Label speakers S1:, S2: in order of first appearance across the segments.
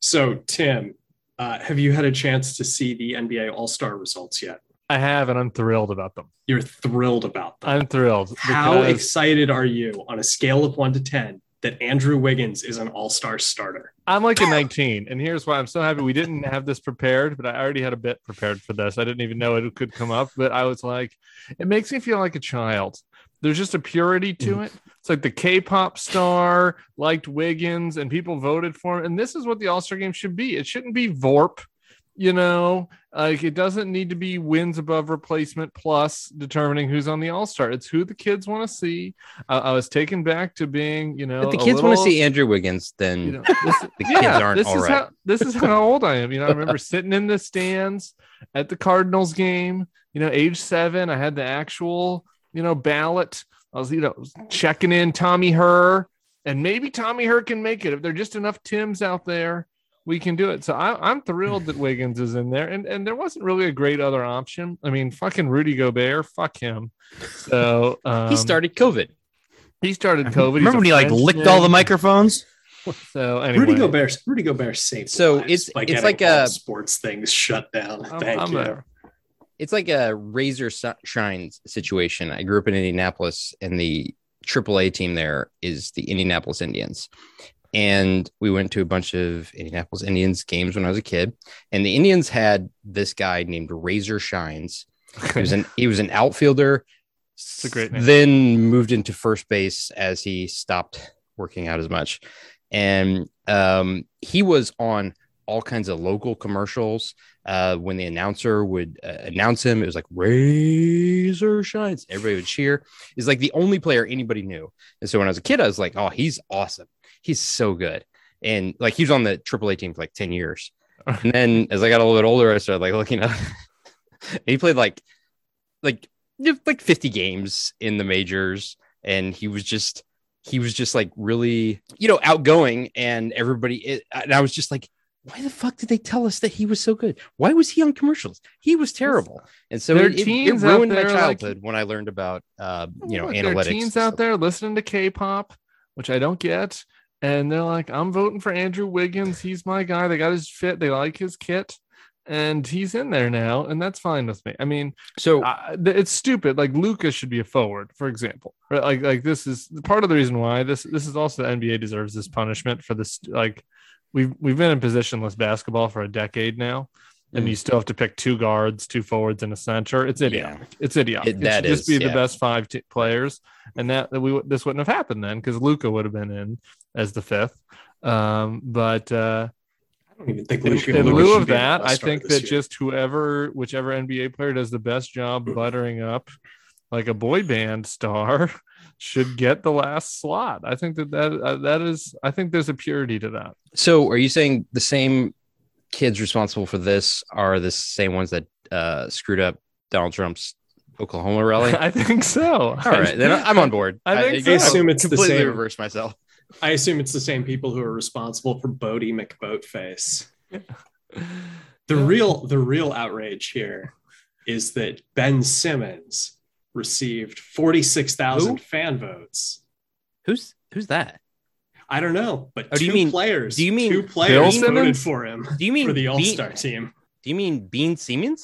S1: So, Tim, uh, have you had a chance to see the NBA All Star results yet?
S2: I have, and I'm thrilled about them.
S1: You're thrilled about them.
S2: I'm thrilled.
S1: How
S2: because-
S1: excited are you on a scale of one to 10 that Andrew Wiggins is an All Star starter?
S2: I'm like a 19, and here's why I'm so happy we didn't have this prepared, but I already had a bit prepared for this. I didn't even know it could come up, but I was like, it makes me feel like a child. There's just a purity to
S3: Mm.
S2: it. It's like the K-pop star liked Wiggins, and people voted for him. And this is what the All-Star game should be. It shouldn't be Vorp, you know. Like it doesn't need to be wins above replacement plus determining who's on the All-Star. It's who the kids want to see. I I was taken back to being, you know,
S3: If the
S2: a
S3: kids want to
S2: little-
S3: see Andrew Wiggins, then
S2: you know, this,
S3: the
S2: yeah,
S3: kids aren't
S2: this
S3: all
S2: is
S3: right.
S2: how this is how old I am. You know, I remember sitting in the stands at the Cardinals game. You know, age seven, I had the actual you know ballot. I was you know checking in Tommy Herr, and maybe Tommy Herr can make it if there are just enough Tims out there. We can do it. So I, I'm thrilled that Wiggins is in there, and and there wasn't really a great other option. I mean, fucking Rudy Gobert, fuck him. So um,
S3: he started COVID.
S2: He started COVID. He's a
S3: Remember when he like licked
S2: Frenchman.
S3: all the microphones?
S2: So anyway,
S1: Rudy Gobert. Rudy Gobert saved.
S3: So
S1: lives
S3: it's-
S1: by
S3: it's
S1: getting
S3: like
S1: all
S3: a-
S1: sports things shut down.
S2: I'm-
S1: Thank
S2: I'm
S1: you.
S2: there.
S3: It's like a razor si- shines situation. I grew up in Indianapolis, and the AAA team there is the Indianapolis Indians. And we went to a bunch of Indianapolis Indians games when I was a kid, and the Indians had this guy named Razor Shines, He was an he was an outfielder.
S2: a great name.
S3: Then moved into first base as he stopped working out as much, and um, he was on all kinds of local commercials. Uh, when the announcer would uh, announce him, it was like Razor Shines. Everybody would cheer. He's like the only player anybody knew. And so when I was a kid, I was like, "Oh, he's awesome. He's so good." And like he was on the AAA team for like ten years. And then as I got a little bit older, I started like looking up. he played like like you know, like 50 games in the majors and he was just he was just like really you know outgoing and everybody it, and i was just like why the fuck did they tell us that he was so good why was he on commercials he was terrible and so
S2: There are
S3: it, it- it
S2: teens out
S3: ruined my
S2: there, like-
S3: childhood when i learned about uh, you know
S2: Look, There are
S3: analytics
S2: teens out there listening to K-pop, which I don't get, and they're like, "I'm voting for Andrew Wiggins. He's my guy. They got his fit. They like his kit, and he's in there now, and that's fine with me. I mean,
S3: so
S2: I, th- it's stupid. Like Lucas should be a forward, for example. Right? Like, like this is part of the reason why this this is also the NBA deserves this punishment for this. Like, we've we've been in positionless basketball for a decade now. And
S3: Mm.
S2: you still have to pick two guards, two forwards, and a center. It's idiotic.
S3: yeah
S2: It's idiotic.
S3: It-
S2: It,
S3: that
S2: should just
S3: is,
S2: be
S3: yeah.
S2: the best five t- players, and that, that we this wouldn't have happened then because Luca would have been in as the fifth. Um, but uh,
S1: I don't even think
S2: in,
S1: Luka
S2: in
S1: Doncic
S2: lieu
S1: should
S2: of
S1: be an
S2: that, I
S1: All-Star
S2: think
S1: this
S2: that
S1: year. Mm-hmm.
S2: just whoever, whichever NBA player does the best job buttering up like a boy band star, should get the last slot. I think that that uh, that is. I think there's a purity to that.
S3: so are you saying the same kids responsible for this are the same ones that uh, screwed up donald trump's oklahoma rally
S2: I think so.
S3: All right, then I'm on board.
S2: I think so.
S1: I assume it's the
S3: completely
S1: same.
S3: reverse myself.
S1: I assume it's the same people who are responsible for Bodie McBoatface. The
S2: Yeah.
S1: real the real outrage here is that Ben Simmons received 46,000 fan votes.
S3: Who's who's that?
S1: I don't know, but
S3: Oh,
S1: two
S3: do you mean-
S1: players,
S3: do you mean
S1: two
S3: Bill
S1: players voted
S2: Simmons?
S1: for him
S3: Do you mean
S1: for the
S3: Bean-
S1: All-Star team.
S3: Do you mean Bean Siemens?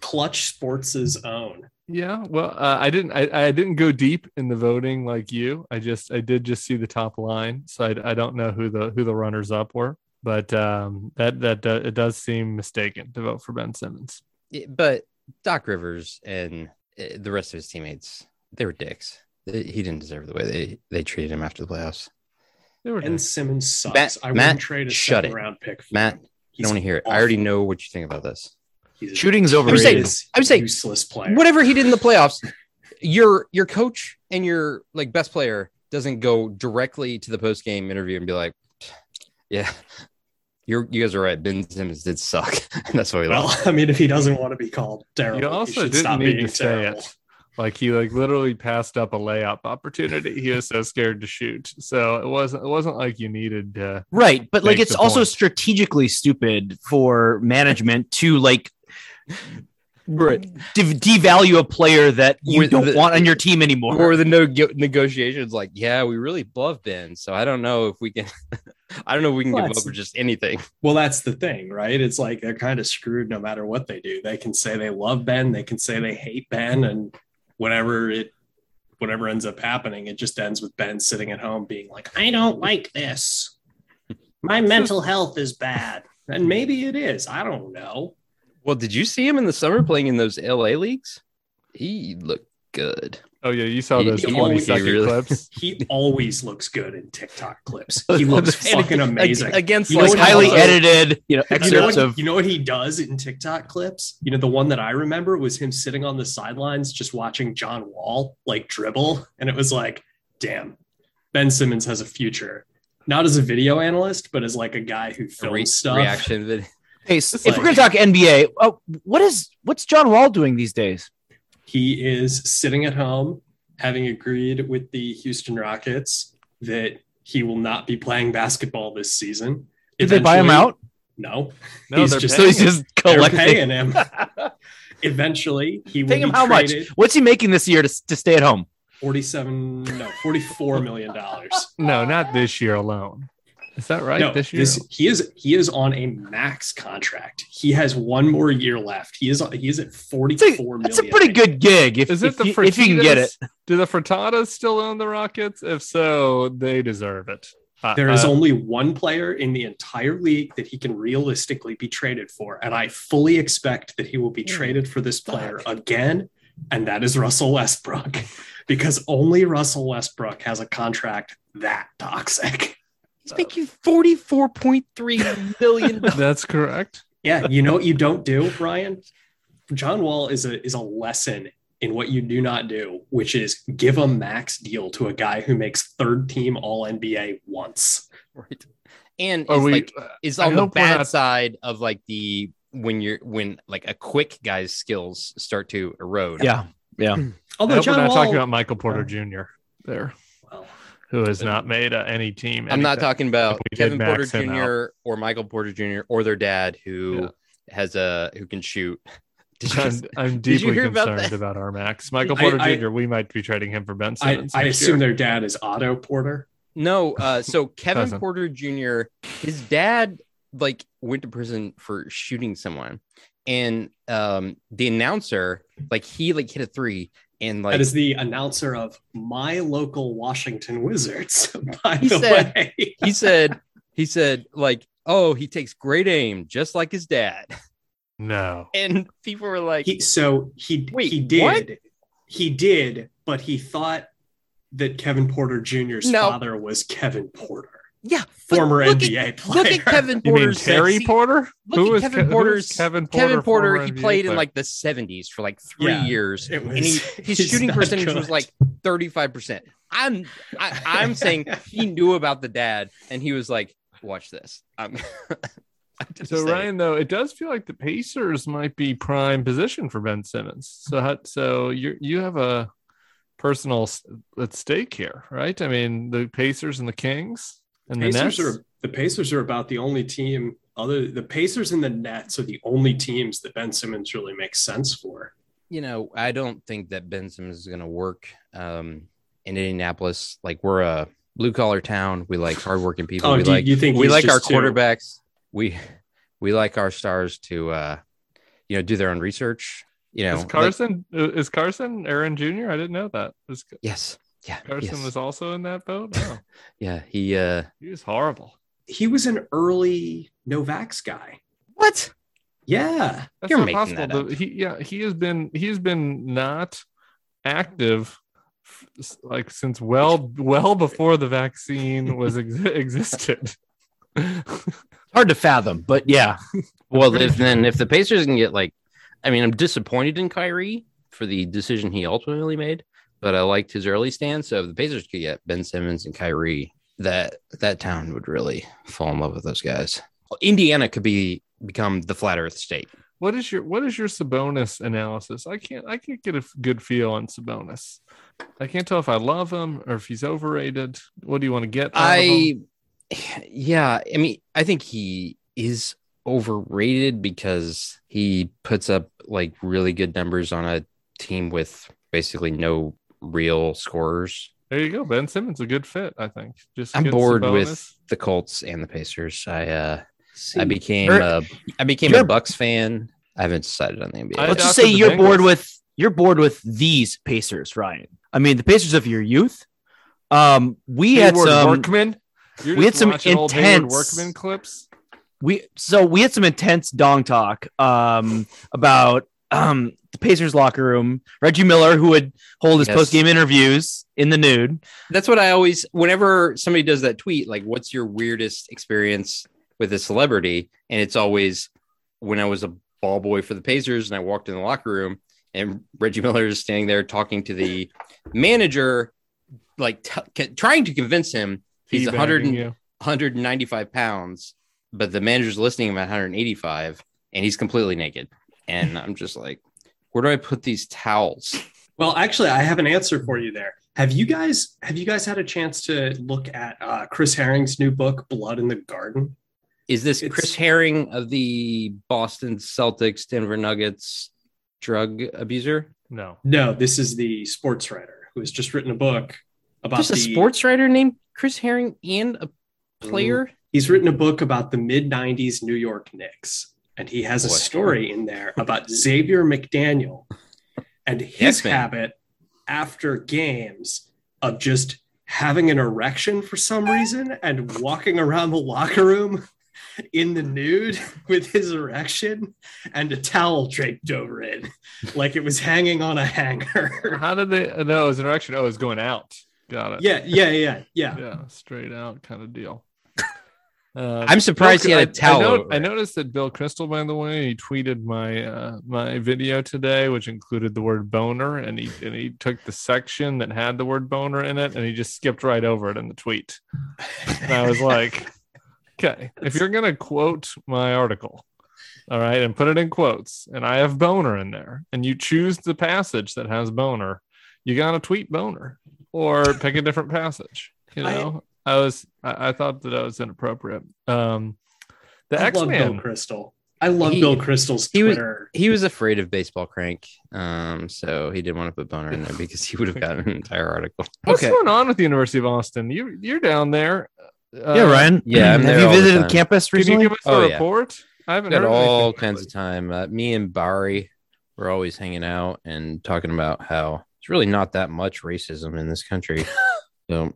S1: Clutch Sports' own.
S2: Yeah, well, uh, I didn't. I, I didn't go deep in the voting like you. I just I did just see the top line, so I, I don't know who the who the runners up were, but um, that that do, it does seem mistaken to vote for Ben Simmons.
S3: Yeah, But Doc Rivers and uh, the rest of his teammates, they were dicks. They- He didn't deserve the way they, they treated him after the playoffs.
S2: They were
S1: Ben
S2: nice.
S1: Simmons sucks.
S3: Matt-
S1: I
S3: Matt,
S1: wouldn't trade a
S3: shut
S1: second
S3: it.
S1: round pick. For
S3: Matt,
S1: him.
S3: You don't want to hear it. I
S1: awful.
S3: already know what you think about this.
S1: He's a
S4: Shooting's
S3: I'm
S4: overrated.
S3: saying-
S1: useless,
S3: I'm saying-
S1: useless player.
S3: Whatever he did in the playoffs, your your coach and your like best player doesn't go directly to the post game interview and be like, "Yeah, you're you guys are right. Ben Simmons did suck. That's why we lost."
S1: Well, I mean, if he doesn't want to be called terrible,
S2: You also
S1: he should
S2: didn't
S1: stop
S2: need
S1: being
S2: to say
S1: terrible.
S2: it. Like he like literally passed up a layup opportunity. He was so scared to shoot, so it wasn't it wasn't like you needed. Uh,
S4: right but like
S2: Makes
S4: it's
S2: a
S4: also
S2: point.
S4: strategically stupid for management to like de- devalue a player that you
S3: With
S4: don't
S3: the-
S4: want on your team anymore
S3: or the no negotiations like yeah we really love ben so i don't know if we can I don't know if we can
S1: Well,
S3: give up
S1: it's-
S3: for just anything.
S1: Well, that's the thing, right? It's like they're kind of screwed no matter what they do. They can say they love Ben, they can say they hate Ben, and whatever it whatever ends up happening, it just ends with Ben sitting at home being like, I don't like this. My mental health is bad. And maybe it is. I don't know.
S3: Well, did you see him in the summer playing in those LA leagues? He looked good.
S2: Oh yeah, you saw
S3: He-
S2: those
S1: he
S2: 20
S1: always-
S2: second
S3: he really-
S2: clips.
S1: He always looks good in TikTok clips. He looks fucking amazing.
S3: against
S1: You know
S3: like
S4: like
S1: what
S4: highly
S1: also-
S4: edited, you know,
S1: You know,
S4: excerpts
S1: what,
S4: of
S1: you know what he does in TikTok clips? You know, the one that I remember was him sitting on the sidelines just watching John Wall like dribble. And it was like, damn, Ben Simmons has a future. Not as a video analyst, but as like a guy who films
S3: re-
S1: stuff.
S3: reaction video.
S4: Hey, s-
S1: It's
S4: if we're
S1: like-
S4: gonna talk NBA, oh, what is what's John Wall doing these days?
S1: He is sitting at home, having agreed with the Houston Rockets that he will not be playing basketball this season.
S4: Did they buy him
S1: Eventually-
S4: out?
S1: No,
S2: No,
S1: He's
S2: they're
S1: just-
S4: So he's
S2: paying
S4: just
S1: they're
S4: collecting.
S1: paying him. Eventually, he will
S4: Paying
S1: be
S4: him how much?
S1: traded.
S4: What's he making this year to, to stay at home?
S1: 47 no 44 million dollars
S2: it. no, not this year alone. Is that right?
S1: no
S2: this year.
S1: this he is he is on a max contract he has one more year left he is he is at
S4: It's a-
S1: 44
S4: that's a
S1: million.
S4: pretty good gig if,
S2: Is
S4: if,
S2: it the
S4: you, if you can get it.
S2: Fertittas? Do the Frittatas still own the Rockets? If so, they deserve it. Uh,
S1: there is
S2: uh,
S1: only one player in the entire league that he can realistically be traded for and i fully expect that he will
S4: Hmm.
S1: be traded for this player again and that is russell westbrook because only russell westbrook has a contract that toxic
S3: He's making forty four point three million.
S2: that's correct.
S1: Yeah, you know what you don't do, Ryan? John Wall is a is a lesson in what you do not do, which is give a max deal to a guy who makes third team all NBA once.
S3: right. And
S2: Are
S3: it's
S2: we? uh,
S3: like is
S2: I
S3: on the
S2: hope we're
S3: bad
S2: not-
S3: side of like the when you're when like a quick guy's skills start to erode.
S4: Yeah.
S2: I
S1: Although
S2: hope we're
S1: John
S2: not
S1: Wall,
S2: talking about Michael Porter Jr. There,
S1: well,
S2: who has not made uh, any team.
S3: I'm not
S2: anything.
S3: talking about
S2: We did
S3: Kevin Porter
S2: max him
S3: Jr. or Michael Porter Jr. or their dad who has a who can shoot. Did you-
S2: I'm, I'm
S3: Did you
S2: deeply
S3: hear about
S2: concerned
S3: that?
S2: about our Max. Michael
S1: I-
S2: Porter
S1: I-
S2: Jr., we might be trading him for Ben
S1: I,
S2: Simmons.
S1: I
S2: next
S1: assume
S2: year.
S1: their dad is Otto Porter.
S3: No, uh, so Kevin
S2: Cousin.
S3: Porter Jr. His dad like went to prison for shooting someone, and um, the announcer like he like hit a three and like
S1: that is the announcer of my local Washington Wizards, by
S3: He
S1: the
S3: said-
S1: way.
S3: he said he said like oh he takes great aim just like his dad,
S2: no.
S3: and people were like
S1: He, so he
S3: Wait,
S1: he did
S3: what?
S1: he did, but he thought that Kevin Porter Jr.'s
S3: No.
S1: father was Kevin Porter.
S3: yeah but
S1: former
S3: look
S1: NBA
S3: at,
S1: player.
S3: look at Kevin
S2: You mean
S3: Porter's
S2: Terry
S3: sexy-
S2: Porter?
S3: Look at
S2: was
S3: Kevin
S2: Ke- who was
S3: Porter's-
S2: Kevin Porter?
S3: Kevin Porter
S2: former
S3: he
S2: NBA
S3: played in
S2: player?
S3: like the 70s for like three
S1: Yeah.
S3: years
S1: It was,
S3: and he, his
S1: it's
S3: shooting
S1: not
S3: percentage was
S1: good.
S3: like 35%. I'm I, I'm saying he knew about the dad and he was like, watch this. I'm, I'm just
S2: So
S3: saying.
S2: Ryan, though, it does feel like the Pacers might be prime position for Ben Simmons. So, how- so you you have a personal s- at stake here, right? I mean, the Pacers and the Kings and the Nets.
S1: Pacers are the Pacers are about the only team other the Pacers and the Nets are the only teams that Ben Simmons really makes sense for.
S3: you know, I don't think that Ben Simmons is gonna work um in Indianapolis. Like we're a blue collar town. We like hardworking people.
S1: Oh,
S3: we
S1: do
S3: like
S1: you think
S3: we
S1: he's
S3: like
S1: just
S3: our
S1: too-
S3: quarterbacks. We we like our stars to uh you know do their own research. You know,
S2: is
S3: like-
S2: Carson uh, is Carson Aaron Jr. I didn't know that. Is
S3: yes, yeah,
S2: Carson
S3: yes.
S2: was also in that boat? No,
S3: yeah. He uh
S2: he was horrible.
S1: He was an early Novaks guy.
S3: what?
S1: Yeah.
S2: That's
S3: You're
S2: not
S3: making
S2: possible.
S3: that up.
S2: The- he, yeah, he has been he has been not active f- s- like since well well before the vaccine was ex- existed.
S4: Hard to fathom, but yeah.
S3: Well, if then if the Pacers can get like, I mean, I'm disappointed in Kyrie for the decision he ultimately made, but I liked his early stand. So if the Pacers could get Ben Simmons and Kyrie, that that town would really fall in love with those guys. Indiana could be become the flat Earth state.
S2: what is your what is your Sabonis analysis? I can't I can't get a f- good feel on Sabonis. I can't tell if I love him or if he's overrated. What do you want to get? out of him?
S3: I, yeah, I mean, I think he is overrated because he puts up like really good numbers on a team with basically no real scorers.
S2: There you go. Ben Simmons, a good fit, I think. Just
S3: I'm
S2: get
S3: bored
S2: Sabonis.
S3: with the Colts and the Pacers. I uh, I became
S4: You're-
S3: a I became
S4: you're-
S3: a Bucks fan. I haven't decided on the NBA.
S2: I
S4: Let's just
S2: adopted
S4: say
S2: the
S4: you're bored
S2: Bengals.
S4: with you're bored with these Pacers, Ryan. I mean, the Pacers of your youth. Um, we had
S2: Hayward
S4: some
S2: Workman. You're
S4: we
S2: just
S4: had some
S2: watching old Hayward
S4: intense-
S2: Workman clips.
S4: we so we had some intense dong talk um about um the Pacers locker room. Reggie Miller, who would hold his
S3: Yes.
S4: post game interviews in the nude.
S3: That's what I always, whenever somebody does that tweet, like, what's your weirdest experience with a celebrity? And it's always when I was a ball boy for the Pacers and I walked in the locker room and Reggie Miller is standing there talking to the manager, like t- c- trying to convince him he's
S2: Teabagging
S3: 100 and,
S2: you.
S3: 195 pounds, but the manager's listening him at 185 and he's completely naked. And I'm just like, where do I put these towels?
S1: Well, actually, I have an answer for you there. Have you guys have you guys had a chance to look at uh, Chris Herring's new book, Blood in the Garden?
S3: Is this
S1: It's-
S3: Chris Herring of the Boston Celtics, Denver Nuggets drug abuser?
S2: No.
S1: No, this is the sports writer who has just written a book about
S3: There's a
S1: the-
S3: sports writer named Chris Herring and a player.
S1: He's written a book about the mid '90s New York Knicks, and he has a
S3: Boy.
S1: story in there about Xavier McDaniel and his
S3: Yes, man.
S1: habit after games of just having an erection for some reason and walking around the locker room in the nude with his erection and a towel draped over it like it was hanging on a hanger.
S2: How did they? No, it was an erection. Oh, it was going out. Got it.
S1: yeah, yeah, yeah, yeah.
S2: yeah, straight out kind of deal. Um,
S3: I'm surprised he had a
S2: I-
S3: towel
S2: I, note-
S3: over
S2: I
S3: it.
S2: noticed that Bill Crystal, by the way, he tweeted my uh, my video today, which included the word boner, and he and he took the section that had the word boner in it, and he just skipped right over it in the tweet. And I was like, okay, if you're gonna quote my article, all right, and put it in quotes, and I have boner in there, and you choose the passage that has boner, you gotta tweet boner or pick a different passage. You
S1: I-
S2: know, I, was I, I thought that I was inappropriate. Um, the
S1: I
S2: X
S1: love Bill
S2: Men.
S1: Crystal. I love
S3: He-
S1: Bill Crystal's
S3: he was-
S1: Twitter.
S3: He was afraid of baseball crank. Um, so he didn't want to put boner in there because he would have gotten an entire article.
S2: What's
S4: Okay.
S2: going on with the University of Austin? You you're down there. Uh,
S4: yeah, Ryan.
S3: yeah, I'm
S4: have
S3: there
S4: you
S3: all the
S4: visited
S3: time.
S4: campus
S2: Can you
S4: recently?
S2: give us
S3: Oh,
S2: a
S3: yeah.
S2: report? I haven't
S3: got
S2: heard
S3: all
S2: anything
S3: kinds of time. Uh, me and Barry were always hanging out and talking about how it's really not that much racism in this country. so,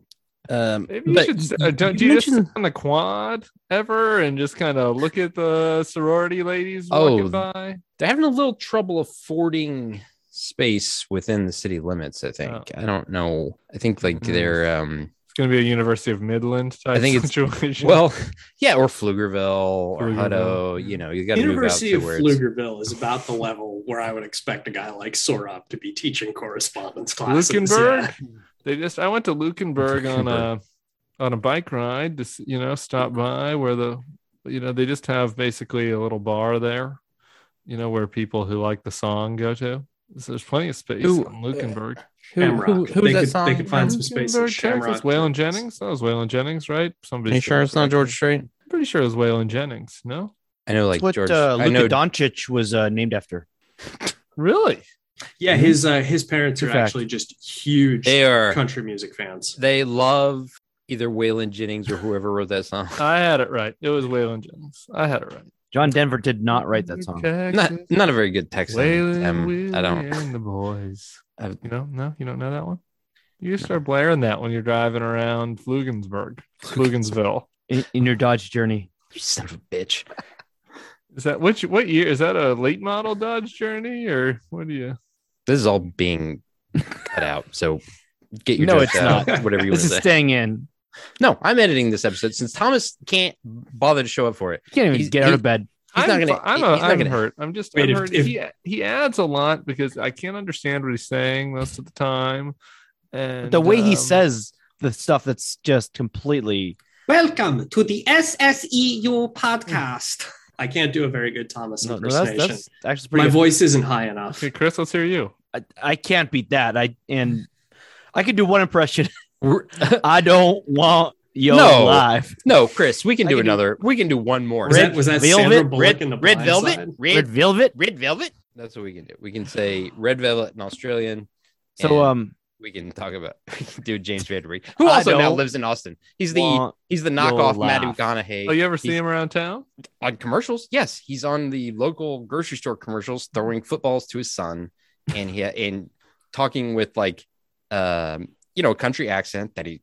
S3: um,
S2: lately. Maybe you
S3: but
S2: should.
S3: y-
S2: Uh, don't, do
S3: you
S2: you just
S3: mentioned-
S2: sit on the quad ever and just kind of look at the sorority ladies walking
S3: Oh,
S2: by?
S3: they're having a little trouble affording space within the city limits. I think.
S2: Oh.
S3: I don't know. I think like
S2: Mm.
S3: they're um,
S2: It's going to be a University of Midland type
S3: I think it's-
S2: situation.
S3: well, yeah, or Pflugerville or
S2: Pflugerville,
S3: Hutto.
S2: yeah.
S3: You know, you got to move out
S1: University
S3: to
S1: of
S3: where it's.
S1: Pflugerville is about the level where I would expect a guy like Sorop to be teaching correspondence classes.
S2: Lukenberg.
S1: Yeah.
S2: They just I went to Lukenberg on a on a bike ride to s- you know stop by where the you know they just have basically a little bar there, you know where people who like the song go to. So there's plenty of space
S3: Who- uh,
S2: on Lukenberg.
S1: Shamrock. they, could, they could find some
S2: Lukenberg,
S1: space in Shamrock.
S2: Texas. Waylon Jennings. That was Waylon Jennings, right? Somebody.
S3: Are you sure it's not George Strait?
S2: I'm pretty sure it was Waylon Jennings. No,
S3: I know, like
S4: That's what
S3: George.
S4: uh,
S3: I know
S4: Luka Doncic was uh, named after.
S2: really?
S1: Yeah, his uh, his parents
S4: True
S1: are
S4: fact.
S1: actually just huge
S3: they are.
S1: country music fans.
S3: They love either Waylon Jennings or whoever wrote that song.
S2: I had it right. It was Waylon Jennings. I had it right.
S4: John Denver did not write that song.
S3: not
S2: Texas.
S3: not a very good Texan.
S2: Waylon,
S3: Um, I
S2: Willie,
S3: don't.
S2: And the boys.
S3: I've-
S2: you know, no, you don't know that one. You start blaring that when you're driving around Flugensburg, Flugensville.
S4: In, in your Dodge journey,
S3: You son of a bitch.
S2: Is that which? What year is that? A late model Dodge Journey, or what do you?
S3: This is all being cut out. So get your
S4: No,
S3: jokes
S4: it's
S3: out.
S1: not.
S3: Whatever you want
S4: this
S3: to
S4: is
S3: say.
S4: staying in.
S3: no, I'm editing this episode since Thomas can't bother to show up for it.
S4: You can't even
S3: He's-
S4: get out
S3: he-
S4: of bed.
S3: He's
S2: I'm,
S3: not gonna-
S2: fi- I'm,
S3: he-
S2: a,
S3: he's not
S2: I'm
S3: gonna-
S2: hurt. I'm just.
S1: Wait,
S2: I'm
S1: if-
S2: hurt.
S1: if-
S2: he he adds a lot because I can't understand what he's saying most of the time. And
S4: The way he
S2: um,
S4: says the stuff that's just completely
S1: Welcome to the SSEU podcast. I can't do a very good Thomas
S4: no, no, that's,
S1: impersonation.
S4: that's actually pretty
S1: My
S4: good.
S1: voice isn't high enough.
S2: Okay, Chris, let's hear you.
S4: I, I can't beat that. I and I could do one impression.
S3: We're-
S4: I don't want your
S3: No.
S4: life.
S3: no, Chris, we can
S4: I
S3: do
S4: can do-
S3: another. we can do one more.
S1: Was
S4: Red
S1: that, was that
S4: velvet,
S1: Sandra Bullock
S4: red-
S1: in the
S4: red
S1: Blind
S4: velvet?
S1: Side?
S4: Red, velvet.
S3: Red velvet. That's what we can do. We can say red velvet in Australian.
S4: So
S3: and
S4: um
S3: we can talk about dude James Van Der Beek, who
S4: I
S3: also now
S4: don't
S3: lives in Austin. He's the
S4: Want
S3: he's the knockoff
S4: your
S3: Matt
S4: laugh.
S3: McConaughey
S2: Oh, you ever see
S3: he's-
S2: him around town?
S3: on commercials. Yes, he's on the local grocery store commercials, throwing footballs to his son, and he and talking with like um you know a country accent that he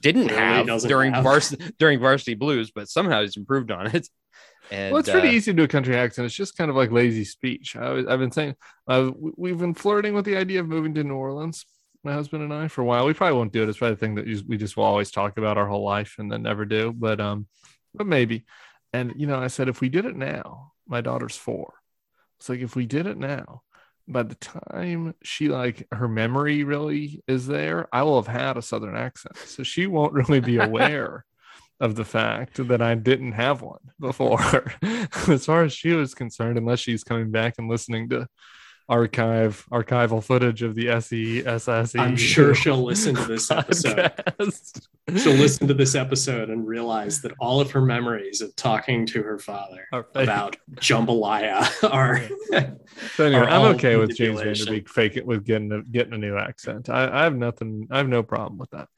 S3: didn't
S1: Clearly
S3: have
S1: doesn't
S3: during
S1: have.
S3: varsity during varsity blues, but somehow he's improved on it. And
S2: well, it's pretty
S3: uh,
S2: easy to do a country accent. It's just kind of like lazy speech. I was, I've been saying uh, we- we've been flirting with the idea of moving to New Orleans, my husband and I, for a while. We probably won't do it. It's probably the thing that you, we just will always talk about our whole life and then never do. But um, but maybe. And you know, I said if we did it now, my daughter's four. It's like if we did it now, by the time she like her memory really is there, I will have had a southern accent, so she won't really be aware of the fact that I didn't have one before, as far as she was concerned, unless she's coming back and listening to archive archival footage of the E, SESSE.
S1: I'm sure she'll listen to this episode.
S2: podcast.
S1: She'll listen to this episode and realize that all of her memories of talking to her father
S2: All right.
S1: about jambalaya are
S2: So anyway,
S1: are
S2: I'm
S1: all
S2: okay with James
S1: manipulation.
S2: Vanderbeek fake it with getting a, getting a new accent. I, I have nothing. I have no problem with that.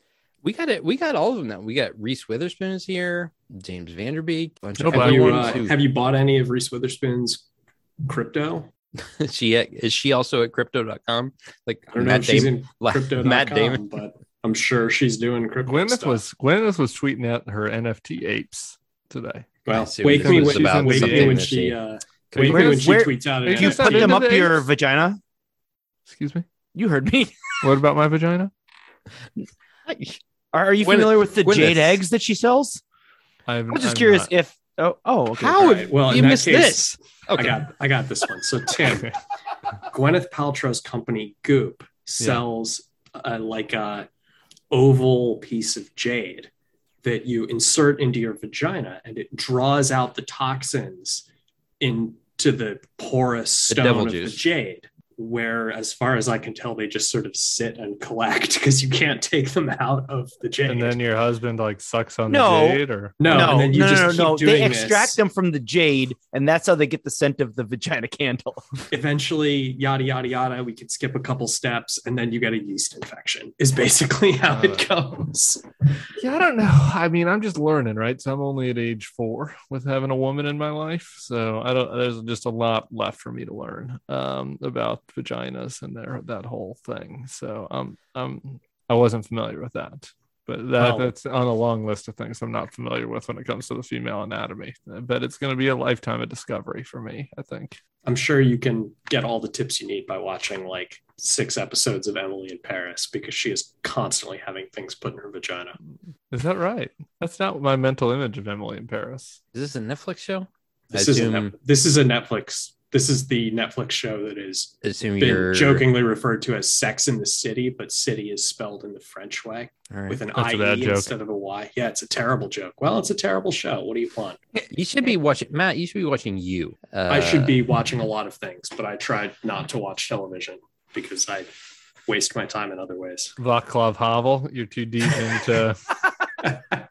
S3: we got it. We got all of them now. We got Reese Witherspoon is here, James Vanderbeek, bunch
S2: No
S3: of
S1: have
S2: problem.
S1: you,
S3: everyone
S1: uh,
S3: who-
S1: have you bought any of Reese Witherspoon's crypto?
S3: is she at, is she also at crypto.com? Like
S1: I don't know
S3: Matt
S1: if she's
S3: Damon,
S1: in
S3: like
S1: crypto.
S3: Matt Damon.
S1: but I'm sure she's doing crypto.
S2: Gwyneth
S1: stuff.
S2: was Gwyneth was tweeting at her NFT apes today.
S3: I
S1: well.
S3: see what
S1: Wake
S2: this
S1: me
S2: is
S1: when
S2: about,
S1: wake me
S2: something
S1: when
S3: that
S1: she
S3: she-
S1: uh,
S3: Could
S1: wake
S2: we-
S1: me when she
S4: where-
S1: tweets out. an
S2: Did you
S1: NFT.
S2: put
S4: Put
S2: it
S4: them
S2: in
S4: up
S2: the
S4: your
S2: days?
S4: vagina.
S2: Excuse me.
S4: You heard me.
S2: What about my vagina?
S4: Are, are you
S3: Gwyneth-
S4: familiar with the
S3: Gwyneth.
S4: jade eggs that she sells?
S2: I'm,
S4: I'm just curious
S2: not.
S4: if. Oh, oh, okay.
S3: How
S1: All
S3: have
S1: right, well,
S3: you
S1: in that
S3: missed
S1: case-
S3: this?
S1: I
S3: Okay.
S1: got I got this one. So Tim,
S2: Okay.
S1: Gwyneth Paltrow's company Goop sells uh, like a oval piece of jade that you insert into your vagina, and it draws out the toxins into the porous
S3: The devil
S1: stone of
S3: juice.
S1: the jade. Where, as far as I can tell, they just sort of sit and collect because you can't take them out of the jade.
S2: and then your husband like sucks on
S4: No.
S2: the jade or
S1: no,
S4: no,
S1: and then you
S4: no,
S1: just
S4: no,
S1: keep
S4: no, no.
S1: doing
S4: They extract
S1: this.
S4: them from the jade, and that's how they get the scent of the vagina candle.
S1: eventually yada yada yada we could skip a couple steps and then you get a yeast infection is basically how it
S2: Uh.
S1: goes
S2: yeah i don't know i mean i'm just learning right so i'm only at age four with having a woman in my life so i don't there's just a lot left for me to learn um about vaginas and their that whole thing so um um i wasn't familiar with that but that,
S1: Well-
S2: that's on a long list of things i'm not familiar with when it comes to the female anatomy but it's going to be a lifetime of discovery for me i think
S1: i'm sure you can get all the tips you need by watching like six episodes of emily in paris because she is constantly having things put in her vagina
S2: is that right that's not my mental image of emily in paris
S3: Is this a Netflix show?
S1: this
S3: I
S1: is a,
S3: assume-
S1: Net- this is a netflix this is the netflix show that is
S3: I assume
S1: been
S3: you're
S1: jokingly referred to as sex in the city but city is spelled in the french way
S3: All right.
S1: with an
S2: That's a bad
S1: i-e
S2: joke.
S1: instead of a y yeah it's a terrible joke well it's a terrible show what do you want
S3: You should be watching Matt. You should be watching you. Uh,
S1: I should be watching a lot of things, but I try not to watch television because I waste my time in other ways.
S2: Vaclav Havel. You're too deep into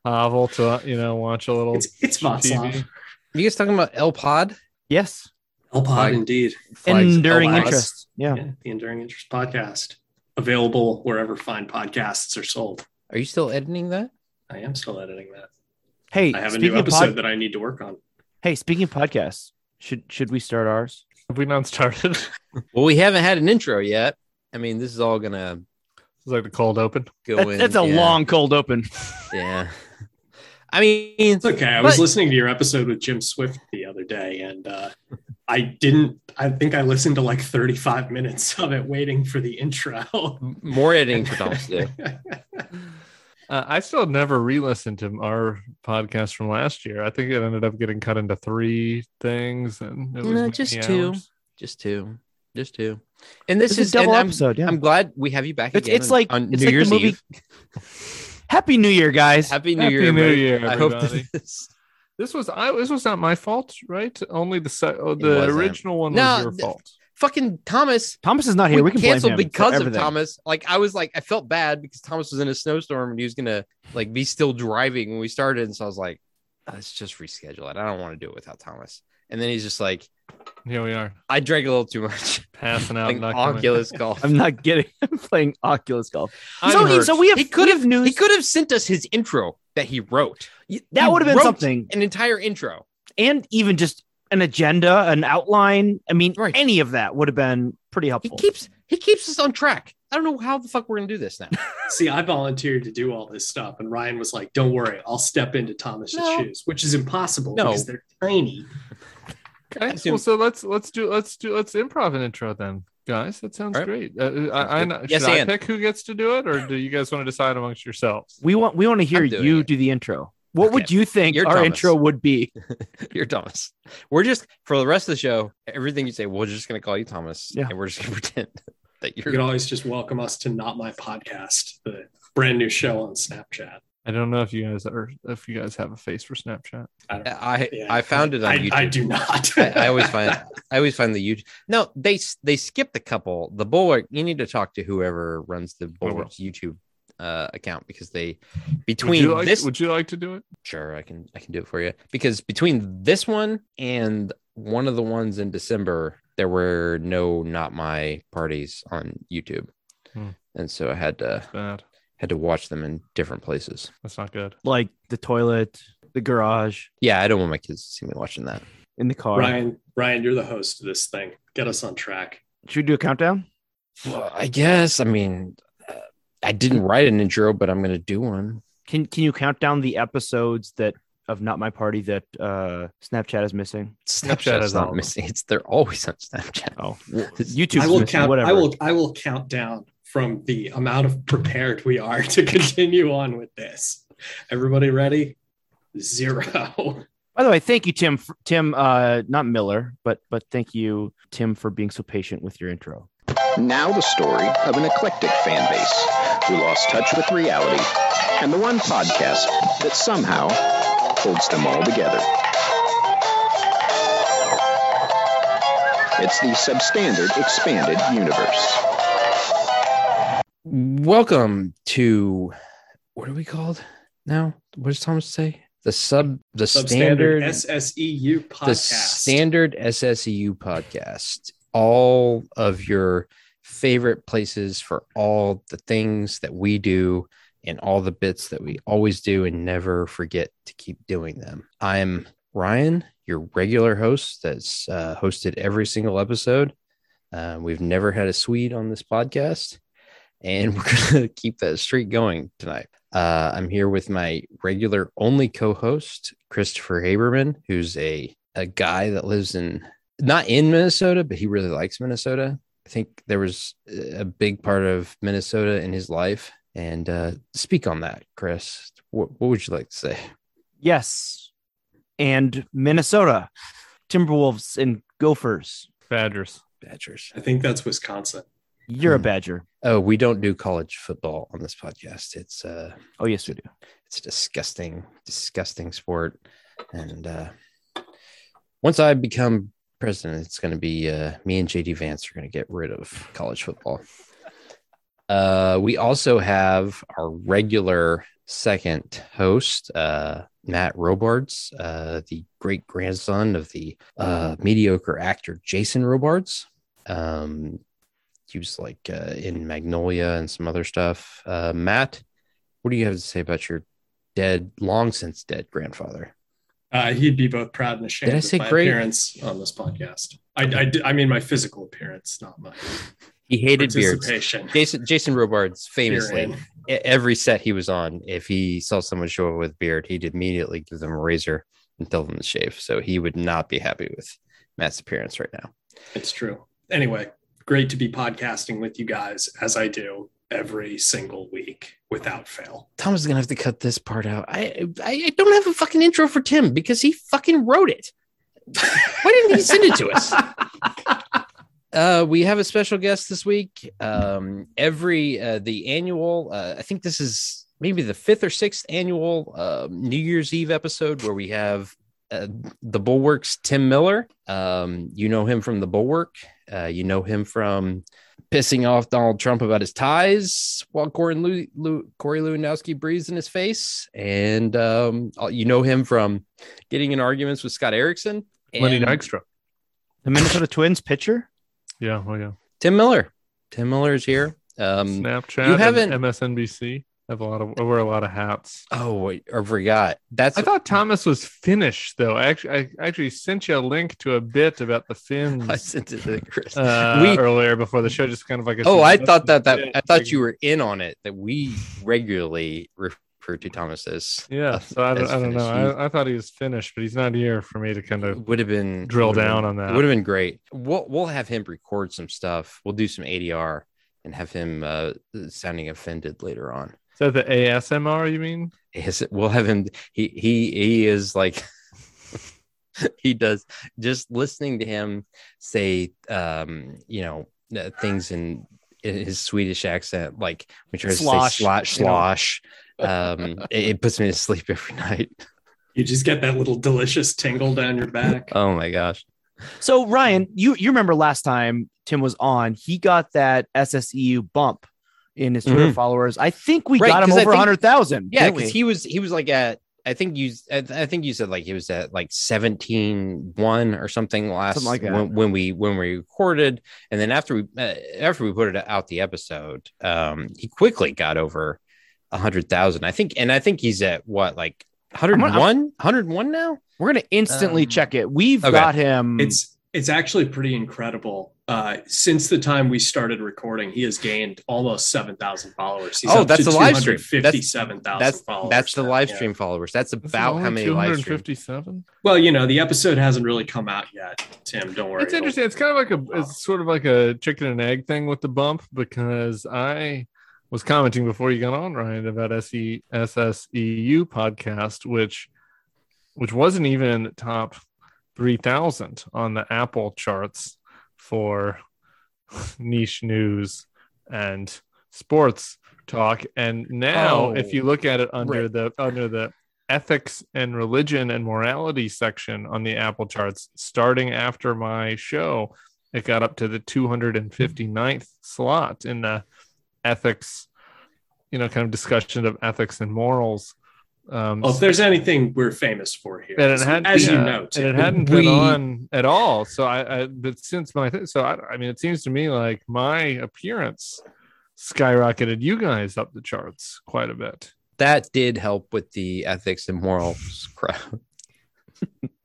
S2: Havel to, you know, watch a little
S1: It's it's Václav.
S2: TV.
S3: Uh, You guys talking about El Pod?
S4: Yes,
S1: Elpod,
S3: Like-
S1: indeed.
S3: Flags-
S4: enduring
S1: allows.
S4: interest. Yeah.
S1: Yeah, the Enduring Interest podcast available wherever fine podcasts are sold.
S3: Are you still editing that?
S1: I am still editing that.
S4: Hey,
S1: I have a new
S4: speaking of
S1: episode
S4: pod-
S1: that I need to work on.
S4: hey, speaking of podcasts, should should we start ours?
S2: Have we not started? It's
S3: Well, we haven't had an intro yet. I mean, this is all gonna
S2: like the cold open.
S3: go
S4: That-
S3: in.
S4: that's a
S3: yeah,
S4: long cold open.
S3: Yeah. I mean,
S1: It's okay. I was
S3: But-
S1: listening to your episode with Jim Swift the other day, and uh, I didn't. I think I listened to like 35 minutes of it waiting for the intro.
S3: more editing for Thomas to do.
S2: Uh, I still never re-listened to our podcast from last year. I think it ended up getting cut into three things, and it was
S3: No,
S2: many
S3: just two.
S2: hours.
S3: Just two. Just two. And this
S4: It's
S3: is
S4: a double
S3: and I'm-
S4: episode. Yeah.
S3: I'm, glad we have you back
S4: It's-
S3: again.
S4: it's
S3: on-
S4: like-
S3: on
S4: it's
S3: New
S4: like the
S3: Year's
S4: movie-
S3: Eve.
S4: Happy New Year, guys.
S3: Happy New
S2: Happy
S3: Year.
S2: New
S3: everybody.
S2: Year,
S3: I hope
S2: everybody.
S3: that this.
S2: This was I. This was not my fault, right? Only the se- oh,
S3: It
S2: the
S3: wasn't.
S2: original one
S3: No,
S2: was your
S3: th-
S2: fault.
S3: Fucking Thomas
S4: Thomas is not here. We, can blame
S3: canceled
S4: him
S3: because
S4: for
S3: of
S4: everything.
S3: Thomas. Like I was like, I felt bad because Thomas was in a snowstorm and he was gonna like be still driving when we started, and so I was like, let's just reschedule it. I don't want to do it without Thomas. And then he's just like,
S2: Here we are,
S3: I drank a little too much.
S2: passing out.
S3: Like
S2: not coming.
S3: Oculus golf.
S4: I'm not getting I'm playing Oculus golf.
S2: I'm
S4: so,
S2: hurt.
S4: so we have
S3: He could
S4: we
S3: have
S4: news.
S3: He could have sent us his intro that he wrote,
S4: Y- that
S3: he
S4: would have been
S3: wrote-
S4: something,
S3: an entire intro.
S4: and even just an agenda, an outline. I mean,
S3: Right.
S4: any of that would have been pretty
S3: He
S4: helpful.
S3: keeps he keeps us on track. I don't know how the fuck we're gonna do this now.
S1: See, I volunteered to do all this stuff, and Ryan was like, "Don't worry, I'll step into Thomas's
S3: No.
S1: shoes," which is impossible
S3: No.
S1: because they're tiny.
S2: Okay.
S3: assume-
S2: Well, so let's let's do let's do let's improv an intro then, guys. That sounds
S3: All right.
S2: great. Uh, I, I,
S3: Sounds
S2: should
S3: good. Yes,
S2: I
S3: and.
S2: pick who gets to do it, or do you guys want to decide amongst yourselves?
S4: We want we want to hear
S3: I'm doing
S4: you
S3: it.
S4: do the intro. What would
S3: Okay.
S4: you think
S3: You're
S4: our
S3: Thomas.
S4: intro would be?
S3: You're Thomas. We're just for the rest of the show, everything you say, we're just gonna call you Thomas.
S4: Yeah.
S3: And we're just gonna pretend that
S1: You
S3: you're
S1: can always just welcome us to Not My Podcast, the brand new show on Snapchat.
S2: I don't know if you guys are if you guys have a face for Snapchat.
S1: I don't
S3: I
S1: Yeah.
S3: I found it on
S1: I,
S3: YouTube.
S1: I do not.
S3: I, I always find I always find the YouTube. No, they they skipped a couple. The Bulwark. You need to talk to whoever runs the
S2: will.
S3: Bulwark's YouTube uh, account because they
S2: Oh, Would
S3: between
S2: you, like,
S3: this.
S2: would you like to do it?
S3: Sure, I can I can do it for you because between this one and one of the ones in December, there were no not my parties on YouTube,
S2: Hmm.
S3: and so I had to
S2: Bad.
S3: had to watch them in different places.
S2: That's not good.
S4: Like the toilet, the garage,
S3: Yeah, I don't want my kids to see me watching that.
S4: in the car.
S1: Ryan, Ryan, you're the host of this thing. Get us on track.
S4: Should we do a countdown?
S3: Well, I guess I mean uh, I didn't write an intro, but I'm gonna do one.
S4: Can can you count down the episodes that of not my party that uh Snapchat is missing?
S2: Snapchat
S3: Snapchat
S2: has
S3: is
S2: all
S3: not
S2: of
S3: missing. It's they're always on Snapchat.
S4: Oh,
S3: It's-
S4: YouTube.
S1: I will
S4: missing,
S1: count.
S4: Whatever.
S1: I will. I will count down from the amount of prepared we are to continue on with this. Everybody ready? Zero.
S4: By the way, thank you, Tim. For, Tim, uh, not Miller, but but thank you, Tim, for being so patient with your intro.
S5: Now the story of an eclectic fan base who lost touch with reality and the one podcast that somehow holds them all together. It's the substandard expanded universe.
S3: Welcome to what are we called now? What does Thomas say? The sub the
S1: Substandard
S3: standard
S1: SSEU podcast.
S3: the standard SSEU podcast. All of your favorite places for all the things that we do and all the bits that we always do and never forget to keep doing them. I'm Ryan, your regular host that's uh, hosted every single episode. Uh, we've never had a Swede on this podcast, and we're going to keep that streak going tonight. Uh, I'm here with my regular only co host, Christopher Haberman, who's a, a guy that lives in not in Minnesota, but he really likes Minnesota. I think there was a big part of Minnesota in his life. And uh, speak on that, Chris. What, what would you like to say?
S4: Yes, and Minnesota, Timberwolves and Gophers.
S2: Badgers.
S3: Badgers.
S1: I think that's Wisconsin.
S4: You're a
S3: Hmm.
S4: Badger.
S3: Oh, we don't do college football on this podcast. It's uh,
S4: Oh yes, we do.
S3: it's a disgusting, disgusting sport. And uh, once I become president, it's going to be uh, me and JD Vance are going to get rid of college football. Uh, we also have our regular second host, uh, Matt Robards, uh, the great grandson of the uh, mediocre actor Jason Robards. Um, he was like uh, in Magnolia and some other stuff. Uh, Matt, what do you have to say about your dead, long since dead grandfather?
S1: Uh, he'd be both proud and ashamed
S3: Did I say
S1: of my
S3: great?
S1: appearance on this podcast. I, I, d- I mean, my physical appearance, not my
S3: He hated beards.
S1: participation.
S3: Jason Jason Robards famously
S1: Herein.
S3: e- every set he was on, if he saw someone show up with beard, he'd immediately give them a razor and tell them to shave. So he would not be happy with Matt's appearance right now.
S1: It's true. Anyway, great to be podcasting with you guys as I do every single week without fail.
S3: Thomas is gonna have to cut this part out. I I, I don't have a fucking intro for Tim because he fucking wrote it. Why didn't he send it to us? Uh, we have a special guest this week. Um, every uh, the annual, uh, I think this is maybe the fifth or sixth annual uh, New Year's Eve episode where we have uh, the Bulwark's Tim Miller. Um, you know him from the Bulwark. Uh, you know him from pissing off Donald Trump about his ties while Corey, Lew- Lew- Corey Lewandowski breathes in his face, and um, you know him from getting in arguments with Scott Erickson.
S2: Lenny
S3: and-
S2: Dykstra.
S4: The Minnesota Twins pitcher?
S2: Yeah. Oh yeah.
S3: Tim Miller. Tim Miller's here. Um,
S2: Snapchat.
S3: you
S2: and
S3: haven't-
S2: MSNBC. Have a lot of I wear a lot of hats.
S3: oh, wait, I forgot. That's
S2: I thought Thomas was Finnish though. I actually, I actually sent you a link to a bit about the
S3: I
S2: Finns
S3: sent it to Chris.
S2: uh,
S3: we-
S2: earlier before the show. Just kind of like a
S3: oh, I
S2: suggestion.
S3: thought that that
S2: Yeah,
S3: I thought
S2: like-
S3: you were in on it. That we regularly refer to Thomas as
S2: Yeah, so I don't,
S3: as
S2: I don't know.
S3: Finnish. He-
S2: I, I thought he was Finnish, but he's not here for me to kind of
S3: would have been
S2: drill
S3: would've
S2: down
S3: been-
S2: on that.
S3: It would have been great. We'll we'll have him record some stuff. We'll do some ADR and have him uh, sounding offended later on.
S2: Is that the ASMR you mean?
S3: Yes, we'll have him. He he he is like he does. Just listening to him say, um, you know, uh, things in, in his Swedish accent, like when he tries to
S4: Slosh,
S3: say slosh,
S4: you know.
S3: slosh. um, it, it puts me to sleep every night.
S1: You just get that little delicious tingle down your back.
S3: Oh my gosh!
S4: So Ryan, you you remember last time Tim was on, he got that SSEU bump in his Twitter followers. Hmm. I think we
S3: Right,
S4: got him
S3: 'cause I
S4: over
S3: think-
S4: hundred thousand.
S3: Yeah,
S4: we?
S3: because he was he was like at. I think you I, I think you said like he was at like 17 1 or something last
S4: Something like that.
S3: when, when we when we recorded and then after we uh, after we put it out the episode um he quickly got over 100,000 I think and I think he's at what like 101 101 now
S4: We're gonna instantly
S3: Um,
S4: check it. We've
S3: okay.
S4: got
S3: Hmm.
S4: him.
S1: It's it's actually pretty incredible. Uh, since the time we started recording, he has gained almost seven thousand followers. He's
S3: Oh,
S1: up
S3: that's
S1: to
S3: the live stream. That's-
S1: Fifty-seven thousand
S3: that's
S1: followers.
S3: that's the
S1: now.
S3: live
S1: Yeah.
S3: stream followers that's
S2: This is
S3: about how
S2: only
S3: many live streams
S2: 257?
S1: Well, you know, the episode hasn't really come out yet, Tim. Don't worry.
S2: It's interesting. It's kind of like a it's sort of like a chicken and egg thing with the bump because I was commenting before you got on Ryan about E, SE SSEU podcast which which wasn't even top 3000 on the Apple charts for niche news and sports talk and now
S3: Oh,
S2: if you look at it under
S3: right.
S2: the under the ethics and religion and morality section on the Apple charts starting after my show. It got up to the 259th slot in the ethics, you know, kind of discussion of ethics and morals. Um,
S3: Oh,
S1: Well, if there's anything we're famous for here,
S2: and it had,
S1: as you
S2: yeah,
S1: know,
S2: and
S1: Tim,
S2: it hadn't
S3: We-
S2: been on at all. So I, I but since my, th- so I, I mean, it seems to me like my appearance skyrocketed you guys up the charts quite a bit.
S3: that did help with the ethics and morals crowd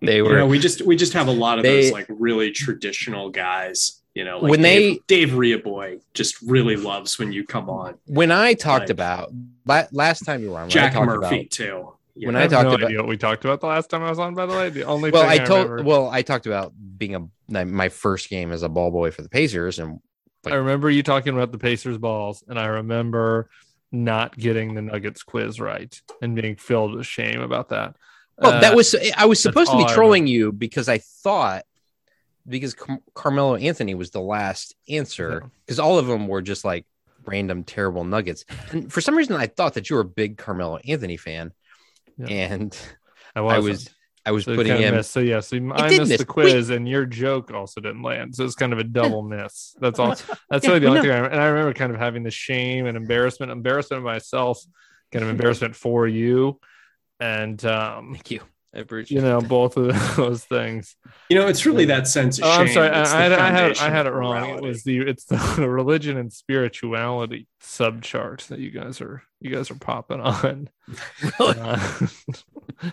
S3: they
S1: you
S3: were
S1: know, we just we just have a lot of
S3: They-
S1: those like really traditional guys. You know, like
S3: When
S1: Dave,
S3: they-
S1: Dave Riaboy just really loves when you come on.
S3: when I talked
S1: Like-
S3: about la- last time you were on, when I
S1: Jack
S3: talked
S1: Murphy
S3: about-
S1: too. You
S3: When
S1: know?
S2: I
S3: I
S2: have
S3: talked
S2: no
S3: about-
S2: idea what we talked about the last time I was on, by the way. The only
S3: well,
S2: thing
S3: I told
S2: remember-
S3: well I talked about being a my, my first game as a ball boy for the Pacers, and like-
S2: I remember you talking about the Pacers balls, and I remember not getting the Nuggets quiz right and being filled with shame about that.
S3: well,
S2: Uh,
S3: that was eh, I was supposed to be
S2: all I
S3: trolling you because I thought because Car- Carmelo Anthony was the last answer because all of them were just like random terrible Nuggets, and for some reason I thought that you were a big Carmelo Anthony fan,
S2: Yeah.
S3: and
S2: I,
S3: I
S2: wasn't.
S3: was I was
S2: So, it
S3: putting
S2: kinda
S3: him.
S2: missed. so yeah, so you- I
S3: did
S2: missed
S3: miss.
S2: the quiz, and your joke also didn't land. So it's kind of a double miss. That's all. That's really the
S4: we
S2: only
S4: know.
S2: thing. I remember. And I remember kind of having the shame and embarrassment, embarrassment of myself, kind of embarrassment for you, and um,
S3: Thank you. I appreciate
S2: you know, both of those things.
S1: You know, it's really that sense of
S2: Oh,
S1: shame.
S2: I'm sorry.
S1: that's
S2: I, I,
S1: the
S2: I had
S1: foundation
S2: I had it
S1: of
S2: wrong. It
S1: morality.
S2: was the it's the religion and spirituality subchart that you guys are you guys are popping on. Uh,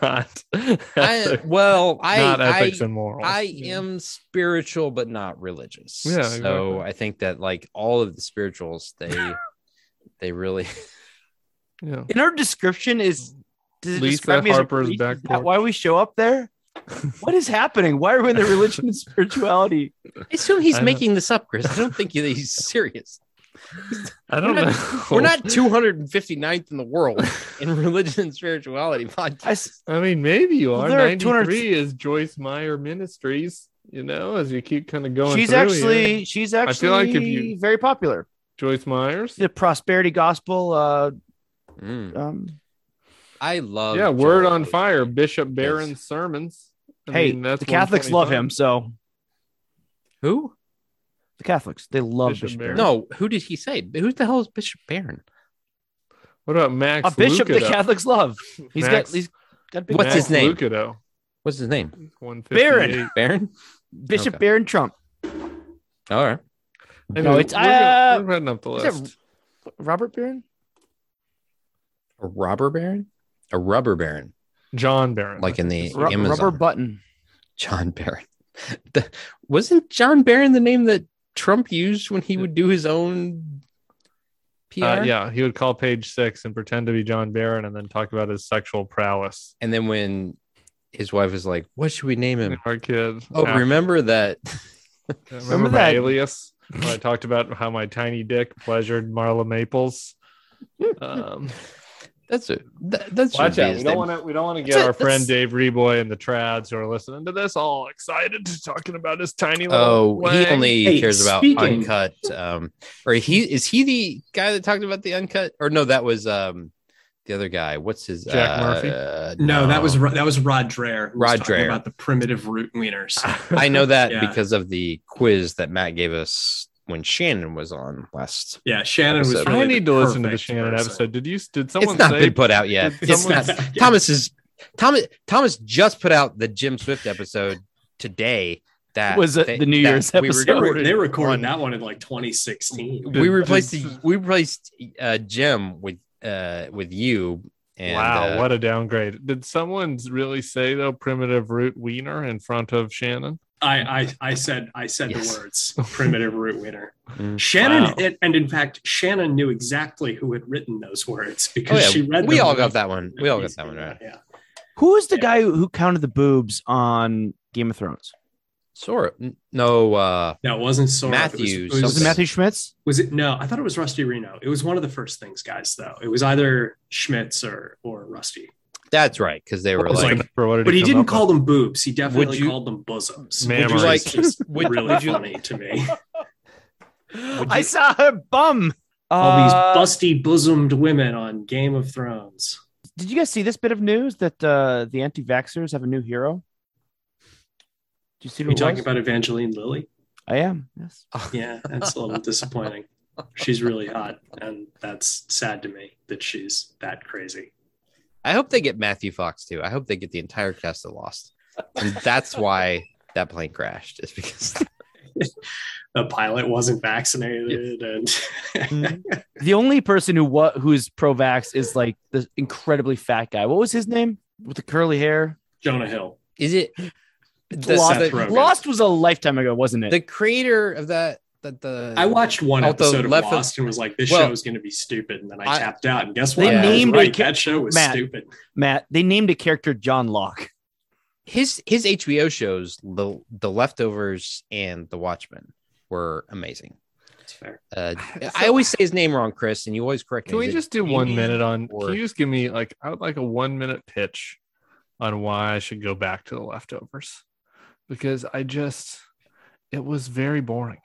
S2: not
S3: I, well, I
S2: not
S3: I,
S2: ethics and morals.
S3: I
S2: Yeah.
S3: am spiritual, but not religious.
S2: Yeah,
S3: So
S2: exactly.
S3: I think that like all of the spirituals, they they really
S2: Yeah.
S4: in our description is does it
S2: Lisa
S4: describe me as a
S2: Harper's
S4: priest?
S2: back
S4: Is that
S2: porch.
S4: why we show up there? what is happening? Why are we in the religion and spirituality?
S3: I assume he's
S2: I know.
S3: making this up, Chris. I don't think he- he's serious.
S2: I don't
S3: We're
S2: know.
S3: not- We're not 259th in the world in religion and spirituality
S4: I,
S3: podcast.
S4: s-
S2: I mean, maybe you
S4: Well,
S2: are.
S4: there are 200
S2: Ninety-three is Joyce Meyer Ministries. You know, as you keep kind of going.
S4: she's
S2: through
S4: actually
S2: here.
S4: she's
S2: feel
S4: actually
S2: like if you-
S4: very popular.
S2: Joyce Myers.
S4: The prosperity gospel. Uh,
S3: Mm.
S4: um,
S3: I love
S2: Yeah, word on
S3: Joel.
S2: fire. Bishop Barron's sermons. I
S4: hey,
S2: mean, that's
S4: the Catholics love
S2: 125.
S4: him. So
S3: Who?
S4: the Catholics they love
S2: Bishop
S4: Bishop,
S2: Barron.
S4: Barron.
S3: No, who did he say? Who the hell is Bishop Barron?
S2: What about Max?
S4: a Uh, bishop
S2: Lucido?
S4: the Catholics love. He's
S2: Max-
S4: got he's got big
S3: What's
S2: Max
S3: his name?
S2: Lucido.
S3: What's his name?
S2: 158.
S3: Baron.
S4: Bishop
S3: Okay.
S4: Barron Trump.
S3: Oh, All right.
S2: Anyway,
S4: No, it's,
S2: we're gonna-
S4: uh,
S2: we're running up the
S4: is it-
S2: list.
S4: Robert Barron?
S3: A robber baron. A rubber baron,
S2: John Barron.
S3: like in the
S2: It's
S4: Ru-
S3: Amazon.
S4: rubber button.
S3: John Barron. The, wasn't John Barron the name that Trump used when he would do his own PR?
S2: Uh, yeah, he would call page six and pretend to be John Barron and then talk about his sexual prowess.
S3: And then when his wife was like, "What should we name him?"
S2: Our kid.
S3: Oh,
S2: Ah,
S3: remember that?
S2: remember,
S4: remember
S2: my
S4: that-
S2: alias? when I talked about how my tiny dick pleasured Marla Maples. Um,
S3: That's a that, that's
S2: watch out!
S3: his
S2: We
S3: name.
S2: don't want to. We don't want to get
S3: That's it,
S2: our friend
S3: that's-
S2: Dave Reboy and the Trads who are listening to this all excited talking about his tiny little.
S3: Oh, he
S2: wang.
S3: only
S1: Hey,
S3: cares about
S1: speaking-
S3: uncut. Um, or he is he the guy that talked about the uncut? Or no, that was um the other guy. What's his
S2: Jack
S3: uh,
S2: Murphy?
S3: uh,
S1: No, that was Ro- that was Rod Dreher. who was
S3: Rod
S1: talking
S3: Dreher.
S1: about the primitive root wieners.
S2: Ah.
S3: I know that
S1: Yeah.
S3: because of the quiz that Matt gave us when Shannon was on last.
S1: Yeah, Shannon was.
S3: Episode.
S1: Really
S2: I need to listen to the
S1: perfect
S2: Shannon
S1: person.
S2: episode. Did you? Did someone
S3: it's not
S2: say?
S3: been put out yet.
S2: did
S3: It's
S2: someone-
S3: not. Thomas is Thomas. Thomas just put out the Jim Swift episode today. That
S4: Was it the New
S3: that
S4: Year's
S3: we
S1: They,
S4: episode?
S3: recorded.
S1: were, they recorded
S3: One.
S1: that one in like 2016.
S3: we replaced
S2: Did-
S3: the, we replaced uh, Jim with uh, with you. And,
S2: wow,
S3: uh,
S2: what a downgrade! Did someone really say though primitive root wiener in front of Shannon?
S1: I I, I said I said
S3: Yes.
S1: the words primitive root wiener.
S3: Mm.
S1: Shannon
S2: Wow.
S1: and, and in fact Shannon knew exactly who had written those words
S3: Oh,
S1: because
S3: yeah,
S1: she read.
S3: we
S1: them
S3: all
S1: like-
S3: got that one. We all got that one right.
S1: Yeah.
S4: Who was the
S1: Yeah.
S4: guy who counted the boobs on Game of Thrones?
S3: Sora, n- no, uh,
S1: No, it wasn't Sora.
S3: Matthews,
S1: It was, it
S4: Was
S1: was,
S4: it
S3: something.
S4: Matthew Schmitz?
S1: was it no? I thought it was Rusty Reno. It was one of the first things, guys. Though it was either Schmitz or or Rusty.
S3: that's right because they were
S1: was
S3: like,
S1: like-
S2: For what did
S1: But he
S2: come
S1: didn't
S2: up
S1: call them boobs. He definitely
S3: you-
S1: called them bosoms.
S2: Man,
S1: which was
S3: like-
S1: just
S3: would-
S1: really
S3: would you-
S1: funny to me.
S4: I saw her bum.
S1: all these
S4: Uh,
S1: busty bosomed women on Game of Thrones.
S4: Did you guys see this bit of news that uh, the anti-vaxxers have a new hero? Did you see
S1: Are
S4: who
S1: you
S4: it
S1: talking
S4: was?
S1: about Evangeline Lilly?
S4: I am. Yes.
S1: Yeah, that's a little disappointing. She's really hot, and that's sad to me that she's that crazy.
S3: I hope they get Matthew Fox too. I hope they get the entire cast of Lost, and that's why that plane crashed. Is because
S1: The pilot wasn't vaccinated, and
S4: Mm-hmm. The only person who what who's pro-vax is like the incredibly fat guy. What was his name with the curly hair?
S1: Jonah Hill.
S3: is it the,
S4: Lost.
S1: Seth
S3: the,
S1: Rogen.
S4: Lost was a lifetime ago, wasn't it?
S3: the creator of that that the
S1: I watched one
S3: Although
S1: episode of
S3: left of-
S1: Lost and was like, "This
S3: Well,
S1: show is going to be stupid," and then I,
S3: I-
S1: tapped out. And guess
S4: They
S1: what? I was
S4: named
S1: right.
S4: a ca-
S1: that show was
S4: Matt.
S1: stupid.
S4: Matt, they named a character John Locke.
S3: his his HBO shows the the leftovers and the Watchmen were amazing.
S1: That's fair.
S3: Uh,
S2: So-
S3: I always say his name wrong, Chris, and you always correct me.
S2: Can we
S3: Is it
S2: just do one
S3: Jamie?
S2: minute on?
S3: or-
S2: Can you just give me like I would like a one minute pitch on why I should go back to the leftovers because I just it was very boring.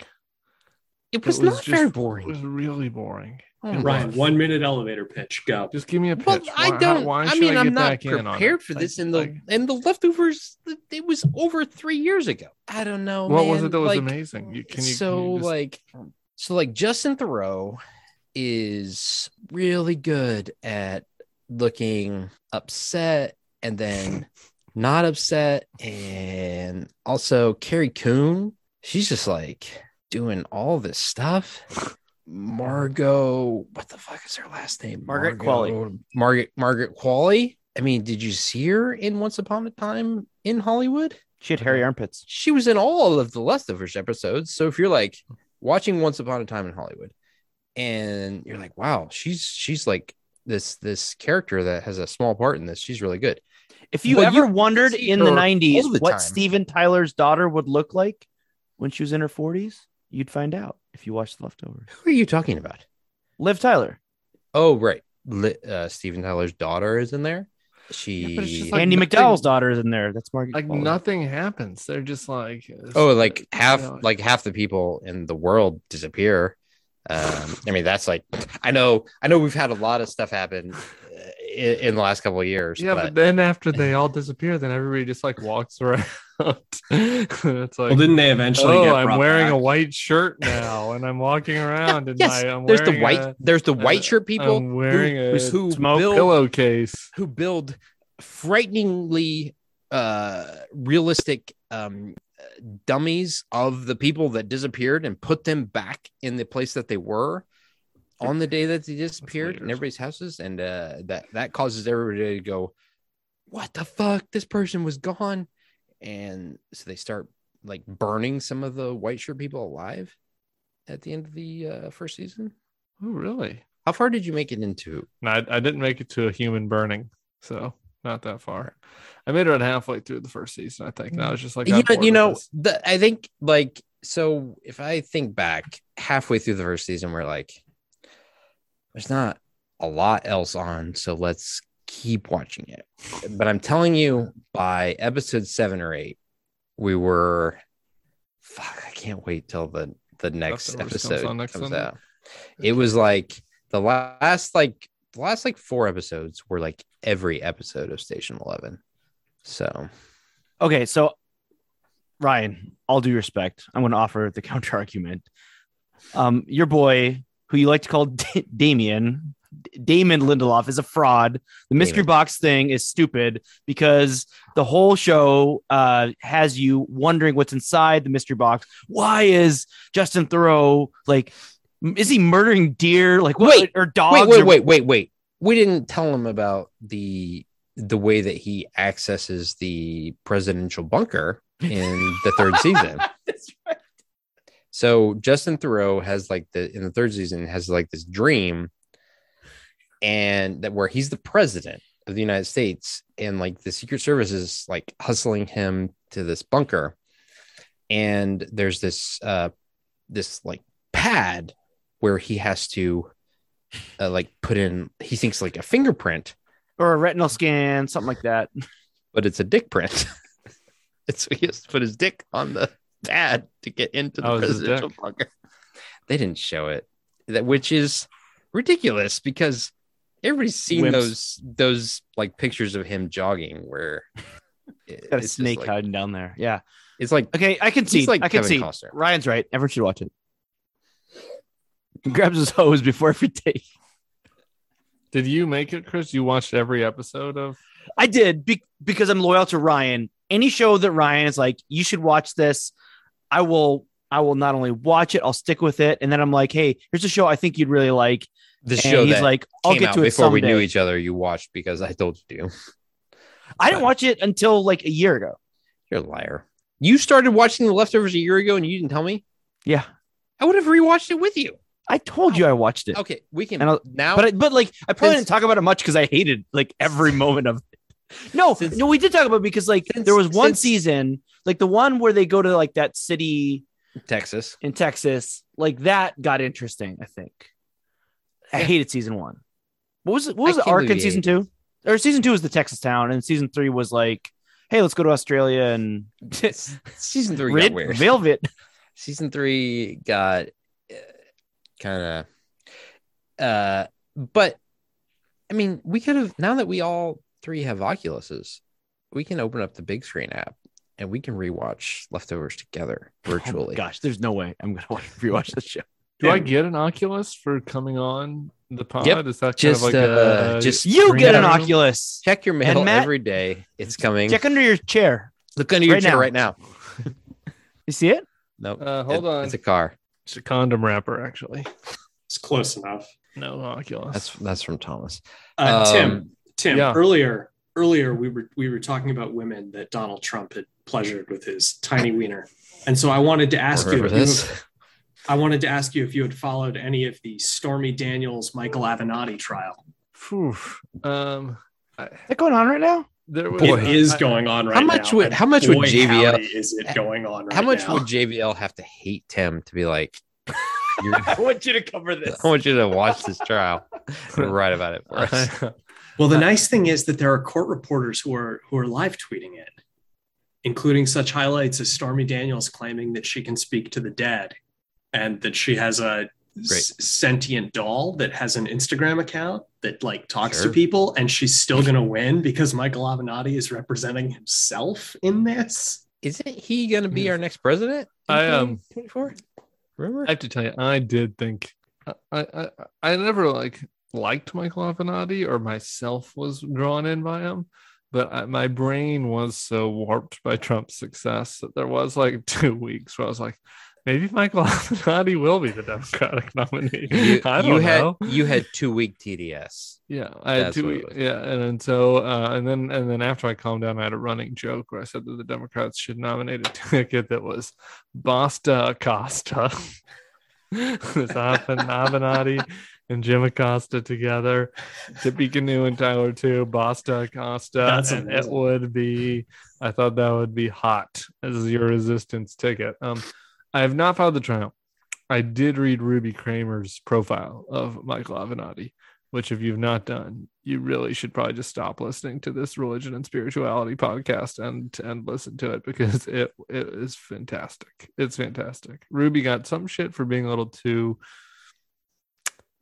S3: It was,
S2: It was
S3: not very
S2: just- It
S3: boring.
S2: was really boring.
S3: Oh
S2: It
S3: my
S1: Ryan,
S2: was.
S1: one minute elevator pitch. Go.
S2: Just give me a pitch.
S3: Well, I
S2: Why-
S3: don't.
S2: why
S3: I
S2: should
S3: mean,
S2: get
S3: I'm not
S2: back in on it?
S3: prepared for this.
S2: Like-
S3: And the
S2: like,
S3: and the leftovers, it was over three years ago. I don't know.
S2: What was
S3: man.
S2: it that was
S3: Like,
S2: amazing? You- can you- can
S3: so
S2: you just-
S3: like, so like Justin Thoreau is really good at looking upset and then not upset, and also Carrie Coon. She's just like doing all this stuff. Margot, what the fuck is her last name?
S4: Margaret
S3: Qualley. Margaret Margaret Qualley. I mean, did you see her in Once Upon a Time in Hollywood?
S4: She had hairy armpits.
S3: She was in all of the leftovers episodes. So if you're like watching Once Upon a Time in Hollywood, and you're like, wow, she's she's like this this character that has a small part in this. She's really good.
S4: If you
S3: Well,
S4: ever
S3: you can
S4: wondered
S3: see
S4: in the
S3: her
S4: '90s
S3: all the
S4: what
S3: time.
S4: Steven Tyler's daughter would look like when she was in her 40s, you'd find out if you watched The Leftovers.
S3: Who are you talking about?
S4: Liv Tyler,
S3: Oh, right. Li- uh, Stephen Tyler's daughter is in there. She.
S2: Yeah, but it's just Like
S4: Andy
S2: nothing-
S4: McDowell's daughter is in there. That's Margaret.
S2: like
S4: Qualley.
S2: nothing happens. They're just like
S3: oh, like half,
S2: Yeah.
S3: like half the people in the world disappear. Um, I mean, that's like, I know, I know, we've had a lot of stuff happen uh, in, in the last couple of years.
S2: Yeah, but,
S3: but,
S2: then after they all disappear, then everybody just like walks around. it's like,
S1: Well, didn't they eventually?
S2: oh,
S1: get
S2: I'm
S1: brought
S2: wearing
S1: back?
S2: a white shirt now, and I'm walking around, and
S3: yes,
S2: I, am
S3: there's the
S2: wearing
S3: white,
S2: a-
S3: there's the
S2: uh,
S3: white shirt people
S2: I'm wearing
S3: who,
S2: a
S3: who
S4: smoke
S3: build,
S2: pillowcase.
S3: who build frighteningly uh, realistic um, dummies of the people that disappeared and put them back in the place that they were on the day that they disappeared in
S2: weird.
S3: everybody's houses and uh, that that causes everybody to go what the fuck this person was gone and so they start like burning some of the white shirt people alive at the end of the uh, first season
S2: Oh, really?
S3: how far did you make it into
S2: No, I, I didn't make it to a human burning, so not that far. I made it about halfway through the first season, I think. And I was just like,
S3: you
S2: I'm
S3: know,
S2: bored
S3: you
S2: with
S3: know
S2: this.
S3: the, I think like so if I think back halfway through the first season, we're like, there's not a lot else on, so let's keep watching it. But I'm telling you, by episode seven or eight, we were fuck, I can't wait till the the next
S2: Leftovers comes
S3: episode
S2: on next
S3: comes
S2: Sunday?
S3: out. It was like the last like the last like four episodes were like every episode of Station Eleven. So
S4: Okay, so Ryan, all due respect, I'm going to offer the counter argument. Um, your boy, who you like to call D- Damien, D- Damon Lindelof, is a fraud. The mystery
S3: Damon.
S4: box thing is stupid because the whole show uh, has you wondering what's inside the mystery box. Why is Justin Thoreau like? m- Is he murdering deer? Like what?
S3: Wait,
S4: or dogs?
S3: wait, wait,
S4: or-
S3: wait, wait, wait. We didn't tell him about the the way that he accesses the presidential bunker in the third season. So Justin Thoreau has like the in the third season has like this dream, and that where he's the president of the United States, and like the Secret Service is like hustling him to this bunker, and there's this uh this like pad where he has to uh, like put in he thinks like a fingerprint
S4: Or a retinal scan, something like that.
S3: but it's a dick print it's he has to put his dick on the pad to get into the
S2: Oh, it's his
S3: presidential
S2: dick.
S3: bunker they didn't show it that which is ridiculous because everybody's seen
S4: Wimps.
S3: those those like pictures of him jogging where it-
S4: Got a
S3: just
S4: snake
S3: like,
S4: hiding down there. Yeah.
S3: it's like
S4: Okay, I can see.
S3: He's like
S4: I can
S3: Kevin
S4: see.
S3: Costner.
S4: Ryan's right. Everyone should watch it. He grabs his hose before every take.
S2: Did you make it, Chris? You watched every episode of
S4: I did be- because I'm loyal to Ryan. Any show that Ryan is like, you should watch this, I will. I will not only watch it, I'll stick with it, and then I'm like, hey, here's a show I think you'd really like.
S3: the
S4: And
S3: show
S4: he's
S3: that
S4: like, I'll
S3: came
S4: get
S3: out
S4: to it
S3: before
S4: someday.
S3: we knew each other you watched because i told you to.
S4: I didn't watch it until like a year ago.
S3: you're a liar you started watching the leftovers a year ago and you didn't tell me
S4: Yeah,
S3: i would have rewatched it with you
S4: I told you I watched it,
S3: Okay, we can
S4: And I'll-
S3: now.
S4: but I, but like I probably
S3: Since-
S4: didn't talk about it much because I hated like every moment of No,
S3: Since-
S4: no, we did talk about it because like
S3: Since-
S4: there was one
S3: since-
S4: season, like the one where they go to like that city
S3: Texas.
S4: in Texas, like that got interesting. I think I
S3: Yeah.
S4: hated season one. What was it? What was
S3: I
S4: the
S3: can't
S4: arc in
S3: believe you
S4: season two? Or season two was the Texas town, and season three was like, hey, let's go to Australia and
S3: season three got
S4: rid
S3: weird.
S4: velvet.
S3: season three got kind of, uh, but I mean, we could have now that we all three have Oculuses, we can open up the big screen app and we can rewatch Leftovers together
S4: Oh my
S3: virtually.
S4: gosh, there's no way I'm gonna watch, rewatch this show.
S2: Do I get an Oculus for coming on the pod?
S3: Yep.
S2: Is that
S3: Just,
S2: kind of like
S3: uh,
S2: a
S3: just
S4: You
S2: Green
S4: get an
S2: Arrow?
S4: Oculus.
S3: check your mail
S4: And Matt-
S3: every day. It's coming.
S4: Check under your chair.
S3: Look under your
S4: right
S3: chair
S4: now.
S3: right now.
S4: You see it?
S3: No,
S2: Uh, hold on.
S3: It's a car.
S2: It's a condom wrapper, actually.
S1: It's close enough.
S2: No Oculus.
S3: That's that's from Thomas.
S1: Uh,
S3: Um,
S1: Tim, Tim,
S2: yeah.
S1: earlier, earlier we were we were talking about women that Donald Trump had pleasured with his tiny wiener, and so I wanted to ask you,
S3: Remember
S1: if you
S3: this?
S1: have- I wanted to ask you if you had followed any of the Stormy Daniels Michael Avenatti trial.
S2: Phew. Um, I,
S4: Is that going on right now?
S2: there was,
S3: Boy.
S1: it is
S2: I-
S1: going on right
S3: How much
S1: now,
S3: would
S1: and
S3: how much would
S1: boy,
S3: JVL
S1: howdy is it going on right
S3: how much
S1: now.
S3: would JVL have to hate Tim to be like, you're, I
S4: I want you to cover this.
S3: want you to watch this trial and write about it for us?
S1: Well, the nice thing is that there are court reporters who are who are live tweeting it, including such highlights as Stormy Daniels claiming that she can speak to the dead, and that she has a s- sentient doll that has an Instagram account that like talks
S3: Sure.
S1: to people, and she's still gonna win because Michael Avenatti is representing himself in this.
S3: Isn't he going to be our next president? in
S2: I, um,
S3: 2024? Remember?
S2: I have to tell you, I did think I I, I I never like liked Michael Avenatti or myself was drawn in by him, but I, my brain was so warped by Trump's success that there was like two weeks where I was like, maybe Michael Avenatti will be the Democratic nominee.
S3: You,
S2: I don't
S3: you had
S2: know.
S3: you had two week TDS.
S2: Yeah, I had
S3: That's
S2: two.
S3: what
S2: we-
S3: it was.
S2: Yeah, and then so uh, and then and then after I calmed down, I had a running joke where I said that the Democrats should nominate a ticket that was Basta Acosta, it's Avenatti and Jim Acosta together, Tippy Canoe and Tyler too, Basta Acosta,
S1: That's
S2: and it
S1: amazing.
S2: would be. I thought that would be hot as your resistance ticket. Um, I have not filed the trial. I did read Ruby Kramer's profile of Michael Avenatti which if you've not done, you really should probably just stop listening to this religion and spirituality podcast and and listen to it because it it is fantastic. It's fantastic. Ruby got some shit for being a little too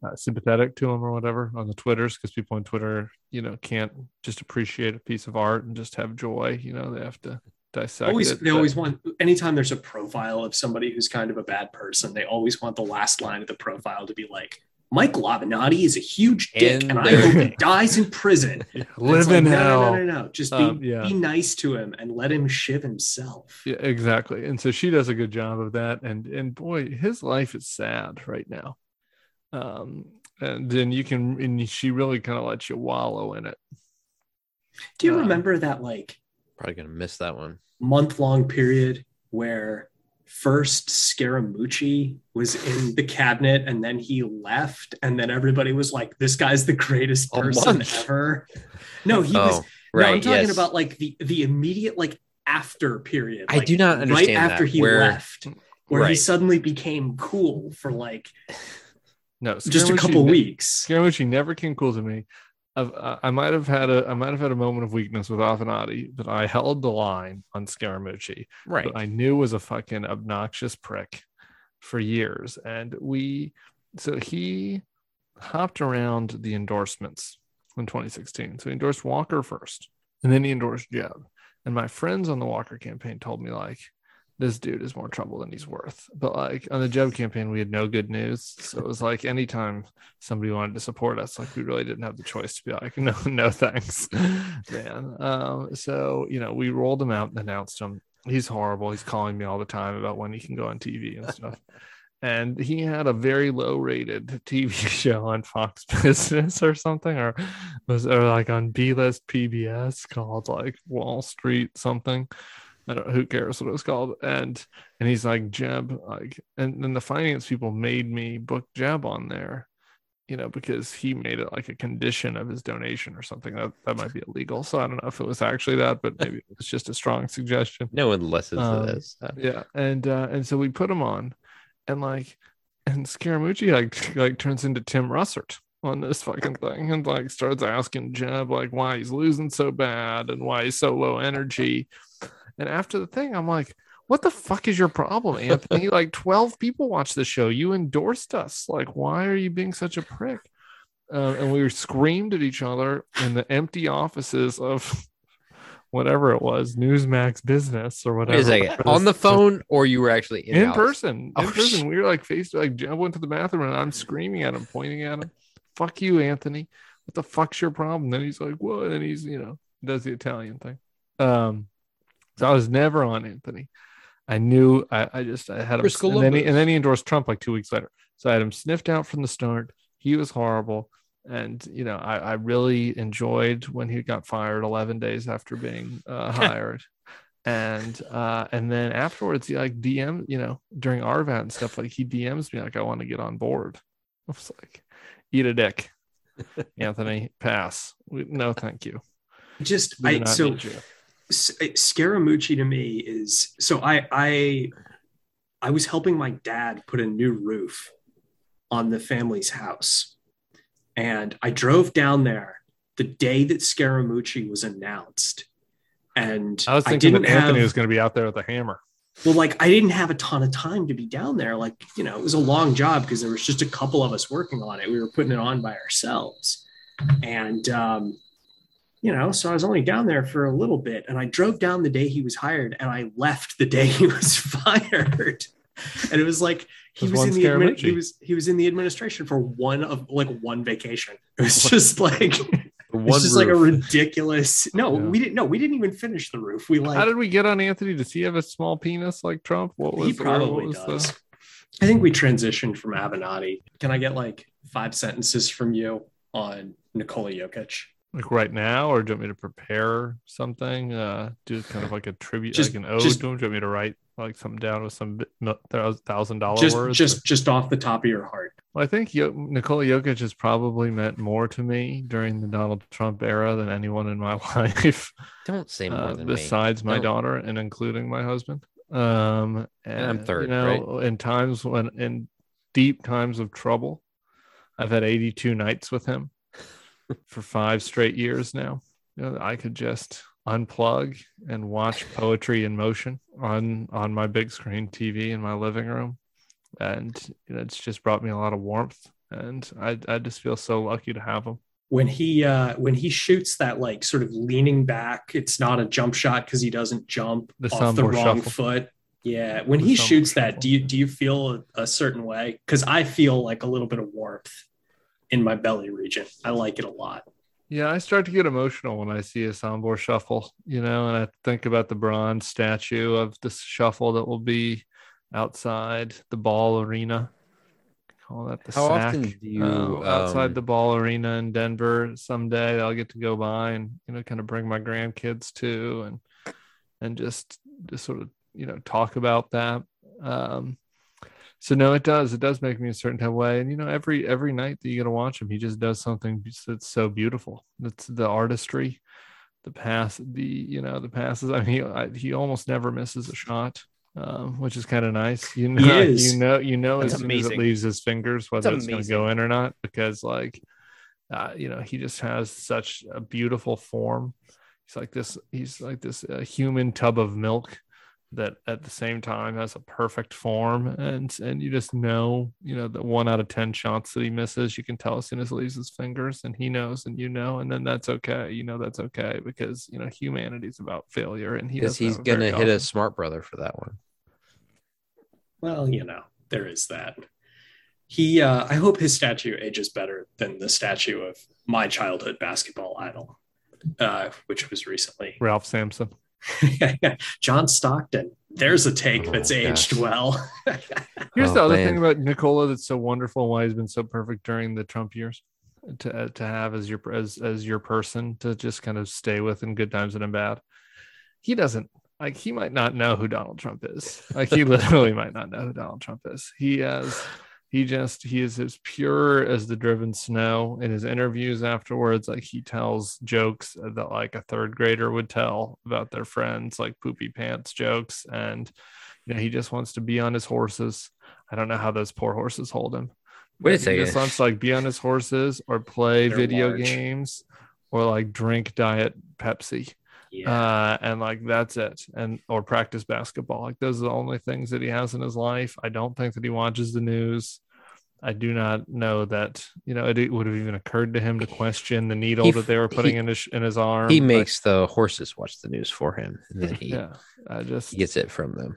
S2: uh, sympathetic to him or whatever on the Twitters because people on Twitter, you know, can't just appreciate a piece of art and just have joy. You know, they have to dissect.
S1: always
S2: it,
S1: they
S2: but-
S1: always want anytime there's a profile of somebody who's kind of a bad person they always want the last line of the profile to be like mike Lavinati is a huge dick
S3: And
S1: and, i
S3: there-
S1: hope he dies in prison
S2: Yeah,
S1: And it's
S2: live in
S1: like, no,
S2: hell.
S1: no no no no just be,
S2: Um, yeah.
S1: be nice to him and let him shiv himself
S2: Yeah, exactly. And so she does a good job of that. And and boy, his life is sad right now. Um, and then you can and she really kind of lets you wallow in it.
S1: do you
S2: Uh,
S1: remember that like
S3: Probably gonna miss that one.
S1: month long period where first Scaramucci was in the cabinet and then he left and then everybody was like this guy's the greatest
S3: A
S1: person
S3: month.
S1: ever. No, he was
S3: oh,
S1: no,
S3: right.
S1: I'm talking
S3: yes.
S1: about like the the immediate like after period.
S3: I
S1: like,
S3: do not
S1: right
S3: understand
S1: after
S3: that,
S1: he
S3: where-
S1: left where he
S3: Right.
S1: suddenly became cool for like
S2: No,
S1: just a
S2: Scaramucci-
S1: couple weeks.
S2: Scaramucci never came cool to me. I've, I I might have had a I might have had a moment of weakness with Avenatti, but I held the line on Scaramucci.
S3: right.
S2: that I knew was a fucking obnoxious prick for years. And we, so he hopped around the endorsements in 2016. So he endorsed Walker first, and then he endorsed Jeb. And my friends on the Walker campaign told me, like, this dude is more trouble than he's worth. But like on the Jeb campaign, we had no good news. So it was like anytime somebody wanted to support us, like we really didn't have the choice to be like, no, no thanks, man. Um, so you know, we rolled him out and announced him. He's horrible. He's calling me all the time about when he can go on TV and stuff. and he had a very low rated TV show on Fox Business or something, or was or like on B list PBS called like Wall Street something. I don't who cares what it was called. And and he's like Jeb, like and then the finance people made me book Jeb on there, you know, because he made it like a condition of his donation or something. That that might be illegal. So I don't know if it was actually that, but maybe it was just a strong suggestion
S3: No one listens
S2: Um,
S3: to this. Uh,
S2: yeah and uh and so we put him on and like and scaramucci like like turns into tim russert on this fucking thing and like starts asking jeb like why he's losing so bad and why he's so low energy and after the thing i'm like what the fuck is your problem anthony like 12 people watch the show you endorsed us like why are you being such a prick um, and we screamed at each other in the empty offices of whatever it was newsmax business or whatever
S3: Wait a second. On the phone, or you were actually in,
S2: in,
S3: the house?
S2: person.
S3: Oh,
S2: in person, we were like faced like I went to the bathroom and I'm screaming at him, pointing at him. Fuck you, Anthony. What the fuck's your problem? Then he's like, what? And he's you know does the Italian thing. Um, so I was never on Anthony. I knew I, I just I had him
S3: Chris
S2: and then, he,
S3: Columbus.
S2: and then he endorsed Trump like two weeks later. So I had him sniffed out from the start. He was horrible. And you know, I, I really enjoyed when he got fired 11 days after being uh, hired and uh and then afterwards he like dm you know during rvat and stuff like he dms me like i want to get on board i was like eat a dick anthony pass we, no thank you
S1: Just
S2: We do
S1: I
S2: not
S1: so
S2: need you. i was thinking
S1: didn't
S2: that anthony
S1: have
S2: was going to be out there with a hammer
S1: well, like I didn't have a ton of time to be down there. Like, you know, it was a long job because there was just a couple of us working on it. We were putting it on by ourselves. And um, you know, so I was only down there for a little bit and I drove down the day he was hired and I left the day he was fired. And it was like he
S2: There's
S1: was
S2: one
S1: in the admini-
S2: Scaramucci.
S1: he was he was in the administration for one of like one vacation. It was just like
S3: The one
S1: It's just like a
S3: roof.
S1: ridiculous. No,
S2: Yeah.
S1: we didn't. No, we didn't even finish the roof. We
S2: How
S1: like
S2: did we get on Anthony? Does he have a small penis like Trump? What was
S1: he
S2: the- what
S1: probably
S2: was the-
S1: does. I think we transitioned from Avenatti. Can I get like five sentences from you on Nikola Jokic?
S2: like right now, or do you want me to prepare something? Uh, do kind of like a tribute,
S1: Just-
S2: like an ode
S1: just-
S2: to him. Do you want me to write like something down with some thousand dollar
S1: Just,
S2: words?
S1: just, just off the top of your heart.
S2: Well, I think Yo- Nikola Jokic has probably meant more to me during the Donald Trump era than anyone in my life,
S3: Don't say more
S2: uh,
S3: than me.
S2: besides my
S3: No.
S2: daughter and including my husband. Um, and,
S3: I'm third,
S2: You know, in times when in deep times of trouble, I've had 82 nights with him for five straight years now. You know, I could just unplug and watch poetry in motion on on my big screen TV in my living room and you know, it's just brought me a lot of warmth. And I, I just feel so lucky to have him.
S1: when he uh when he shoots that like sort of leaning back it's not a jump shot because he doesn't jump
S2: The
S1: off the
S2: soundboard
S1: wrong
S2: shuffle.
S1: foot yeah when
S2: The
S1: he
S2: soundboard
S1: shoots that
S2: shuffle.
S1: do you do you feel a, a certain way because i feel like a little bit of warmth in my belly region i like it a lot
S2: Yeah, I start to get emotional when I see a Sambor shuffle, you know, and I think about the bronze statue of the shuffle that will be outside the ball arena. Call that the
S3: How
S2: sack.
S3: often do you
S2: Uh, outside
S3: um,
S2: the ball arena in Denver someday. I'll get to go by and you know kind of bring my grandkids to and and just just sort of you know talk about that. Um, so no, it does. It does make me a certain type of way. And you know, every every night that you get to watch him, he just does something that's so beautiful. That's the artistry, the pass, the you know the passes. I mean, he I, he almost never misses a shot. Um, which is kind of nice, you know.
S1: is.
S2: You know, you know,
S4: That's
S2: as soon as it
S4: amazing.
S2: leaves his fingers, whether it's going to
S4: amazing.
S2: go in or not, because like, uh, you know, he just has such a beautiful form. He's like this. He's like this uh, human tub of milk that at the same time has a perfect form and and you just know you know the one out of 10 shots that he misses you can tell as soon as he leaves his fingers and he knows and you know and then that's okay you know that's okay because you know humanity's about failure and he
S3: because
S2: doesn't
S3: he's
S2: have it very
S3: gonna hit a
S2: often.
S3: smart brother for that one.
S1: well you know there is that he uh i hope his statue ages better than the statue of my childhood basketball idol uh which was recently
S2: ralph sampson
S1: John Stockton. There's a take
S3: Oh,
S1: that's
S3: gosh.
S1: aged well.
S2: here's
S3: Oh,
S2: the other
S3: man.
S2: thing about nicola that's so wonderful and why he's been so perfect during the trump years to uh, to have as your as as your person to just kind of stay with in good times and in bad he doesn't like he might not know who Donald Trump is. Like he literally might not know who Donald Trump is. He has he just he is as pure as the driven snow in his interviews afterwards. Like he tells jokes that like a third grader would tell about their friends, like poopy pants jokes. And you know, he just wants to be on his horses. I don't know how those poor horses hold him.
S3: Wait a
S2: But He just
S3: second.
S2: wants to like be on his horses or play
S1: They're
S2: video
S1: large.
S2: games or like drink diet Pepsi
S1: yeah.
S2: uh, and like that's it and or practice basketball like those are the only things that he has in his life i don't think that he watches the news i do not know that you know it would have even occurred to him to question the needle
S3: He f-
S2: that they were putting
S3: he-
S2: in his in his arm
S3: He
S2: but-
S3: makes the horses watch the news for him, and then he,
S2: yeah i just
S3: he gets it from them.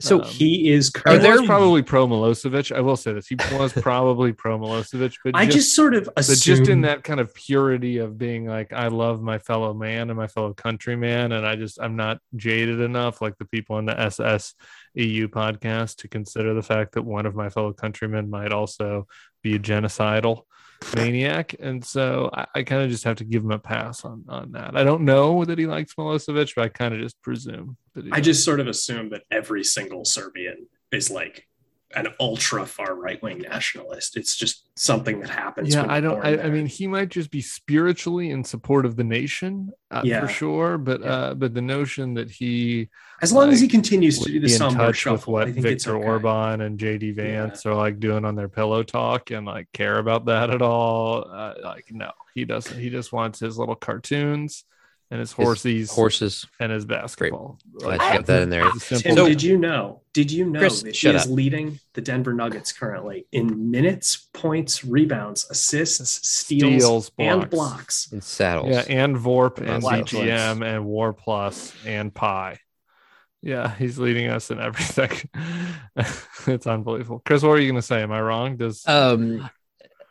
S3: So
S2: Um,
S1: he is
S3: Are
S2: he
S1: currently.
S3: there-
S2: was probably pro Milosevic. I will say this. He was probably pro Milosevic, but
S1: I just sort of
S2: but
S1: assume
S2: just in that kind of purity of being like i love my fellow man and my fellow countryman and i just i'm not jaded enough like the people in the ss eu podcast to consider the fact that one of my fellow countrymen might also be a genocidal maniac and so i, I kind of just have to give him a pass on on that i don't know that he likes milosevic but i kind of just presume that he
S1: I
S2: does.
S1: just sort of assume that every single Serbian is like an ultra far right wing nationalist. It's just something that happens.
S2: yeah
S1: when
S2: i
S1: you're
S2: don't
S1: born
S2: I, I
S1: there.
S2: mean he might just be spiritually in support of the nation uh,
S1: Yeah.
S2: for sure but
S1: Yeah.
S2: uh but the notion that he
S1: as long as he
S2: like,
S1: continues to
S2: would
S1: do the
S2: be in
S1: somber
S2: touch
S1: shuffle,
S2: with what
S1: I think it's
S2: victor
S1: okay.
S2: orban and jd vance are like doing on their pillow talk and like care about that at all uh, like no he doesn't he just wants his little cartoons and his horses
S3: horses.
S2: and his basketball
S3: Glad you got that in there.
S2: It's a
S1: Tim,
S2: simple-
S3: So-
S1: did you know? Did you know
S3: Chris,
S1: that he
S3: shut
S1: is
S3: up.
S1: leading the Denver Nuggets currently in minutes, points, rebounds, assists, steals,
S2: Steals,
S1: and
S2: blocks.
S1: blocks?
S3: and saddles.
S2: yeah and vorp and
S3: Wow.
S2: dgm and war plus and pi yeah he's leading us in everything it's unbelievable chris what are you gonna say am i wrong does
S3: Um,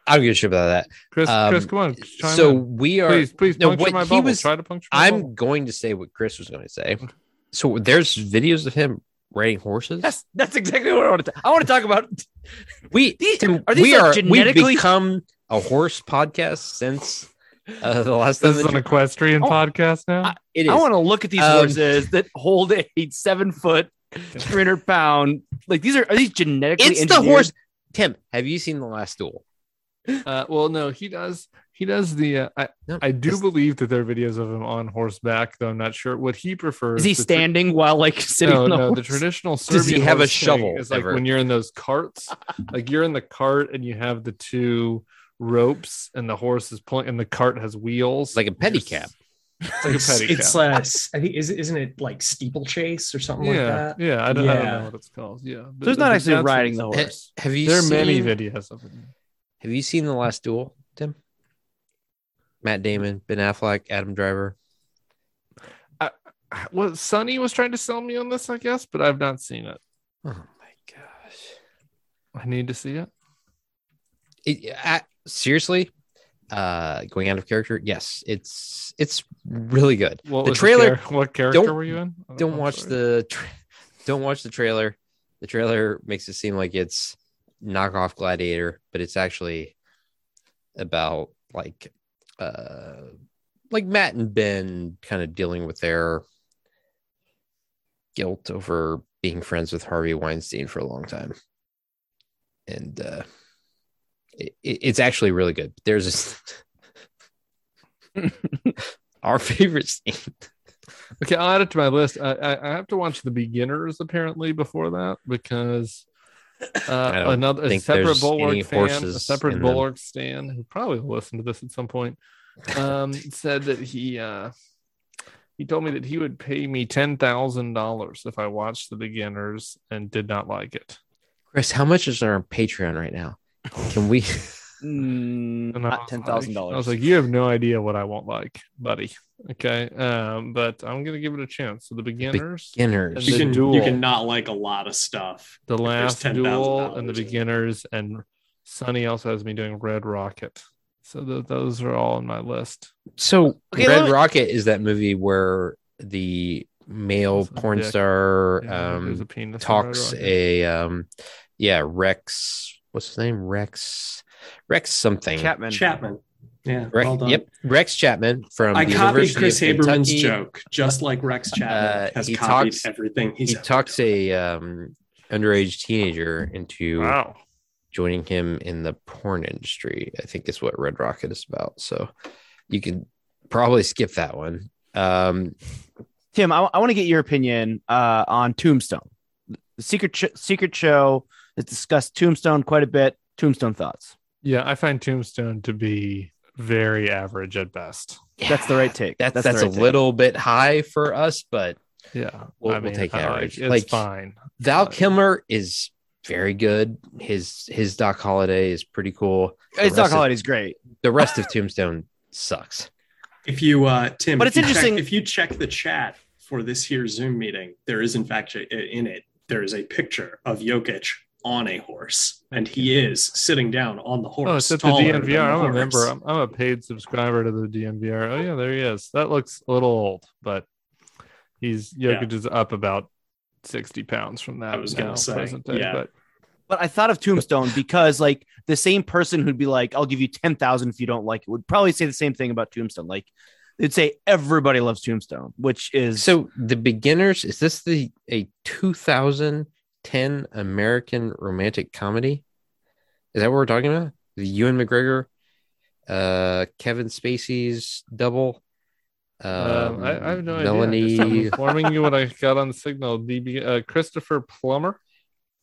S3: I don't give a shit about that.
S2: Chris,
S3: Uh, Um,
S2: Chris, come on. chime
S3: so
S2: in.
S3: we are.
S2: please, please
S3: no,
S2: puncture
S3: what
S2: my
S3: he
S2: bubble.
S3: was-
S2: Try to puncture. My bubble.
S3: I'm going to say what Chris was going to say. So there's videos of him riding horses.
S4: That's that's exactly what I want to. I want to talk about.
S3: we
S4: These-
S3: Tim,
S4: are these,
S3: we
S4: like,
S3: are
S4: genetically-
S3: we've become a horse podcast since uh, the last time
S2: This is
S3: that
S2: an
S3: you-
S2: equestrian
S4: I-
S2: podcast now.
S3: it
S4: I
S3: is.
S4: want to look at these
S3: Um,
S4: horses that hold a seven foot, three hundred pound. Like these are are these genetically?
S3: It's the
S4: engineered?
S3: horse. Tim, have you seen the last duel?
S2: Uh, well, no, he does. He does the. Uh, I,
S3: No,
S2: I do
S3: it's-
S2: believe that there are videos of him on horseback, though I'm not sure what he prefers.
S4: Is he
S2: the tra-
S4: standing while like sitting?
S2: no,
S4: on the
S2: no.
S4: horse?
S2: The traditional
S3: he
S2: Serbian
S3: have a
S2: horse thing
S3: shovel
S2: Is like
S3: ever?
S2: when you're in those carts, like you're in the cart and you have the two ropes, and the horse is pulling, and the cart has wheels,
S3: It's like a pedicab.
S2: It's like a
S1: It's-
S2: pedicab.
S1: It's uh, s- I think is isn't it like steeplechase or something like
S2: yeah,
S1: that?
S2: yeah. I don't, I don't
S1: Yeah.
S2: know what it's called. Yeah, but
S4: So he's not
S2: I think
S4: actually
S2: that's what
S4: riding
S2: it's-
S4: the
S3: Ha-
S4: horse.
S3: have you
S2: There are
S3: seen,
S2: many videos of him.
S3: Have you seen the last duel, Tim? Matt Damon, Ben Affleck, Adam Driver.
S2: Well, Sonny was trying to sell me on this, I guess, but I've not seen it.
S3: Oh my gosh.
S2: I need to see it.
S3: It, I, seriously, uh, going out of character. Yes, it's it's really good.
S2: What
S3: The
S2: was
S3: trailer-
S2: char- what character
S3: don't-
S2: were you in? Oh,
S3: Don't
S2: I'm
S3: watch
S2: sorry.
S3: the tra- don't watch the trailer. The trailer makes it seem like it's knockoff Gladiator, but it's actually about like uh like Matt and Ben kind of dealing with their guilt over being friends with Harvey Weinstein for a long time. And uh it, it- it's actually really good. There's this our favorite scene.
S2: Okay, I'll add it to my list. I, I, I have to watch the beginners apparently before that because
S3: I
S2: uh,
S3: don't
S2: another a
S3: think
S2: separate
S3: there's any
S2: bulwark fan, a
S3: horses
S2: separate
S3: in them.
S2: bulwark stand who probably will listen to this at some point, um, said that he uh, he told me that he would pay me ten thousand dollars if I watched the beginners and did not like it.
S3: Chris, how much is on our Patreon right now? Can we?
S4: Mm,
S2: And I
S4: not
S2: was
S4: ten
S2: like-
S4: thousand
S2: I was
S4: dollars.
S2: like, you have no idea what I won't like, buddy. Okay, um, but I'm gonna give it a chance. So the beginners,
S3: Beginners.
S1: You
S2: The
S1: can
S2: duel.
S1: you can not like a lot of stuff.
S2: the last
S1: $10,000
S2: duel, and the
S1: in it.
S2: beginners, and Sonny also has me doing Red Rocket. So th- those are all on my list.
S3: So
S4: Okay, let
S3: Red
S4: me-
S3: Rocket is that movie where the male
S2: It's a
S3: porn
S2: dick.
S3: star
S2: Yeah, there's a
S3: um,
S2: penis in Red
S3: talks
S2: Rocket.
S3: a um, yeah Rex. What's his name? Rex. Rex something.
S4: Chapman.
S1: Chapman. Yeah.
S3: Rex,
S1: well done.
S3: yep. Rex Chapman from
S1: I
S3: the
S1: copied
S3: University
S1: Chris
S3: of
S1: Haberman's
S3: Kentucky.
S1: joke, just like Rex Chapman
S3: Uh,
S1: has
S3: he
S1: copied
S3: talks-
S1: everything he's
S3: He
S1: ever
S3: talks
S1: done.
S3: a um, underage teenager into
S2: Wow.
S3: joining him in the porn industry i think is what red rocket is about so you can probably skip that one um
S4: Tim, I, I want to get your opinion uh, on Tombstone, the secret sh- secret show that's discussed Tombstone quite a bit. Tombstone thoughts.
S2: Yeah, I find Tombstone to be very average at best.
S4: That's the right take.
S3: that's that's, a
S4: the right take.
S3: little bit high for us but
S2: Yeah,
S3: We'll- we'll take
S2: I like-
S3: average.
S2: It's
S3: Like-
S2: fine.
S3: val
S2: Uh,
S3: kilmer is very good his his doc holiday is pretty cool the
S4: It's
S3: rest
S4: Doc
S3: of-
S4: Holiday's great.
S3: the rest of tombstone sucks
S1: If you, uh, Tim,
S4: But
S1: if
S4: it's
S1: you check-
S4: interesting-
S1: if you check the chat for this here's Zoom meeting, there is in fact a, in it there is a picture of Jokic on a horse, and he is sitting down on the horse.
S2: Oh, it's at the
S1: taller than
S2: DNVR. I'm a
S1: horse.
S2: member. I'm, I'm a paid subscriber to the DNVR. Oh yeah, there he is. That looks a little old, but he's
S1: Yeah.
S2: Jokic is up about sixty pounds from that.
S1: I was gonna
S2: now,
S1: say,
S2: present day,
S1: yeah.
S2: but
S4: But I thought of Tombstone because like the same person who'd be like, "I'll give you ten thousand if you don't like it," would probably say the same thing about Tombstone. Like they'd say everybody loves Tombstone, which is
S3: so the beginners is this the a 2010 american romantic comedy is that what we're talking about the ewan mcgregor uh kevin spacey's double
S2: um, I, I have
S3: um,
S2: no
S3: melanie
S2: idea. I'm just informing you what I got on the signal. DB uh, Christopher Plummer.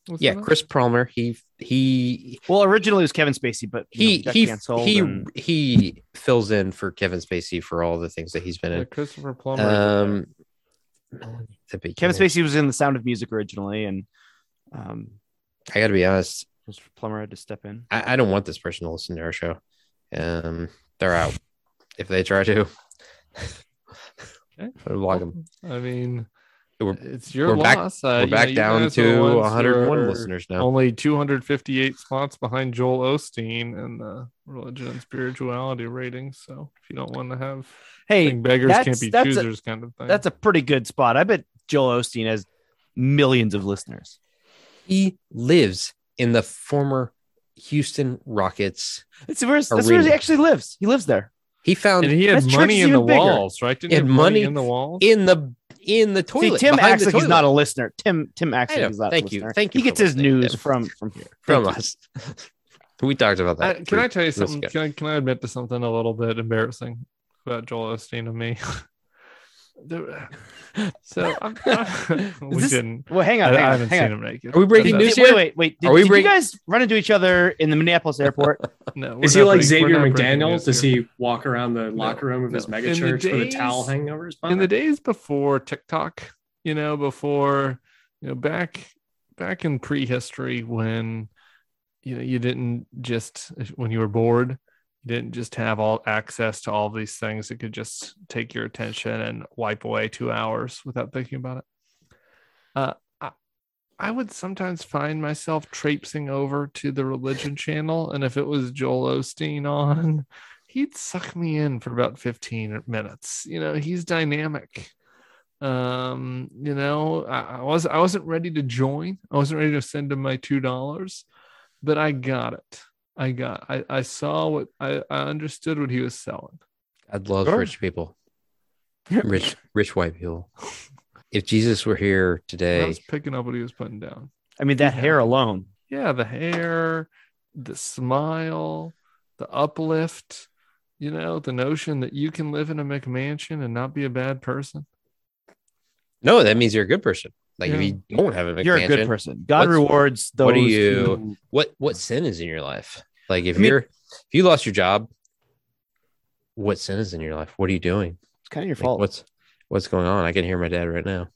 S2: was
S3: yeah
S2: in it?
S3: chris palmer he he
S4: well, originally it was Kevin Spacey, but you
S3: he
S4: know, got
S3: he
S4: canceled
S3: he,
S4: and-
S3: he fills in for kevin spacey for all the things that he's been
S2: Yeah,
S3: in
S2: Christopher Plummer.
S3: um the
S4: Kevin
S3: beginners.
S4: Spacey was in The Sound of Music originally, and um,
S3: i gotta be honest
S4: Mr. Plummer had to step in.
S3: I, I don't want this person to listen to our show. Um, they're out if they try to.
S2: Okay.
S3: I'll block them.
S2: I mean,
S3: We're,
S2: It's your
S3: We're back-
S2: loss.
S3: we're
S2: uh, you know,
S3: back
S2: you
S3: down
S2: guys are the
S3: to
S2: ones who
S3: 101
S2: are
S3: listeners now.
S2: Only 258 spots behind Joel Osteen in the religion and spirituality rating. So if you don't want to have
S4: Hey,
S2: think beggars
S4: that's-
S2: can't be
S4: that's a-
S2: choosers kind of thing.
S4: that's a pretty good spot. I bet Joel Osteen has millions of listeners.
S3: He lives in the former Houston Rockets.
S4: That's where, that's where he
S3: Arena.
S4: actually lives. He lives there.
S3: He found
S2: and he had
S4: that church
S2: money
S4: is
S2: in the
S4: even bigger.
S2: walls, right? Didn't he
S3: He had
S2: have money
S3: money
S2: in the walls?
S3: in the in the toilet.
S4: See, Tim
S3: behind
S4: acts
S3: the
S4: like he's
S3: toilet.
S4: not a listener. Tim Tim acts
S3: I
S4: like
S3: know.
S4: he's not.
S3: Thank
S4: a
S3: you.
S4: listener.
S3: Thank you
S4: He gets
S3: for
S4: his
S3: listening,
S4: news
S3: Tim.
S4: from from here.
S3: from
S4: Thank you.
S3: us. we talked about
S2: I,
S3: that.
S2: Uh, can I tell you
S3: let's
S2: something?
S3: go.
S2: Can I, can I admit to something a little bit embarrassing about Joel Osteen and me? There- so I'm, we
S4: this-
S2: didn't.
S4: Well, hang
S2: I,
S4: on.
S2: I
S4: Hang on,
S2: haven't
S4: hang
S2: seen
S4: on.
S2: him naked.
S3: Are we breaking
S2: But,
S3: news
S4: Did-
S3: here?
S4: wait, wait, wait. Did,
S3: Are we
S4: did
S3: bring-
S4: you guys run into each other in the Minneapolis airport?
S2: uh, no, we're
S1: Is he
S2: not
S1: like
S2: breaking- we're
S1: Xavier
S2: not breaking
S1: McDaniel?
S2: news
S1: Does
S2: here.
S1: he walk around the locker room of his
S2: no.
S1: mega
S2: In the
S1: church with a
S2: days-
S1: towel hanging over his butt?
S2: in the days before TikTok, you know, before you know, back back in prehistory when you know you didn't just when you were bored, you didn't just have all access to all these things that could just take your attention and wipe away two hours without thinking about it. Uh, I, I would sometimes find myself traipsing over to the religion channel, and if it was Joel Osteen on he'd suck me in for about 15 minutes you know he's dynamic um you know I, I was i wasn't ready to join i wasn't ready to send him my two dollars but i got it i got i i saw what i i understood what he was selling
S3: I'd love
S4: Sure.
S3: rich people, rich rich white people. If Jesus were here
S2: i
S3: today,
S2: was picking up what he was putting down
S4: I mean, that hair alone.
S2: yeah the hair the smile the uplift you know the notion that you can live in a mcmansion and not be a bad person
S3: no, that means you're a good person. Like if
S2: Yeah.
S3: you don't have a
S4: You're a good
S3: McMansion,
S4: person. God
S3: What's-
S4: rewards those.
S3: what do
S4: who-
S1: Hmm.
S3: you? What what sin is in your life? Like if
S4: I mean-
S3: you're if you lost your job, what sin is in your life? What are you doing?
S4: It's kind of your
S3: Like,
S4: fault.
S3: what's what's going on? I can hear my dad right now.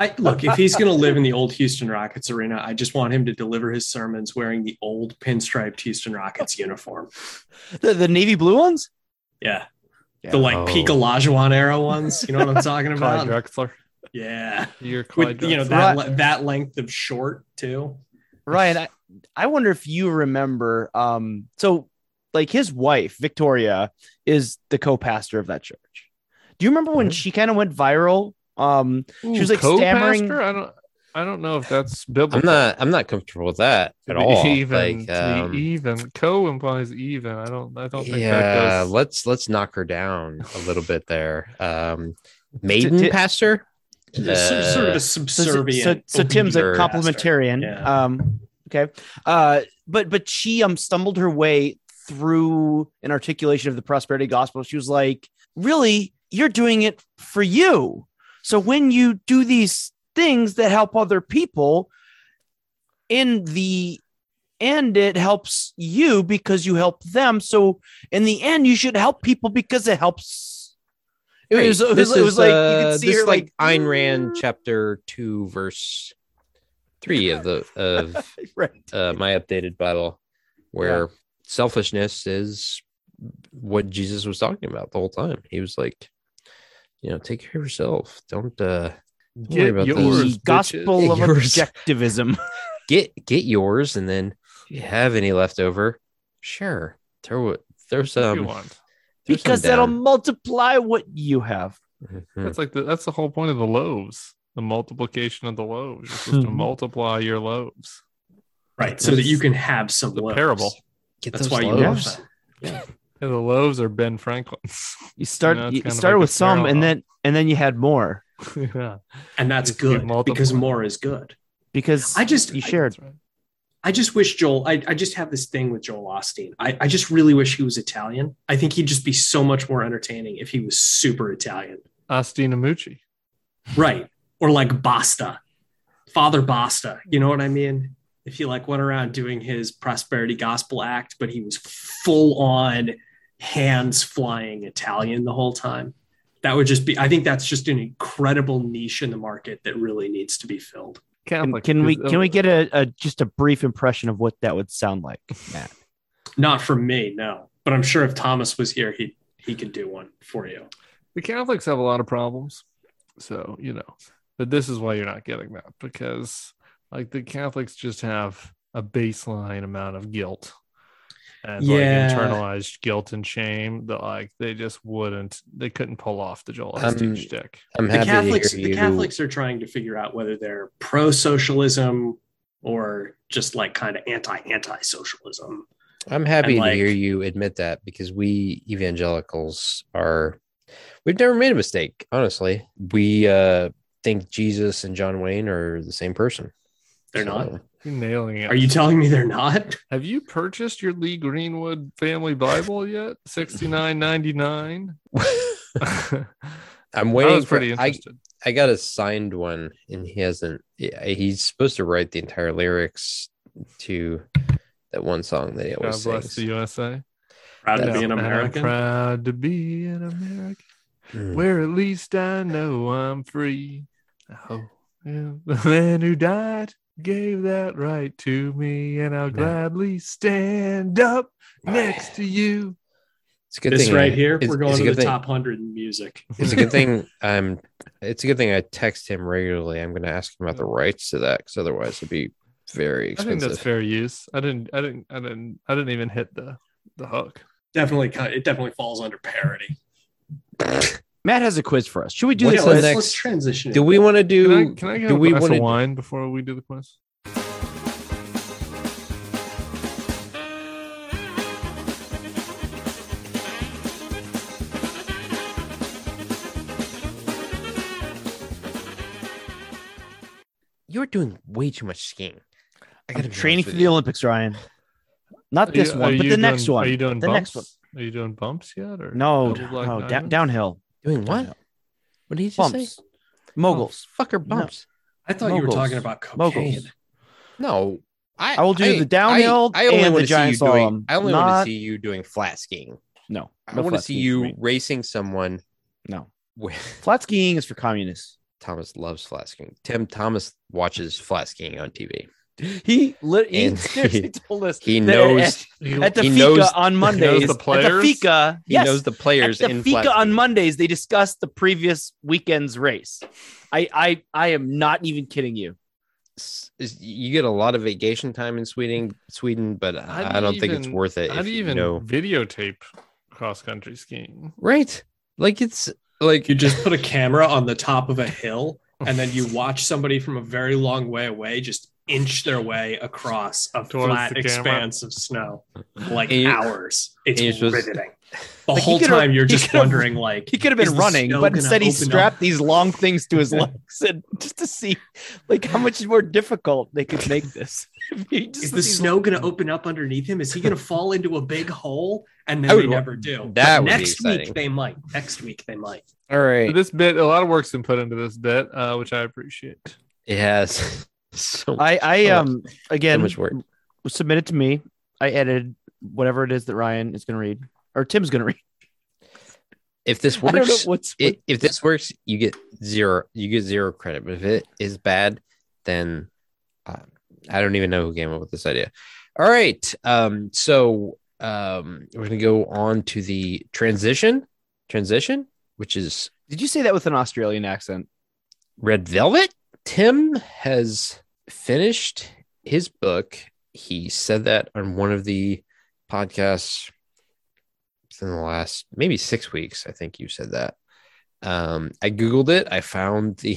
S1: I, look, if he's going to live in the old Houston Rockets arena, I just want him to deliver his sermons wearing the old pinstriped Houston Rockets uniform.
S4: the, the navy blue ones?
S1: Yeah.
S4: Yeah.
S1: The like
S3: Oh.
S1: peak Olajuwon era ones. You know what I'm talking
S2: clyde
S1: about?
S2: drexler
S1: Yeah.
S2: Your
S1: With,
S2: Clyde
S1: you know,
S2: Drexler.
S1: that, le- that length of short, too.
S4: Ryan, I, I wonder if you remember. Um, so like his wife, Victoria, is the co-pastor of that church. Do you remember when
S3: Mhm.
S4: she kind of went viral? Um, she was like
S2: Co-pastor?
S4: stammering.
S2: I don't, I don't know if that's biblical.
S3: I'm not I'm not comfortable with that
S2: To
S3: at
S2: be
S3: all.
S2: Even,
S3: like
S2: to be
S3: um,
S2: even co implies even. I don't, I don't think
S3: yeah
S2: that goes.
S3: let's let's knock her down a little bit there um maiden
S4: t-
S3: pastor
S1: It's sort- sort of a
S4: So- so-
S1: subservient.
S4: So, so Tim's a
S3: obedient
S4: complementarian.
S1: Yeah.
S4: Um, okay. Uh, but but she um stumbled her way through an articulation of the prosperity gospel. She was like, "Really, you're doing it for you. So when you do these things that help other people, in the end, it helps you because you help them. So in the end, you should help people because it helps." It
S3: Wait,
S4: was, it was-
S3: this
S4: it was
S3: is,
S4: like you
S3: uh,
S4: could see
S3: this
S4: her
S3: is like, Ayn
S4: "Mm."
S3: Rand chapter two verse three of the of
S4: Right.
S3: uh, my updated Bible, where selfishness is what Jesus was talking about the whole time. He was like, you know, take care of yourself. Don't uh, don't worry
S2: Get
S3: about
S2: yours.
S3: those.
S4: the gospel of
S3: Yours.
S4: objectivism.
S3: get get yours and then if you have any left over sure throw it throw
S2: If you
S3: some
S2: want.
S3: throw some
S4: because that'll
S3: down.
S4: multiply what you have.
S3: Mhm.
S2: That's like the, that's the whole point of the loaves, the multiplication of the loaves. You're supposed to
S3: Hmm.
S4: Mhm.
S2: multiply your loaves.
S1: Right. So that you can have some
S2: The
S1: loaves.
S2: parable.
S3: get
S1: That's
S3: those
S1: why you love
S3: loaves.
S1: them.
S2: Yeah, the loaves are Ben Franklin's.
S4: You start
S2: know, it's
S4: you
S2: kind of
S4: started
S2: like a
S4: with some
S2: parallel.
S4: and then and then you had more
S2: yeah.
S1: And that's
S2: If you
S1: good because
S2: multiply.
S1: more is good.
S4: because
S1: I just,
S4: you shared.
S2: That's right.
S1: I just wish Joel, I, I just have this thing with Joel Osteen. I, I just really wish he was Italian. I think he'd just be so much more entertaining if he was super Italian.
S2: Astina Mucci.
S1: Right. Or like Basta, Father Basta. You know what I mean? If he like went around doing his prosperity gospel act, but he was full on hands flying Italian the whole time. That would just be, I think that's just an incredible niche in the market that really needs to be filled.
S4: can,
S2: Catholic
S4: can we
S2: is- uh,
S4: can we get a, a just a brief impression of what that would sound like? Matt?
S1: Not for me, no. But I'm sure if Thomas was here, he he could do one for you.
S2: The Catholics have a lot of problems. So, you know, but this is why you're not getting that because like the Catholics just have a baseline amount of guilt and
S1: Yeah.
S2: like internalized guilt and shame that like they just wouldn't, they couldn't pull off the Joel
S3: Um,
S2: Osteen shtick.
S3: I'm
S1: the
S3: happy
S1: Catholics,
S3: to hear
S1: the
S3: you.
S1: Catholics are trying to figure out whether they're pro socialism or just like kind of anti anti socialism.
S3: I'm happy
S1: and,
S3: to
S1: like-
S3: hear you admit that because we evangelicals are we've never made a mistake, honestly. We uh think Jesus and John Wayne are the same person.
S1: They're not.
S3: So-
S2: You're nailing it.
S1: Are you telling me they're not?
S2: Have you purchased your Lee Greenwood Family Bible yet? Sixty nine ninety nine. I
S3: I'm waiting
S2: was
S3: for-
S2: pretty
S3: I,
S2: interested.
S3: I got a signed one and he hasn't yeah, he's supposed to write the entire lyrics to that one song that he
S2: God
S3: always
S2: bless
S3: sings.
S2: the USA.
S1: Proud to
S3: That's-
S1: be an
S2: And I'm
S1: American.
S2: proud to be an American.
S3: Mm.
S2: Where at least I know I'm free. Oh, yeah. the man who died gave that right to me, and I'll
S3: Yeah.
S2: gladly stand up next to you.
S3: It's a good
S1: This
S3: thing
S1: right
S3: I-
S1: here,
S3: it's-
S1: we're going
S3: it's a
S1: to the
S3: good thing-
S1: top hundred in music.
S3: It's a good thing I'm. It's a good thing I text him regularly. I'm going to ask him about the rights to that because otherwise it'd be very
S2: I think that's
S3: expensive.
S2: fair use. I didn't. I didn't. I didn't. I didn't even hit the the hook.
S1: Definitely, kind- it definitely falls under parody.
S4: Matt has a quiz for us. Should we do
S1: Yeah,
S4: this
S1: let's,
S4: as-
S1: let's
S3: next-
S1: transition.
S3: Do we want to
S2: Can I,
S3: do?
S2: can I get
S3: do
S2: a
S3: we
S2: glass
S3: wanna
S2: of
S3: do-
S2: wine before we do the quiz?
S3: You're doing way too much skiing. I
S4: I'm
S3: got
S4: training for the Olympics, Ryan? Not this
S2: Are you- are
S4: one, but
S2: you
S4: the next
S2: doing-
S4: one.
S2: Are you doing
S4: the
S2: bumps?
S4: next one.
S2: Are you doing bumps yet? Or
S4: No, Oh,
S2: double black
S4: no, da-
S2: diamond?
S4: downhill
S3: doing what? What did he just
S4: bumps,
S3: say?
S4: moguls,
S3: Oh, fucker bumps.
S1: I thought you were
S4: Moguls.
S1: talking about cocaine.
S4: moguls.
S3: No. I,
S4: I will do the downhill
S3: I, I only
S4: and
S3: want to
S4: the
S3: see you
S4: giant
S3: doing.
S4: slalom,
S3: I only want
S4: not-
S3: to see you doing flat skiing.
S4: No,
S3: I
S4: no
S3: want to
S4: flat
S3: see
S4: skiing for
S3: you
S4: me.
S3: racing someone
S4: No,
S3: with
S4: flat skiing is for communists.
S3: Thomas loves flat skiing. Tim Thomas watches flat skiing on TV.
S4: He lit, he
S3: And
S4: seriously
S3: he-
S4: told us
S3: He
S4: that
S3: knows.
S2: You-
S4: at, at the
S3: he
S4: FICA
S3: knows-
S4: on
S2: knows the
S4: Mondays. At the
S2: players?
S4: FICA,
S3: He
S4: yes,
S3: knows the players
S4: at the
S3: in
S4: FICA
S3: flat
S4: on
S3: skiing.
S4: Mondays. They discuss the previous weekend's race. I, I, I am not even kidding you.
S3: s- is- you get a lot of vacation time in Sweden, Sweden, but
S2: How
S3: I
S2: do
S3: I
S2: you
S3: don't think it's
S2: even-
S3: worth it.
S2: How
S3: if
S2: do you
S3: you
S2: even
S3: know-
S2: videotape cross country skiing?
S3: right? Like it's like
S1: You just put a camera on the top of a hill and then you watch somebody from a very long way away just inch their way across a
S2: Towards
S1: flat
S2: the camera.
S1: expanse of snow like
S3: And you-
S1: hours. It's
S3: and you're supposed-
S1: riveting. The
S4: Like, he
S1: whole
S4: could've-
S1: time you're
S4: he
S1: just
S4: could've-
S1: wondering like
S4: He could have
S1: Is
S4: been
S1: the
S4: running,
S1: snow
S4: but
S1: gonna
S4: instead he
S1: open up?
S4: strapped these long things to his legs and just to see like how much more difficult they could make this. If you just
S1: is the
S4: put these-
S1: snow going to open up underneath him? Is he going to fall into a big hole? And then
S3: I
S1: they
S3: would wa-
S1: never do.
S3: that
S1: But
S3: would be
S1: next
S3: exciting.
S1: week they might. Next week they might.
S3: all
S2: So
S3: right.
S2: This bit, a lot of work's been put into this bit, uh, which I appreciate.
S3: It has so
S4: I, I
S3: so
S4: um
S3: so
S4: again
S3: Oh, much work.
S4: submit it to me. I edited whatever it is that Ryan is gonna read or Tim's gonna read.
S3: If this
S4: I don't know
S3: works,
S4: what's what-
S3: i- if this works, you get zero. You get zero credit. But if it is bad, then uh, I don't even know who came up with this idea. All right. Um. So um, we're gonna go on to the transition. Transition, which is
S4: did you say that with an Australian accent?
S3: Red Velvet. Tim has finished his book. He said that on one of the podcasts in the last maybe six weeks. I think you said that. Um, I Googled it. I found the,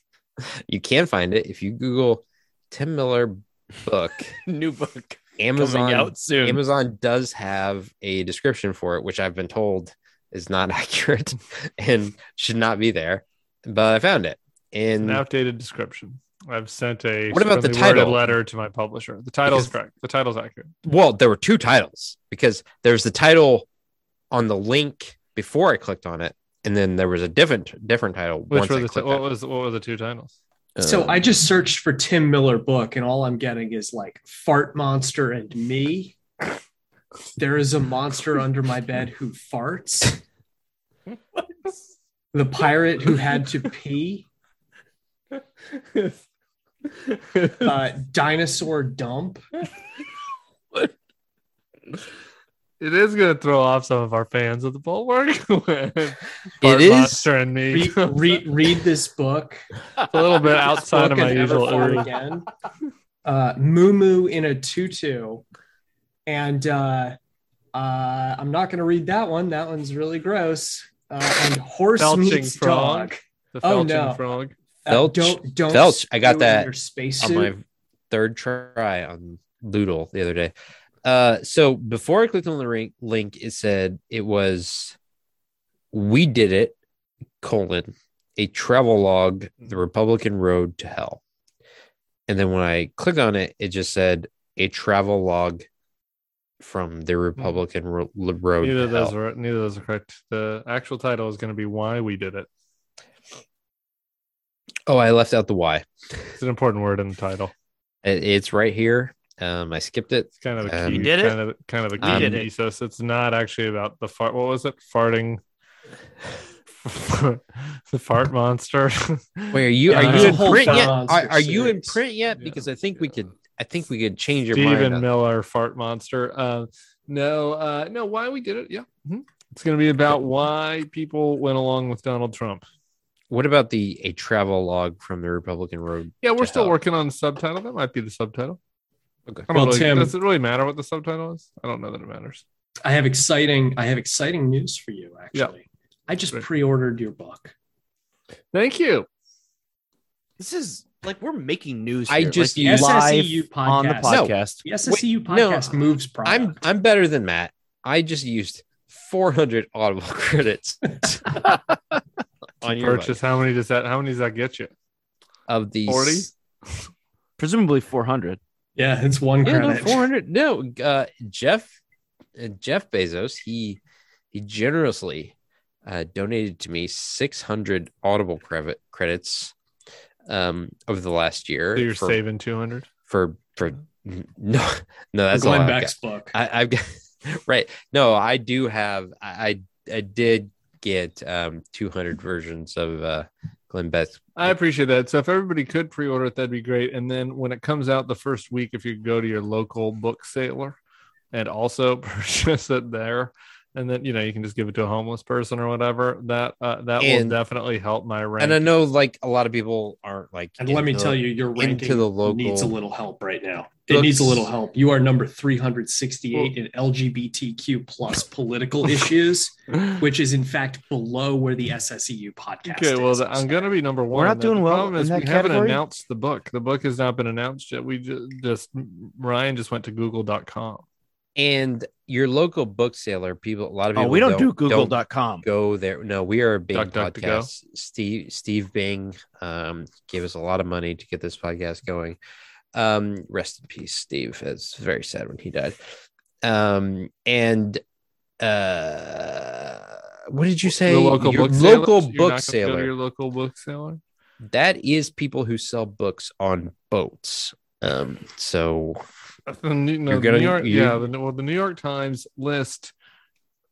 S3: you can find it if you Google Tim Miller book.
S4: New book
S3: Amazon
S4: soon.
S3: Amazon does have a description for it, which I've been told is not accurate and should not be there, but I found it.
S2: An
S3: And
S2: outdated description. I've sent a
S3: What about the
S2: strongly worded
S3: title?
S2: letter to my publisher? The title is
S3: Because-
S2: correct. The title's accurate.
S3: well, there were two titles because there's the title on the link before I clicked on it, and then there was a different different title.
S2: Which
S3: once
S2: were
S3: I
S2: the ti-
S3: clicked
S2: what
S3: on it.
S2: was what were the two titles?
S1: So
S3: Um,
S1: I just searched for Tim Miller book, and all I'm getting is like fart monster and me. There is a monster under my bed who farts. The pirate who had to pee. Uh, dinosaur dump.
S2: It is going to throw off some of our fans of the Bulwark. when Bart
S3: is.
S2: Monster and me.
S1: Read, read, read this book.
S2: a little bit outside
S1: Book
S2: of my
S1: and Never
S2: usual
S1: Fought
S2: area.
S1: again. Uh, Moo Moo in a tutu, and uh, uh, I'm not going to read that one. That one's really gross. Uh, and horse
S2: Belching
S1: meets
S2: frog.
S1: dog.
S2: The
S1: Oh,
S2: Felching
S1: no.
S2: Frog.
S1: Uh,
S3: Felch-
S1: don't don't.
S3: Felch, I got
S1: do it in
S3: that
S1: your
S3: on
S1: spacesuit.
S3: my third try on Doodle the other day. Uh, so before I clicked on the ring- link, it said it was we did it colon a travel log the Republican road to hell, and then when I clicked on it, it just said a travel log from the Republican ro- li- road.
S2: Neither
S3: to
S2: of those
S3: hell.
S2: are neither of those are correct. The actual title is going to be "Why We Did It."
S3: oh, I left out the Y.
S2: It's an important word in the title.
S3: It- it's right here. Um, I skipped it.
S2: It's kind of a
S3: Um,
S2: key,
S3: You
S4: did it?
S2: kind of kind of a key
S3: We
S4: did it.
S2: thesis. It's not actually about the fart. What was it? Farting. the fart monster.
S3: Wait, are you
S1: Yeah,
S3: are
S2: there's
S3: you
S2: a
S3: in
S1: whole
S3: print yet?
S1: Shawn
S3: Are, are you in
S1: series.
S3: print yet?
S2: Yeah.
S3: Because I think we could. I think we could change your mind.
S2: Steven
S3: on-
S2: Miller fart monster. Uh, no, uh, no. Why we did it? Yeah, Mhm. it's going to be about why people went along with Donald Trump.
S3: What about the a travel log from the Republican Road?
S2: Yeah, we're
S3: To
S2: still
S3: hell.
S2: working on the subtitle. That might be the subtitle.
S3: Okay.
S2: I don't
S1: Well,
S2: really,
S1: Tim-
S2: does it really matter what the subtitle is? I don't know that it matters.
S1: I have exciting. I have exciting news for you. Actually, I just
S2: Great.
S1: pre-ordered your book.
S2: Thank you.
S4: This is like we're making news.
S3: I
S4: here,
S3: just
S4: like,
S1: use-
S4: live
S1: SSEU podcast.
S4: on the
S1: No.
S4: podcast.
S1: The SSEU
S3: no,
S1: podcast moves product.
S3: I'm I'm better than Matt. I just used 400 Audible credits on your
S2: Purchase. How many does that? How many does that get you?
S3: book of the
S2: 40?
S4: Presumably 400.
S1: yeah, it's one
S3: Yeah, no,
S1: credit.
S3: 400. No, uh, Jeff uh, Jeff Bezos. He he generously uh, donated to me 600 Audible credit credits um over the last year
S2: So you're
S3: for
S2: saving two hundred.
S3: for for no no that's all
S1: Glenn
S3: I've
S1: Beck's book.
S3: got. I, I've got right. No, I do have. I I, I did get um 200 versions of uh Glenn Beck's.
S2: I appreciate that. So if everybody could pre-order it, that'd be great. And then when it comes out the first week, if you go to your local book sailor and also purchase it there, and then you know you can just give it to a homeless person or whatever. That uh, that
S3: And-
S2: will definitely help my rank.
S3: And I know like a lot of people aren't like.
S1: And let me
S3: into-
S1: tell you, your ranking
S3: into the local
S1: needs a little help right now. It
S3: Books.
S1: needs a little help. You are number 368 in LGBTQ plus political issues, which is in fact below where the SSEU podcast
S2: Okay, well,
S1: is.
S2: th- I'm going to be number one.
S4: We're not
S2: then.
S4: doing
S2: the
S4: well
S2: Problem
S4: in
S2: is
S4: that
S2: we haven't
S4: category?
S2: announced the book. The book has not been announced yet. We just, just Ryan just went to Google.com.
S3: And your local book seller, people. A lot of
S4: Oh,
S3: people.
S4: we don't, do
S3: don't
S4: Google.com.
S3: go there. No, we are a Bing
S2: Duck, duck to go.
S3: podcast. Steve Steve Bing um, gave us a lot of money to get this podcast going. Um, rest in peace, Steve. It's very sad when he died. Um, and uh, what did you say?
S2: the local
S3: Your
S2: book sailor.
S3: local
S2: You're not
S3: book
S2: gonna Go to
S3: sailor.
S2: your local book seller.
S3: That is people who sell books on boats. Um, so
S2: Uh, The New, no,
S3: You're
S2: the
S3: gonna-
S2: New York,
S3: you-
S2: yeah. The, well, the New York Times list.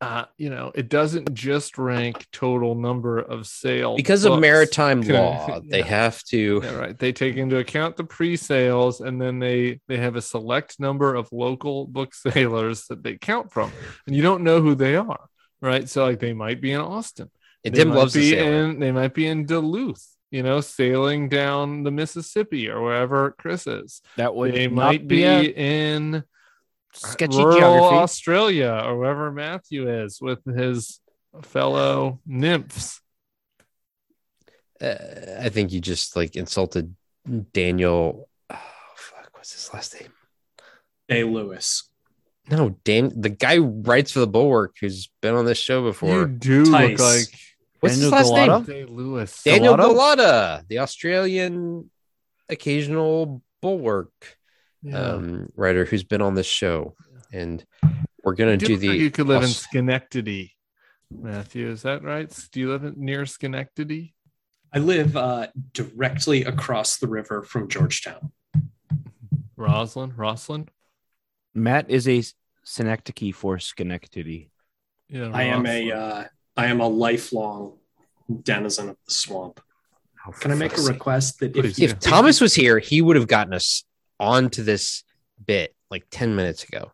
S2: Uh, you know, it doesn't just rank total number of sales
S3: because of maritime
S2: Can I-
S3: law, they
S2: Yeah.
S3: have to.
S2: Yeah, right. They take into account the pre-sales, and then they they have a select number of local book sailors that they count from, and you don't know who they are, right? So like they might be in Austin.
S3: And
S2: They
S3: Tim
S2: might
S3: loves to
S2: be
S3: sail.
S2: in. They might be in Duluth. You know, sailing down the Mississippi or wherever Chris is.
S4: That
S2: they
S4: not
S2: might be
S4: a
S2: in
S4: sketchy
S2: rural
S4: geography.
S2: Australia or wherever Matthew is with his fellow nymphs.
S3: uh, I think you just like insulted Daniel. Oh, fuck, what's his last name?
S1: Day Lewis.
S3: No, Dan, the guy who writes for the Bulwark, who's been on this show
S2: You
S3: before.
S2: do
S1: Tice.
S2: look like
S3: what's his
S4: Daniel
S3: last
S4: Galata?
S3: name?
S2: Day Lewis.
S3: Daniel
S4: Galata?
S3: Galata, the Australian occasional Bulwark
S2: Yeah.
S3: um, writer who's been on this show, and we're gonna
S2: I
S3: do,
S2: do
S3: the.
S2: know you could live in
S3: Aus-
S2: Schenectady, Matthew. Is that right? Do you live in, near Schenectady?
S1: I live uh, directly across the river from Georgetown.
S2: Roslyn? Roslyn?
S4: Matt is a synecdoche for Schenectady.
S2: Yeah,
S3: Oh,
S1: I am a
S2: Roslyn.
S1: uh, I am a lifelong denizen of the swamp.
S3: Oh, for
S1: Can I make a
S3: fuck's sake.
S1: request that if
S2: Please.
S1: you
S3: If
S2: Yeah.
S3: Thomas was here, he would have gotten us onto this bit like ten minutes ago.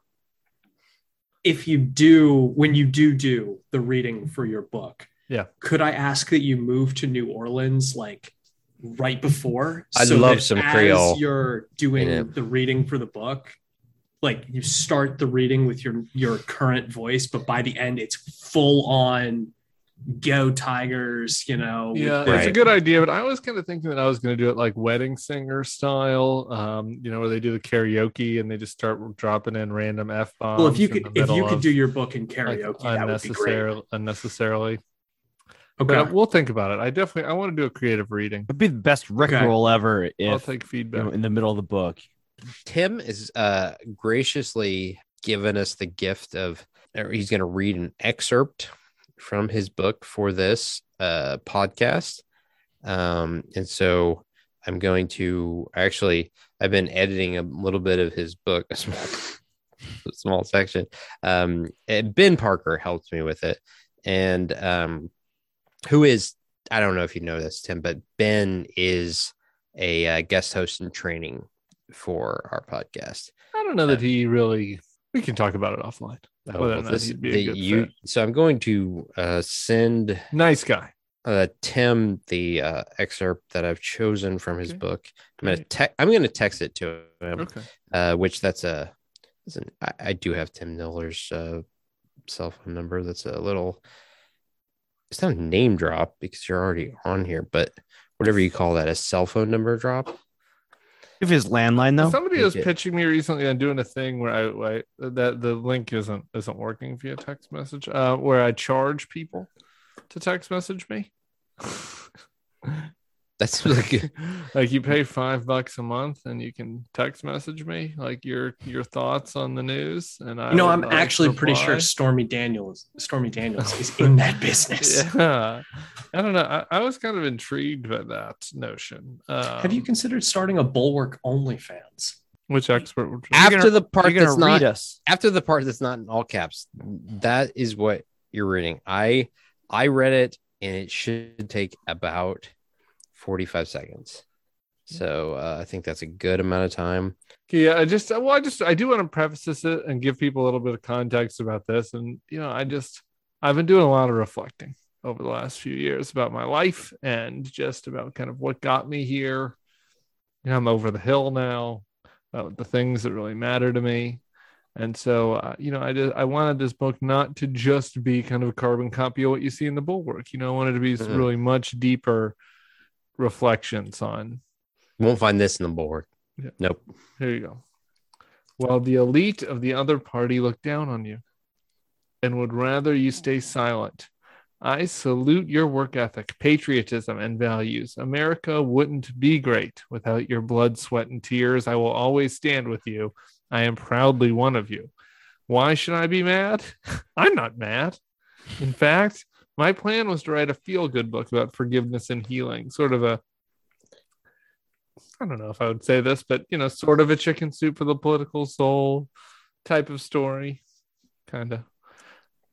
S1: if you do when you do do the reading for your book
S2: Yeah.
S1: could i ask that you move to new orleans like right before
S3: I'd love
S1: that
S3: some
S1: as
S3: Creole
S1: you're
S3: in
S1: doing
S3: it.
S1: the reading for the book like you start the reading with your your current voice but by the end it's full on go tigers you know with
S2: Yeah,
S1: the-
S2: it's a
S3: Right.
S2: good idea, but I was kind of thinking that I was going to do it like wedding singer style, um, you know, where they do the karaoke and they just start dropping in random f bombs.
S1: well if you could if you could do your book in karaoke that would be great
S2: unnecessarily, unnecessarily.
S1: okay
S2: But we'll think about it. I definitely I want to do a creative reading.
S4: It'd be the best rickroll ever
S2: I'll
S4: if
S2: take
S4: you know,
S2: feedback.
S4: in the middle of the book.
S3: Tim is uh, graciously given us the gift of, or he's going to read an excerpt from his book for this uh, podcast. Um, and so I'm going to actually, I've been editing a little bit of his book, a small, a small section. Um, and ben Parker helped me with it. And um, who is, I don't know if you know this, Tim, but Ben is a uh, guest host in training for our podcast.
S2: I don't know that he really. We can talk about it offline.
S3: Oh,
S2: Whether or
S3: well,
S2: not
S3: this-
S2: uh, he'd be a
S3: the-
S2: good
S3: you-
S2: fit.
S3: so I'm going to uh, send
S2: Nice guy.
S3: uh, Tim the uh, excerpt that I've chosen from his
S2: Okay.
S3: book. I'm gonna
S2: Great.
S3: te- I'm gonna text it to him,
S2: Okay.
S3: uh, which that's a. That's an, I, I do have Tim Miller's uh, cell phone number. That's a little. It's not a name drop because you're already on here, but whatever you call that, a cell phone number drop.
S4: If his landline though,
S2: Somebody
S3: Take
S2: was
S3: it.
S2: pitching me recently on doing a thing where I, I that the link isn't isn't working via text message, uh, where I charge people to text message me.
S3: That's like
S2: like you pay five bucks a month and you can text message me like your your thoughts on the news. And I
S1: you know
S2: would
S1: i'm
S2: like
S1: actually pretty sure
S2: reply.
S1: stormy daniels stormy daniels is in that business
S2: Yeah, I don't know. I, I was kind of intrigued by that notion. Um,
S1: Have you considered starting a Bulwark OnlyFans?
S2: which expert? would you-
S3: after
S4: gonna-
S3: the part
S4: you're gonna
S3: that's not
S4: read us.
S3: after the part that's not in all caps that is what you're reading i i read it and it should take about 45 seconds so uh, i think that's a good amount of time
S2: Yeah, I just well, I just I do want to preface this and give people a little bit of context about this. And you know, I just I've been doing a lot of reflecting over the last few years about my life and just about kind of what got me here. You know, I'm over the hill now about the things that really matter to me. And so, uh, you know, I just I wanted this book not to just be kind of a carbon copy of what you see in the bulwark. You know, I wanted to be
S3: Mhm.
S2: really much deeper reflections on
S3: you won't find this in the board
S2: Yeah.
S3: nope
S2: here you go. While the elite of the other party look down on you and would rather you stay silent, I salute your work ethic, patriotism, and values. America wouldn't be great without your blood, sweat, and tears. I will always stand with you. I am proudly one of you. Why should I be mad? I'm not mad. In fact, my plan was to write a feel good book about forgiveness and healing, sort of a I don't know if I would say this, but you know, sort of a chicken soup for the political soul type of story, kind of.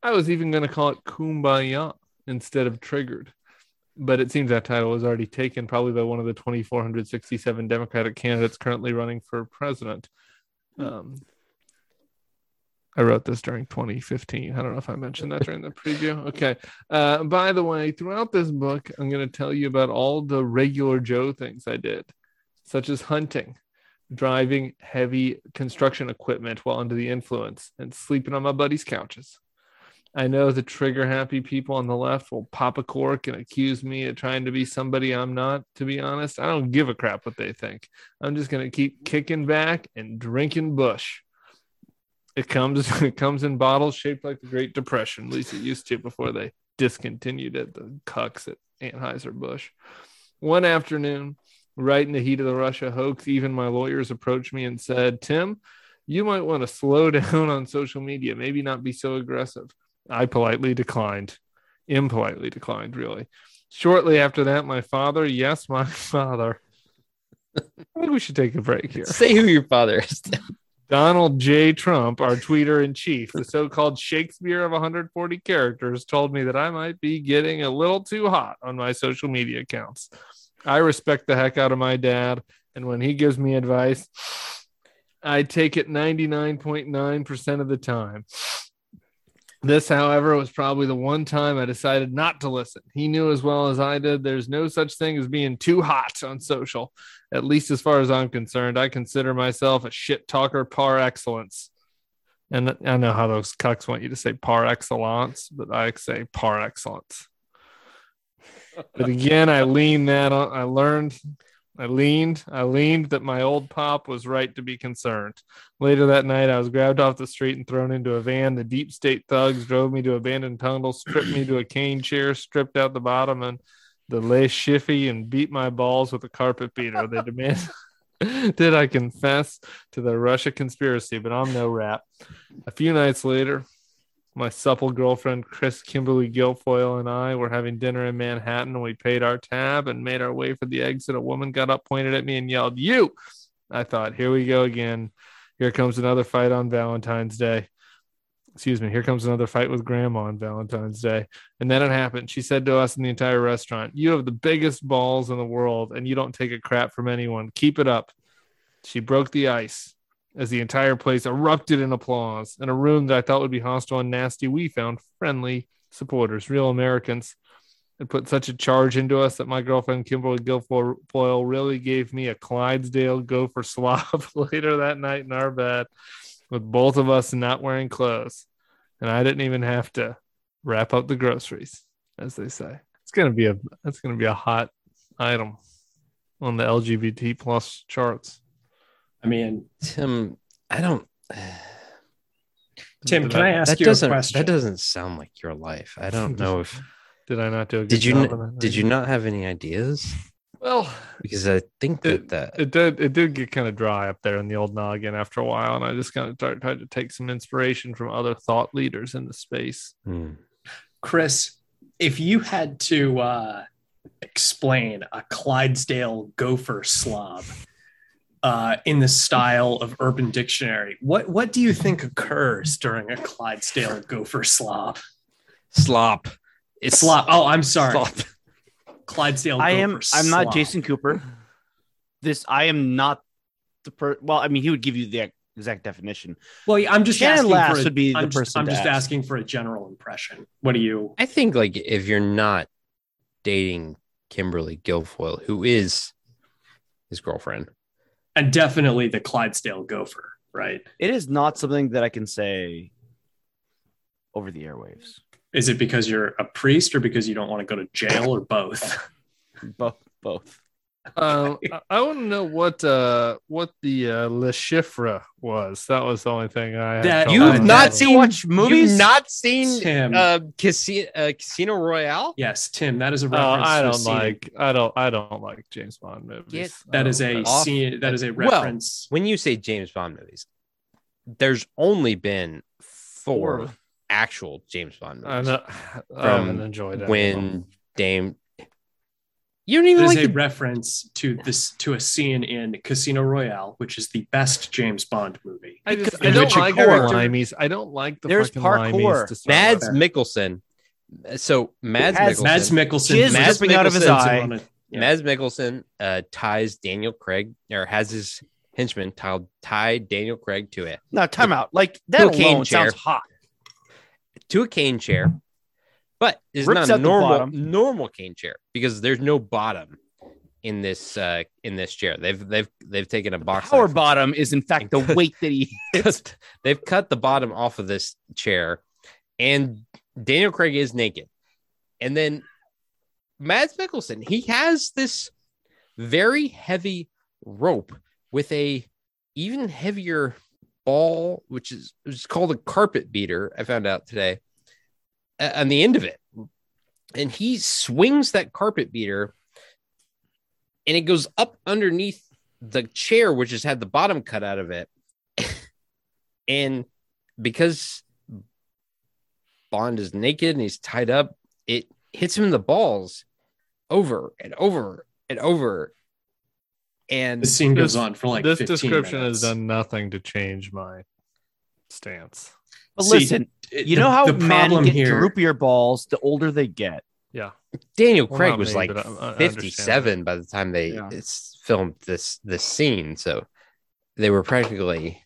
S2: I was even going to call it Kumbaya instead of Triggered, but it seems that title was already taken probably by one of the 2,467 Democratic candidates currently running for president. Um, I wrote this during 2015. I don't know if I mentioned that during the preview. Okay. Uh, by the way, throughout this book, I'm going to tell you about all the regular Joe things I did such as hunting, driving heavy construction equipment while under the influence, and sleeping on my buddies' couches. I know the trigger happy people on the left will pop a cork and accuse me of trying to be somebody I'm not, to be honest. I don't give a crap what they think. I'm just going to keep kicking back and drinking bush. It comes it comes in bottles shaped like the Great Depression, at least it used to before they discontinued it, the cucks at Anheuser-Busch. One afternoon, right in the heat of the Russia hoax, even my lawyers approached me and said, Tim, you might want to slow down on social media, maybe not be so aggressive. I politely declined, impolitely declined, really. Shortly after that, my father, yes, my father. I think we should take a break here.
S3: say who your father is
S2: Donald J. Trump, our tweeter in chief, the so called Shakespeare of 140 characters, told me that I might be getting a little too hot on my social media accounts. I respect the heck out of my dad. And when he gives me advice, I take it 99.9% of the time. This, however, was probably the one time I decided not to listen. He knew as well as I did there's no such thing as being too hot on social. At least as far as I'm concerned, I consider myself a shit talker par excellence. And I know how those cucks want you to say par excellence, but I say par excellence. But again, I lean that on, I learned, I leaned, I leaned that my old pop was right to be concerned. Later that night, I was grabbed off the street and thrown into a van. The deep state thugs drove me to abandoned tunnels, stripped me to a cane chair, stripped out the bottom and the lay shiffy, and beat my balls with a carpet beater. They demanded. Did I confess to the Russia conspiracy? But I'm no rap. A few nights later, my supple girlfriend Chris Kimberly Guilfoyle and I were having dinner in Manhattan. We paid our tab and made our way for the exit. A woman got up, pointed at me, and yelled, "You!" I thought, "Here we go again. Here comes another fight on Valentine's Day." Excuse me. Here comes another fight with Grandma on Valentine's Day. And then it happened. She said to us in the entire restaurant, "You have the biggest balls in the world, and you don't take a crap from anyone. Keep it up." She broke the ice as the entire place erupted in applause. In a room that I thought would be hostile and nasty, we found friendly supporters, real Americans. It put such a charge into us that my girlfriend Kimberly Guilfoyle really gave me a Clydesdale gopher slob later that night in our bed with both of us not wearing clothes. And I didn't even have to wrap up the groceries, as they say. It's gonna be a that's gonna be a hot item on the LGBT plus charts.
S1: I mean,
S3: Tim, I don't.
S1: Tim, can I ask
S3: that
S1: you a
S3: doesn't.
S1: question?
S3: That doesn't sound like your life. I don't know if
S2: Did I not do a good
S3: did you
S2: job
S3: n-
S2: on that?
S3: did you not have any ideas
S2: Well,
S3: because I think that that
S2: it did it did get kind of dry up there in the old noggin after a while, and I just kind of tried, tried to take some inspiration from other thought leaders in the space.
S3: hmm.
S1: Chris, if you had to uh, explain a Clydesdale gopher slob uh, in the style of Urban Dictionary, what what do you think occurs during a Clydesdale gopher slob?
S3: slop. It's
S1: Slop. Oh, I'm sorry,
S3: slop.
S1: Clydesdale.
S4: I am.
S1: gopher
S4: I'm not
S1: slob.
S4: Jason Cooper. This. I am not the per. Well, I mean, he would give you the ex- exact definition.
S1: Well, yeah, I'm just
S4: Shannon
S1: asking
S4: Lass
S1: for a,
S4: would be the
S1: I'm just-
S4: person
S1: I'm
S4: to
S1: just
S4: ask.
S1: asking for a general impression. What do you?
S3: I think like if you're not dating Kimberly Guilfoyle, who is his girlfriend,
S1: And definitely the Clydesdale gopher, right?
S4: It is not something that I can say over the airwaves.
S1: Is it because you're a priest or because you don't want to go to jail or both?
S4: Both. Both.
S2: Um, I, I want to know what uh, what the uh, Le Chiffre was. That was the only thing I had
S1: That-
S2: trouble
S1: You've
S2: finding.
S1: not
S2: Uh,
S1: seen-
S3: watch
S1: movies?
S3: not seen
S1: Tim.
S3: uh, Casino, uh, Casino Royale.
S1: yes, Tim. That is a reference.
S2: Uh, I
S1: to a
S2: don't
S1: scene in-
S2: like uh, I don't I don't like James Bond movies.
S3: Get-
S1: That
S2: I don't-
S1: is a
S3: Off-
S1: scene. That is a
S3: Well,
S1: reference.
S3: When you say James Bond movies, there's only been four actual James Bond
S2: I,
S3: movies.
S2: know, I
S3: From
S2: haven't enjoyed it.
S3: When Dame, you don't even
S1: That is
S3: like
S1: a
S3: the
S1: reference to this to a scene in Casino Royale, which is the best James Bond movie.
S2: I just
S1: in
S2: I don't
S1: which a
S2: like
S1: character-
S2: the limies. I don't like the
S4: There's
S2: fucking
S4: parkour.
S2: limies to start with.
S3: Mads Mikkelsen. So Mads
S4: Has-
S1: Mads
S3: Mikkelsen, Mads,
S1: Mikkelsen.
S4: Jizz
S1: Mads
S4: dripping out of his
S1: Mikkelsen's
S4: eye.
S1: on a- yeah.
S3: Mikkelsen uh, ties Daniel Craig or has his henchman tie, tie Daniel Craig to it
S4: No, time out. Like that
S3: Cocaine
S4: alone
S3: chair.
S4: sounds hot.
S3: to a cane chair, but it's
S4: Rips
S3: not a
S4: out the
S3: normal
S4: bottom.
S3: normal cane chair because there's no bottom in this uh, in this chair. They've they've they've taken a box
S4: Power
S3: knife.
S4: bottom is in fact the weight that he.
S3: Cut- they've cut the bottom off of this chair, and Daniel Craig is naked. And then Mads Mikkelsen, he has this very heavy rope with a even heavier ball, which is, is called a carpet beater. I found out today uh, on the end of it, and he swings that carpet beater, and it goes up underneath the chair, which has had the bottom cut out of it. And because Bond is naked and he's tied up, it hits him in the balls over and over and over. And
S1: The scene goes
S2: This-
S1: on for like
S2: this
S1: 15
S2: description
S1: minutes.
S2: has done nothing to change my stance.
S4: But
S1: See,
S4: listen,
S1: It-
S4: you
S1: the-
S4: know how
S1: the
S4: men
S1: problem
S4: get
S1: here.
S4: droopier balls the older they get.
S3: Daniel
S2: Well,
S3: Craig
S2: not
S3: was
S2: me,
S3: like
S2: but I- I understand
S3: 57 by the time they
S4: Yeah.
S3: it's filmed this this scene. So they were practically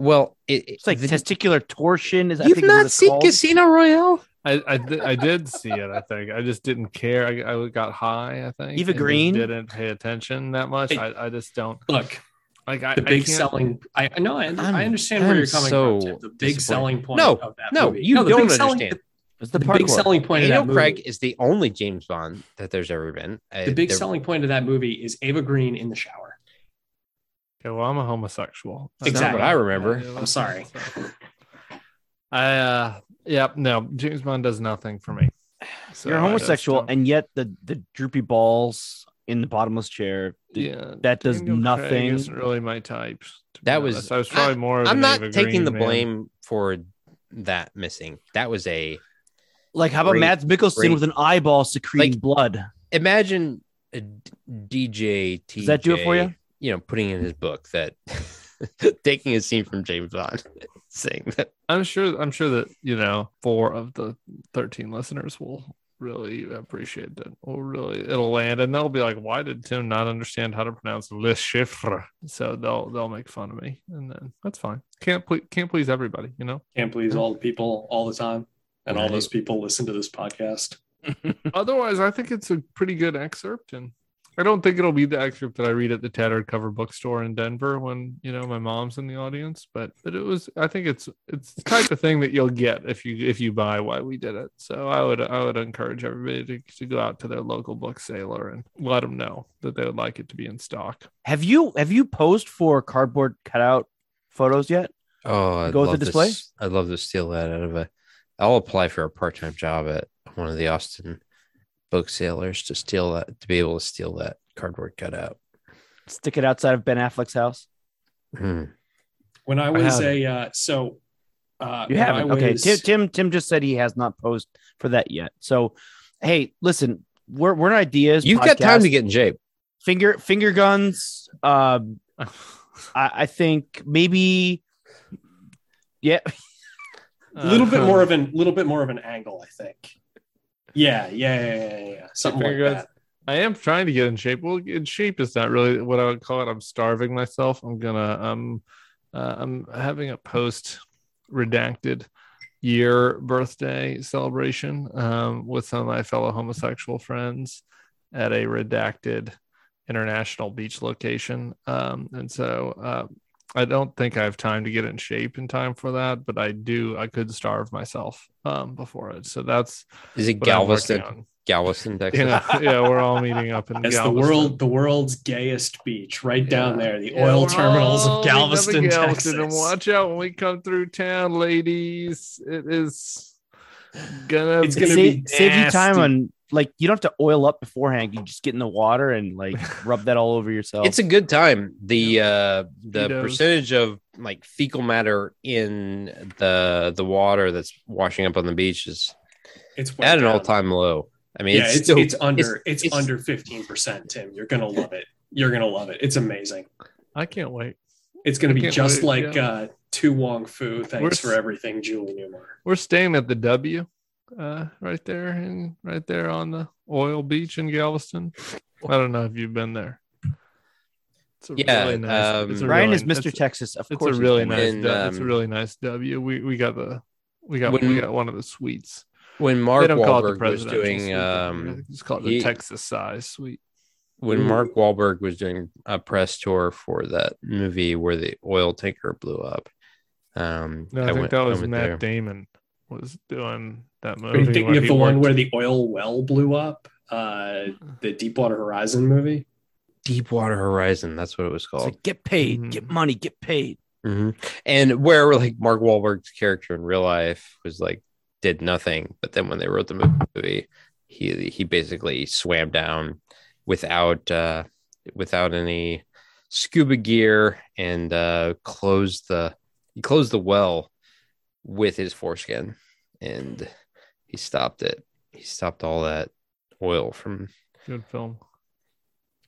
S3: Well, it,
S4: It's like
S3: the-
S4: testicular torsion. Is I
S3: you've
S4: think is what
S3: not
S4: it's
S3: seen
S4: called.
S3: Casino Royale.
S2: I I, di- I did see it. I think I just didn't care. I, I got high. I think
S4: Eva
S2: and just
S4: Green?
S2: didn't pay attention that much. I, I just don't
S1: Look,
S2: like. I,
S1: the
S2: I
S1: big
S2: can't-
S1: selling. I I know. I, I
S3: I'm-
S1: understand
S3: I'm
S1: where you're coming from.
S3: so
S1: Tim. The big
S3: disappointed.
S1: selling point.
S3: No,
S1: of that
S3: no,
S1: movie.
S3: you
S1: the
S3: don't
S1: big selling-
S3: understand.
S4: It's
S1: the
S4: the,
S1: big
S4: parkour.
S1: selling point of
S3: Daniel
S1: that movie.
S3: Craig is the only James Bond that there's ever been. Uh,
S1: the big
S3: there-
S1: selling point of that movie is Ava Green in the shower.
S2: Okay, well, I'm a homosexual.
S1: That's not Exactly. what
S3: I remember.
S2: Yeah,
S1: I'm sorry.
S2: I uh, yeah, no, James Bond does nothing for me. So
S4: You're
S2: I just
S4: homosexual,
S2: don't-
S4: and yet the the droopy balls in the bottomless chair. the-
S2: yeah,
S4: That does
S2: Daniel Craig
S4: nothing.
S2: isn't really my type. to be
S3: That was-
S2: honest. I was probably more. Of
S3: I'm
S2: an
S3: not
S2: Ava
S3: taking
S2: Green
S3: the
S2: man.
S3: blame for that missing. That was a
S4: Like how about
S3: Great,
S4: Mads Mikkelsen
S3: great.
S4: with an eyeball secreting
S3: Like-
S4: blood?
S3: imagine a d- DJ TJ.
S4: Does that do it for you?
S3: You know, putting in his book that taking a scene from James Bond, saying that
S2: I'm sure. I'm sure that you know four of the thirteen listeners will really appreciate that. Will really, it'll land, and they'll be like, "Why did Tim not understand how to pronounce Le Chiffre?" So they'll they'll make fun of me, and then that's fine. Can't ple- can't please everybody, you know.
S1: Can't please all the people all the time, and all
S3: Right.
S1: those people listen to this podcast.
S2: Otherwise, I think it's a pretty good excerpt, and I don't think it'll be the excerpt that I read at the tattered cover bookstore in Denver when you know my mom's in the audience. But but it was, I think it's it's the type of thing that you'll get if you if you buy why we did it. So I would I would encourage everybody to, to go out to their local book sailor and let them know that they would like it to be in stock.
S4: Have you have you posed for cardboard cutout photos yet?
S3: Oh, I'd
S4: Go with the
S3: love to
S4: display?
S3: s- I'd love to steal that out of a. I'll apply for a part-time job at one of the Austin book sailors to steal that to be able to steal that cardboard cutout.
S4: Stick it outside of Ben Affleck's house.
S3: Hmm.
S1: When I was
S2: have
S1: a uh, so, uh,
S4: You
S1: when I
S4: haven't. Okay,
S1: was-
S4: Tim, Tim Tim just said he has not posed for that yet. So, hey, listen, we're we're an ideas.
S3: You've got time
S4: podcast.
S3: to get in shape.
S4: finger finger guns. Um, I, I think maybe. Yeah,
S1: a little
S2: Uh,
S1: bit more of an little bit more of an angle, I think. Yeah, yeah, yeah, yeah, yeah, yeah. something like
S2: Figure out-
S1: that.
S2: I am trying to get in shape. Well, in shape is not really what I would call it. I'm starving myself. I'm gonna um uh, I'm having a post redacted year birthday celebration um with some of my fellow homosexual friends at a redacted international beach location. Um and so uh I don't think I have time to get in shape in time for that, but I do. I could starve myself um, before it. So that's
S3: Is it
S2: what I'm working
S3: Galveston?
S2: on
S3: Galveston, Texas.
S2: yeah, yeah, we're all meeting up in
S1: It's the
S2: Galveston.
S1: world, the world's gayest beach, right down
S2: Yeah.
S1: there, the
S2: Yeah,
S1: oil
S2: we're
S1: terminals
S2: all
S1: of
S2: meeting up in
S1: Galveston,
S2: Galveston,
S1: Texas.
S2: And watch out when we come through town, ladies. It is gonna.
S1: It's gonna
S4: Sa-
S1: be
S4: save you time
S1: nasty.
S4: on like you don't have to oil up beforehand. You just get in the water and like rub that all over yourself.
S3: It's a good time. The uh the
S2: Speedos.
S3: percentage of like fecal matter in the the water that's washing up on the beach is
S1: It's way
S3: at an
S1: down.
S3: all time low. I mean,
S1: yeah,
S3: it's,
S1: it's
S3: still,
S1: it's under it's,
S3: it's-
S1: under fifteen percent, Tim. You're gonna love it. You're gonna love it. It's amazing.
S2: I can't wait.
S1: It's gonna
S2: I
S1: be
S2: can't
S1: just
S2: wait,
S1: like
S2: yeah.
S1: uh, Tu Wong Fu. Thanks
S2: We're s-
S1: for everything, Julie Newmar.
S2: We're staying at the W, uh, right there and right there on the oil beach in Galveston. I don't know if you've been there. It's a
S3: Yeah,
S2: really nice.
S3: um,
S2: it's a
S4: Ryan
S2: really-
S4: is Mr.
S2: it's a-
S4: Texas. Of
S2: It's a
S4: course, he's
S2: really
S4: been.
S2: nice.
S3: And,
S2: du- it's a
S3: um,
S2: really nice W. We we got the we got
S3: When-
S2: we got one of the suites.
S3: when Mark
S2: they don't call it the
S3: Wahlberg was
S2: presidential
S3: doing
S2: suite,
S3: um
S2: just call it the
S3: he-
S2: Texas size suite.
S3: when
S1: Ooh.
S2: Mm-hmm.
S3: Mark Wahlberg was doing a press tour for that movie where the oil tanker blew up. Um,
S2: No, I, think
S3: went-
S2: that was
S3: went
S2: Matt
S3: there.
S2: Damon was doing that
S1: Are
S2: movie.
S1: you thinking
S2: where
S1: of
S2: he
S1: the one
S2: worked-
S1: where the oil well blew up? Uh, the Deepwater Horizon movie.
S3: Deepwater Horizon. That's what it was
S4: It's
S3: called.
S4: like get paid,
S2: Mhm.
S4: get money, get paid.
S3: Mhm. And where like Mark Wahlberg's character in real life was like did nothing, but then when they wrote the movie, he he basically swam down without uh, without any scuba gear and uh, closed the he closed the well with his foreskin, and he stopped it. He stopped all that oil from
S2: good film.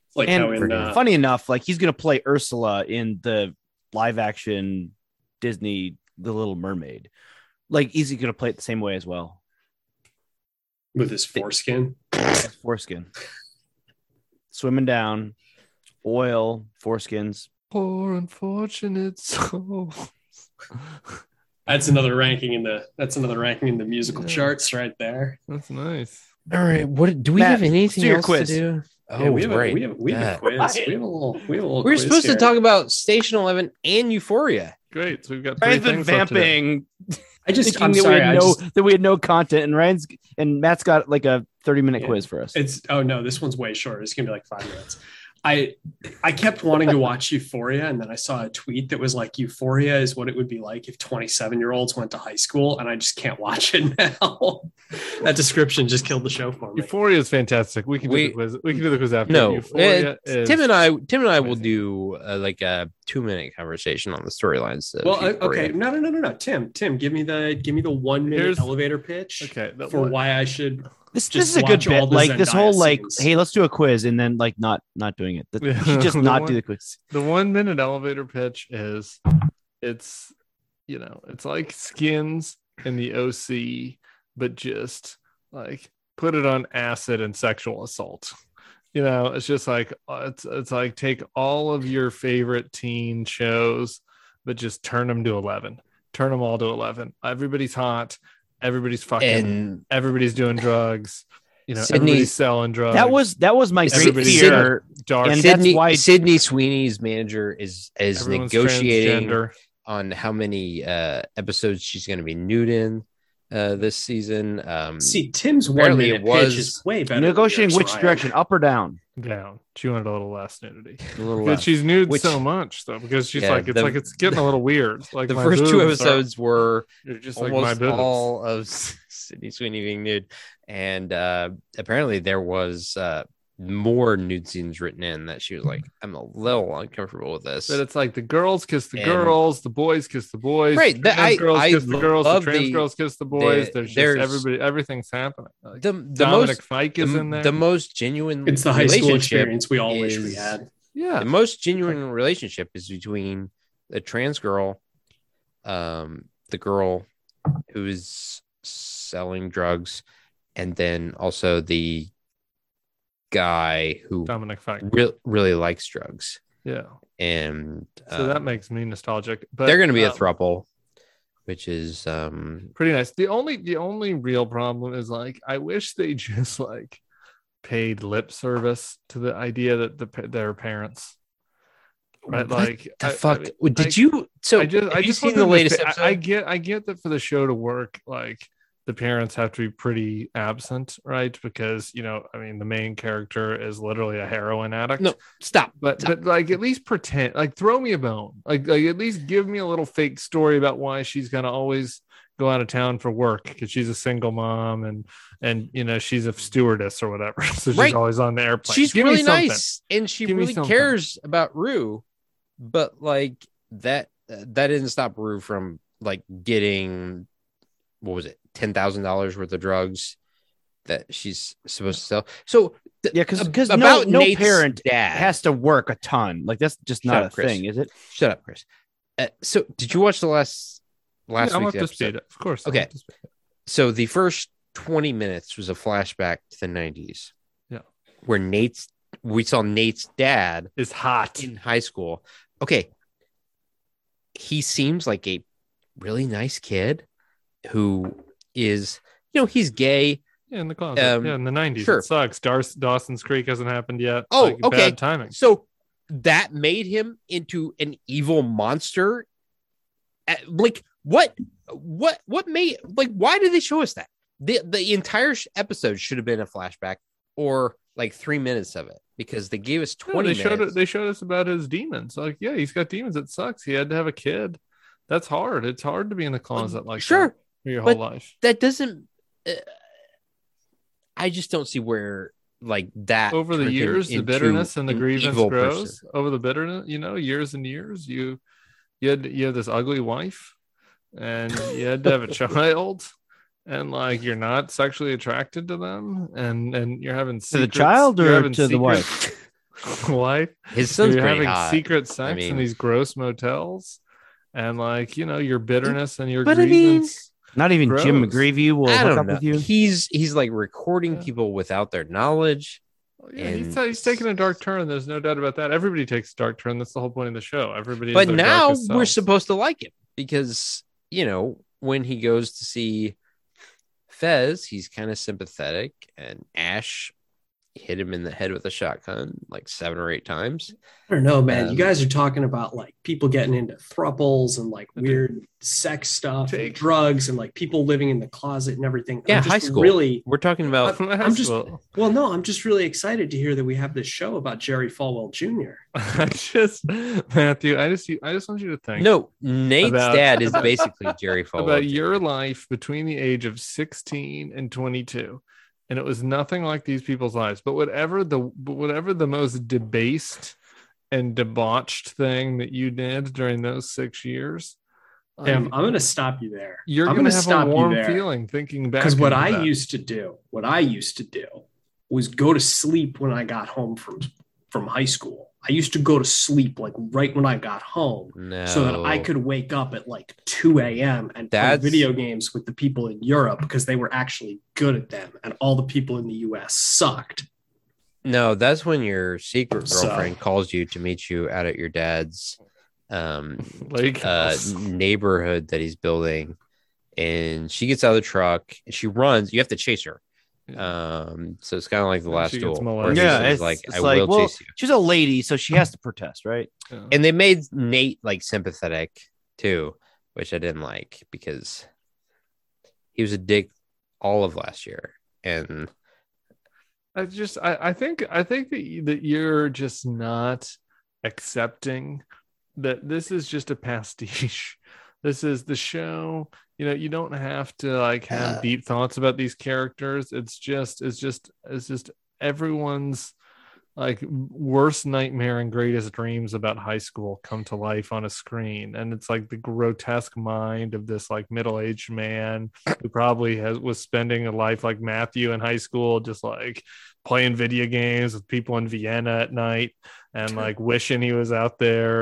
S1: It's like
S4: And
S1: how in
S3: pretty
S1: uh,
S4: Funny enough, like he's gonna play Ursula in the live action Disney The Little Mermaid. Like, he's gonna play it the same way as well.
S1: with his foreskin.
S4: That's foreskin, swimming down, oil, foreskins.
S2: Poor unfortunate soul.
S1: That's another ranking in the that's another ranking in the musical
S2: Yeah.
S1: charts right there.
S2: That's nice.
S3: All right. What do we
S4: Matt,
S3: have anything
S4: do your
S3: else
S4: quiz.
S3: to do? Oh,
S1: Yeah, we have
S3: right.
S1: a, we have we have a
S3: Matt.
S1: quiz. We have a little we have a little
S3: We We're
S1: quiz
S3: supposed
S1: here.
S3: to talk about Station Eleven and Euphoria.
S2: Great. So we've got three
S4: Ryan's been
S2: things left to do.
S4: vamping,
S1: I just
S4: thinking
S1: I'm
S4: that
S1: sorry.
S4: we
S1: I
S4: had no
S1: just,
S4: that we had no content, and Ryan's and Matt's got like a thirty minute
S1: Yeah.
S4: quiz for us.
S1: It's oh no, this one's way short. It's gonna be like five minutes. I I kept wanting to watch Euphoria, and then I saw a tweet that was like Euphoria is what it would be like if 27 year olds went to high school, and I just can't watch it now. that description just killed the show for me.
S2: Euphoria is fantastic. We can do
S3: Wait.
S2: the quiz. We can do the quiz after.
S3: No,
S2: Euphoria
S3: uh, Tim and I, Tim and I will
S2: amazing.
S3: do uh, like a two-minute conversation on the storylines. of
S1: Well, uh,
S3: Euphoria.
S1: okay, no, no, no, no, no, Tim, Tim, give me the give me the one minute
S2: Here's-
S1: elevator pitch
S2: Okay. that-
S1: for why I should.
S3: Um,
S4: this this
S1: just
S4: is a good
S1: watch all
S4: bit.
S1: the
S4: Like this
S1: Zendaya
S4: whole like,
S1: scenes.
S4: hey, let's do a quiz, and then like not not doing it. That,
S2: Yeah.
S4: you should just
S2: The
S4: not
S2: one-
S4: do the quiz.
S2: the one minute elevator pitch is it's you know it's like skins and the oc but just like put it on acid and sexual assault you know it's just like uh, it's it's like take all of your favorite teen shows but just turn them to 11 turn them all to 11 everybody's hot everybody's fucking
S3: And
S2: everybody's doing drugs you know
S3: Sydney-
S2: everybody's selling drugs
S4: That was that was my great
S2: everybody's
S4: fear.
S2: dark
S4: and
S3: Sydney,
S4: that's why-
S3: Sydney Sweeney's manager is is
S2: everyone's
S3: negotiating
S2: transgender.
S3: on how many uh, episodes she's going to be nude in uh, this season. Um,
S1: See, Tim's one
S3: Apparently
S1: minute
S3: it was-
S1: pitch is way better. than
S4: Negotiating
S1: yours,
S4: which
S1: Ryan.
S4: direction, up or down?
S2: down. She wanted a little less nudity.
S3: a little
S2: But
S3: less.
S2: she's nude
S3: Which-
S2: so much though, because she's
S3: Yeah,
S2: like it's
S3: the-
S2: like it's getting a little weird. Like
S3: the
S2: my
S3: first two
S2: boobs are-
S3: episodes were
S2: you're just like my
S3: almost
S2: boobs.
S3: all of Sydney Sweeney being nude, and uh, apparently there was uh, more nude scenes written in that she was like, "I'm a little uncomfortable with this."
S2: But it's like the girls kiss the
S3: And-
S2: girls, the boys kiss the boys,
S3: Right,
S2: The
S3: that-
S2: trans
S3: I-
S2: girls
S3: I
S2: kiss the girls, the
S3: love
S2: trans
S3: the-
S2: girls kiss the boys.
S3: the-
S2: there's,
S3: there's-
S2: just everybody, everything's happening. Like,
S3: the the
S2: Dominic
S3: most
S2: Fike
S3: the,
S2: is in there.
S3: the most genuine
S1: It's the high school
S3: relationship
S1: experience we all wish we
S3: is-
S1: had.
S2: yeah,
S3: the most genuine relationship is between a trans girl, um, the girl who is selling drugs, and then also the guy who
S2: Dominic Fike.
S3: re- really likes drugs.
S2: Yeah,
S3: And
S2: so
S3: um,
S2: that makes me nostalgic. But
S3: they're going to be a
S2: um,
S3: throuple, which is um,
S2: pretty nice. The only the only real problem is like I wish they just like paid lip service to the idea that the pa- their parents. Right,
S3: what
S2: like
S3: the
S2: I- I
S3: fuck
S2: mean,
S3: did
S2: like,
S3: you? So
S2: I just I
S3: have you
S2: just
S3: seen
S2: want
S3: the
S2: them to
S3: latest
S2: pa- I-
S3: episode?
S2: I get I get that for the show to work, like the parents have to be pretty absent, right? Because you know, I mean, the main character is literally a heroin addict.
S3: No, Stop.
S2: But
S3: Stop.
S2: but like at least pretend like throw me a bone. Like like at least give me a little fake story about why she's gonna always go out of town for work because she's a single mom and and you know she's a stewardess or whatever. So she's
S3: Right.
S2: always on the airplane.
S3: she's
S2: Give me
S3: really
S2: something.
S3: nice and she
S2: Give me
S3: really
S2: something.
S3: cares about Rue, but like that that didn't stop Rue from like getting what was it ten thousand dollars worth of drugs that she's supposed to sell. So th-
S4: Yeah, 'cause-
S3: ab-
S4: 'cause no-
S3: about
S4: no
S3: Nate's
S4: parent
S3: dad
S4: It has to work a ton. Like that's just not
S3: Shut
S4: a
S3: up, Chris.
S4: thing, is it?
S3: Shut up, Chris. Uh, so did you watch the last
S2: Yeah,
S3: last
S2: I'm up
S3: week's
S2: to
S3: episode?
S2: speed. Of course. I'm
S3: Okay.
S2: up to speed.
S3: so the first 20 minutes was a flashback to the 90s
S2: Yeah.
S3: where nate's we saw nate's dad
S2: It's hot.
S3: in high school okay he seems like a really nice kid who is you know he's gay
S2: Yeah, in the closet.
S3: Um,
S2: yeah, in the nineties.
S3: sure.
S2: It sucks. Dar- Dawson's Creek hasn't happened yet.
S3: Oh,
S2: Like,
S3: okay.
S2: Bad timing.
S3: so that made him into an evil monster Uh, like what what what made like why did they show us that the the entire sh- episode should have been a flashback or like three minutes of it because they gave us
S2: Yeah,
S3: 20
S2: they showed
S3: minutes
S2: they showed us about his demons. Like, yeah, he's got demons. It sucks. He had to have a kid. That's hard. It's hard to be in the closet like
S3: sure
S2: that for your
S3: but-
S2: whole life.
S3: that doesn't uh, i just don't see where like that
S2: Over the
S3: turned him
S2: years, the
S3: into
S2: bitterness and the
S3: an
S2: grievance
S3: evil
S2: grows.
S3: person.
S2: Over the bitterness, you know, years and years, you you had you had this ugly wife, and you had to have a child, and like you're not sexually attracted to them, and and you're having
S4: To the
S2: secrets-
S4: child
S2: you're
S4: or
S2: having
S4: to the
S2: secret-
S4: wife?
S2: wife.
S3: his son's
S2: you're
S3: pretty
S2: having
S3: hot.
S2: secret sex in
S3: mean-
S2: these gross motels and like you know your bitterness and your
S3: But I mean-
S2: grievance
S4: Not even Jim
S2: Gross.
S4: McGreevey will
S3: I
S4: hook
S3: don't
S4: up
S3: know.
S4: with you.
S3: He's he's like recording
S2: Yeah.
S3: people without their knowledge.
S2: yeah, he's,
S3: And-
S2: he's taking a dark turn there's no doubt about that everybody takes a dark turn that's the whole point of the show everybody is
S3: but
S2: their
S3: now
S2: darkest
S3: we're
S2: selves.
S3: supposed to like him because you know when he goes to see Fez, he's kind of sympathetic, and Ash hit him in the head with a shotgun like seven or eight times.
S1: I don't know, man.
S3: Um,
S1: you guys are talking about like people getting into thruples and like weird sex stuff, and
S2: Take-
S1: drugs, and like people living in the closet and everything. I'm
S3: Yeah,
S1: just
S3: high school.
S1: Really,
S3: We're talking about
S1: I'm just- well, no, I'm just really excited to hear that we have this show about Jerry Falwell Jr.
S2: I just Matthew. I just I just want you to think
S3: no. Nate's
S2: About-
S3: dad is basically Jerry Falwell.
S2: about
S3: Jr.
S2: your life between the age of 16 and 22 and it was nothing like these people's lives but whatever the but whatever the most debased and debauched thing that you did during those six years
S1: Tim,
S2: like,
S1: I'm going to stop you there.
S2: you're
S1: Um, I'm
S2: gonna,
S1: gonna
S2: have
S1: stop
S2: a
S1: you
S2: warm
S1: there.
S2: feeling thinking back
S1: Because what
S2: into
S1: I
S2: that.
S1: used to do, what I used to do was go to sleep when I got home from from high school. I used to go to sleep like right when I got home.
S3: no,
S1: So that I could wake up at like 2 a.m. and
S3: That's-
S1: play video games with the people in Europe because they were actually good at them, and all the people in the U.S. sucked.
S3: No, that's when your secret
S1: So-
S3: girlfriend calls you to meet you out at your dad's um
S2: like
S3: uh neighborhood that he's building and she gets out of the truck and she runs you have to chase her um so it's kind of like the
S2: And
S3: last
S2: she
S3: duel
S2: gets
S3: where
S2: molested.
S3: he
S2: Yeah,
S3: says,
S4: it's-
S3: like
S4: it's
S3: i
S4: like,
S3: will
S4: well-
S3: chase you
S4: She's a lady, so she has to protest, right?
S3: and they made nate like sympathetic too which i didn't like because he was a dick all of last year and
S2: I just I, I think I think that you, that you're just not accepting that this is just a pastiche. This is the show. You know, you don't have to like have
S3: Uh.
S2: deep thoughts about these characters. It's just it's just it's just everyone's like worst nightmare and greatest dreams about high school come to life on a screen and it's like the grotesque mind of this like middle-aged man who probably has was spending a life like Matthew in high school just like playing video games with people in Vienna at night and like wishing he was out there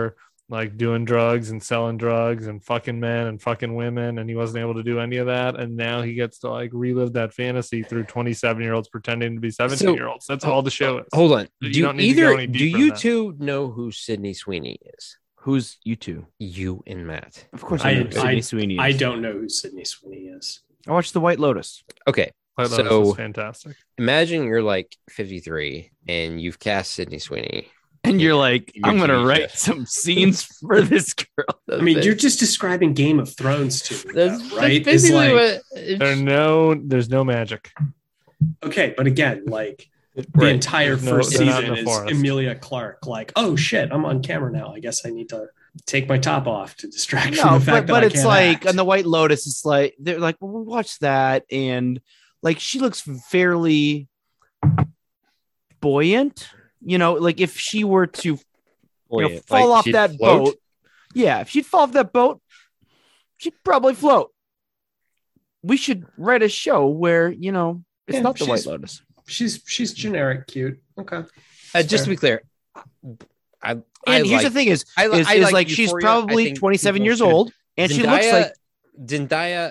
S2: like doing drugs and selling drugs and fucking men and fucking women and he wasn't able to do any of that and now he gets to like relive that fantasy through 27 year olds pretending to be 17 year olds that's all the show is
S3: hold on
S2: You
S3: do
S2: don't need to go
S3: either
S2: any
S3: do
S2: deeper
S3: you
S2: than that.
S3: two know who sydney sweeney is
S4: Who's you two?
S3: you and matt
S4: Of course,
S1: I-
S4: I, know Sydney
S1: I-
S4: Sweeney. is.
S1: I don't know who Sydney Sweeney is.
S4: I watched The White Lotus.
S3: okay
S2: Quite honest,
S3: So-
S2: it's fantastic
S3: imagine you're like 53 and you've cast Sydney Sweeney.
S4: And you're like,
S3: Your
S4: I'm gonna
S3: TV
S4: write
S3: show.
S4: some scenes for this girl.
S1: I mean, you're just describing Game of Thrones to me, though, right? It's
S3: basically
S1: like-
S3: what
S2: there are no there's no magic
S1: okay, but again, like the
S3: Right.
S1: entire
S2: There's no-
S1: first
S2: they're not in
S1: season
S2: the
S1: is
S2: forest.
S1: Emilia Clark. Like, oh shit, I'm on camera now. I guess I need to take my top off to distract from
S4: No,
S1: the fact
S4: but,
S1: that
S4: but
S1: I
S4: it's
S1: can't
S4: like
S1: act.
S4: on the White Lotus, it's like they're like, well, we'll watch that, and like she looks fairly buoyant. You know, like if she were to you know,
S3: Boy,
S4: fall
S3: like,
S4: off
S3: she'd
S4: that
S3: float.
S4: boat, yeah, if she'd fall off that boat, she'd probably float. We should write a show where you know it's
S1: Yeah,
S4: not the White
S1: she's-
S4: Lotus.
S1: she's she's generic, cute. Okay,
S3: Uh, just to be clear, I I
S4: And here's
S3: like,
S4: the thing: is
S3: I, li-
S4: is,
S3: I
S4: is like she's
S3: Euphoria. I
S4: probably
S3: think
S4: 27
S3: people
S4: years
S3: should-
S4: old, and she looks
S3: Zendaya-
S4: like
S3: Zendaya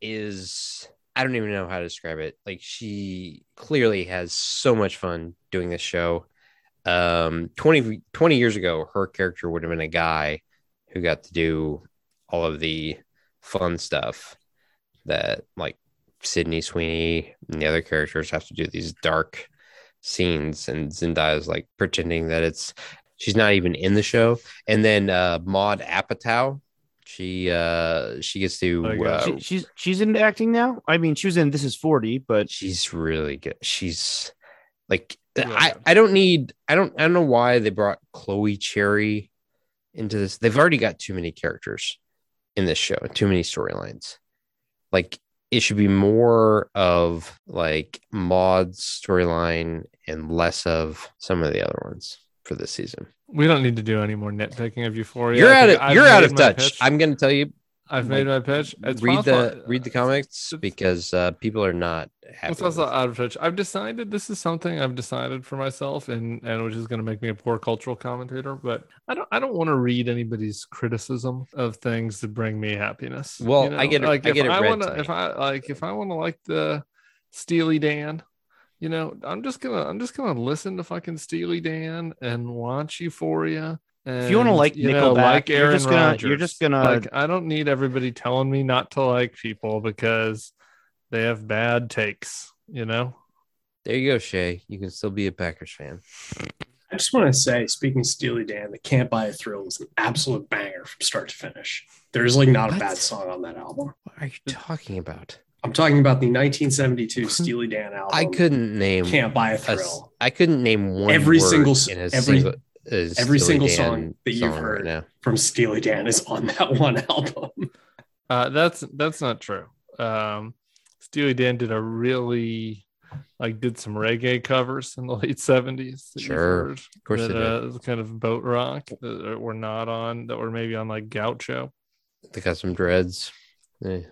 S3: is I don't even know how to describe it. Like she clearly has so much fun doing this show. Um 20 20 years ago her character would have been a guy who got to do all of the fun stuff that like Sydney Sweeney and the other characters have to do these dark scenes and Zendaya's like pretending that it's she's not even in the show and then uh Maud Apatow she uh she gets to
S2: Oh, gosh.
S3: uh,
S4: She, she's she's into acting now. I mean, she was in This Is Forty, but
S3: she's really good she's like uh,
S2: Yeah.
S3: I I don't need I don't I don't know why they brought Chloe Cherry into this they've already got too many characters in this show too many storylines like it should be more of like Maud's storyline and less of some of the other ones for this season
S2: we don't need to do any more nitpicking of euphoria
S3: you're
S2: Oh, I
S3: out
S2: think
S3: of
S2: I've
S3: you're out
S2: made
S3: of
S2: my
S3: touch
S2: pitch.
S3: I'm gonna tell you
S2: I've made my pitch. It's
S3: read
S2: possible-
S3: the read the comics because uh, people are not happy
S2: It's also
S3: with
S2: out of touch. I've decided this is something I've decided for myself, and and which is going to make me a poor cultural commentator. But I don't I don't want to read anybody's criticism of things that bring me happiness.
S3: Well, I get it-
S2: Like
S3: I
S2: if
S3: get it
S2: I
S3: read
S2: want
S3: to me.
S2: to, if I like, if I want to like the Steely Dan, you know, I'm just gonna I'm just gonna listen to fucking Steely Dan and watch Euphoria
S4: if you want to
S2: And,
S4: like
S2: you know,
S4: Nickelback,
S2: like
S4: you're
S2: Aaron
S4: just gonna you're
S2: Rodgers.
S4: just gonna
S2: like I don't need everybody telling me not to like people because they have bad takes, you know?
S3: There you go, Shay. You can still be a Packers fan.
S1: I just want to say, speaking of Steely Dan, the Can't Buy a Thrill is an absolute banger from start to finish. There's like not a
S3: What?
S1: bad song on that album.
S3: What are you talking about?
S1: I'm talking about the 1972 Steely Dan album.
S3: I couldn't name
S1: Can't Buy a
S3: a s-
S1: Oh, Thrill.
S3: I couldn't name one
S1: Every
S3: word
S1: single s-
S3: in a
S1: every-
S3: single, a
S1: every
S3: Steely
S1: single
S3: Dan
S1: song that you've
S3: song
S1: heard.
S3: right now.
S1: From Steely Dan is on that one album.
S2: Uh, that's that's not true. Um, Steely Dan did a really like did some reggae covers in the late seventies.
S3: Sure. Of course,
S2: that,
S3: they did.
S2: uh, was kind of boat rock that were not on that were maybe on like Gaucho.
S3: they got some dreads. Eh.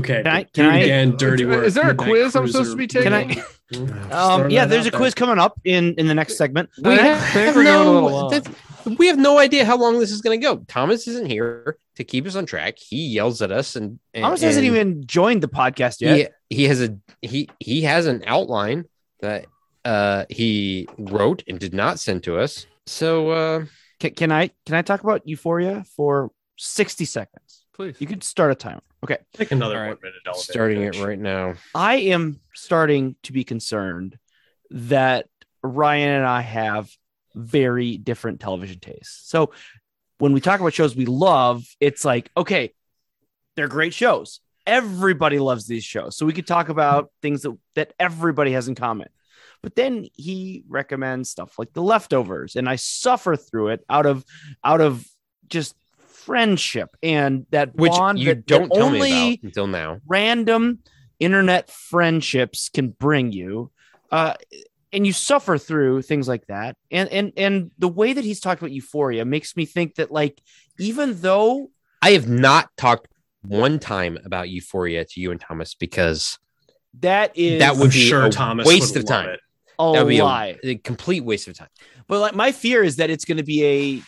S1: Okay.
S4: Can I-
S1: but
S4: can
S1: Dirty
S4: I-
S1: Dan, dirty work.
S2: Is there a
S1: Midnight
S2: quiz I'm
S1: Cruiser.
S2: supposed to be taking?
S4: I-
S1: Hmm? Just
S4: um,
S1: throwing
S4: yeah.
S1: that
S4: There's a
S1: out
S4: quiz coming up in in the next segment.
S3: We
S2: I
S3: have,
S2: think we're going a little
S3: no,
S2: long.
S3: that- we have no idea how long this is going to go. Thomas isn't here to keep us on track. He yells at us, and, and
S4: Thomas hasn't
S3: and
S4: even joined the podcast yet.
S3: He, he has a he he has an outline that uh he wrote and did not send to us. So uh
S4: Can, can I can I talk about Euphoria for 60 seconds?
S2: Please.
S4: You could start a timer. Okay.
S1: there. Take another
S3: All right.
S1: one minute. elevator
S3: starting it
S1: pitch.
S3: right now.
S4: I am starting to be concerned that Ryan and I have very different television tastes. So when we talk about shows we love, it's like, okay, they're great shows. Everybody loves these shows. So we could talk about things that, that everybody has in common. But then he recommends stuff like The Leftovers, and I suffer through it out of out of just friendship and that
S3: Which
S4: bond
S3: you
S4: that- that
S3: don't tell
S4: only
S3: me about until now.
S4: random internet friendships can bring you uh and you suffer through things like that and and and the way that he's talked about euphoria makes me think that like even though
S3: I have not talked one time about Euphoria to you and Thomas because
S4: that is
S3: That
S1: I'm
S3: would be
S1: sure
S3: a
S1: Thomas
S3: waste
S1: would
S3: of
S1: love
S3: time.
S1: it.
S4: a
S3: that would be a-
S4: lie
S3: a complete waste of time.
S4: but like my fear is that it's going to be a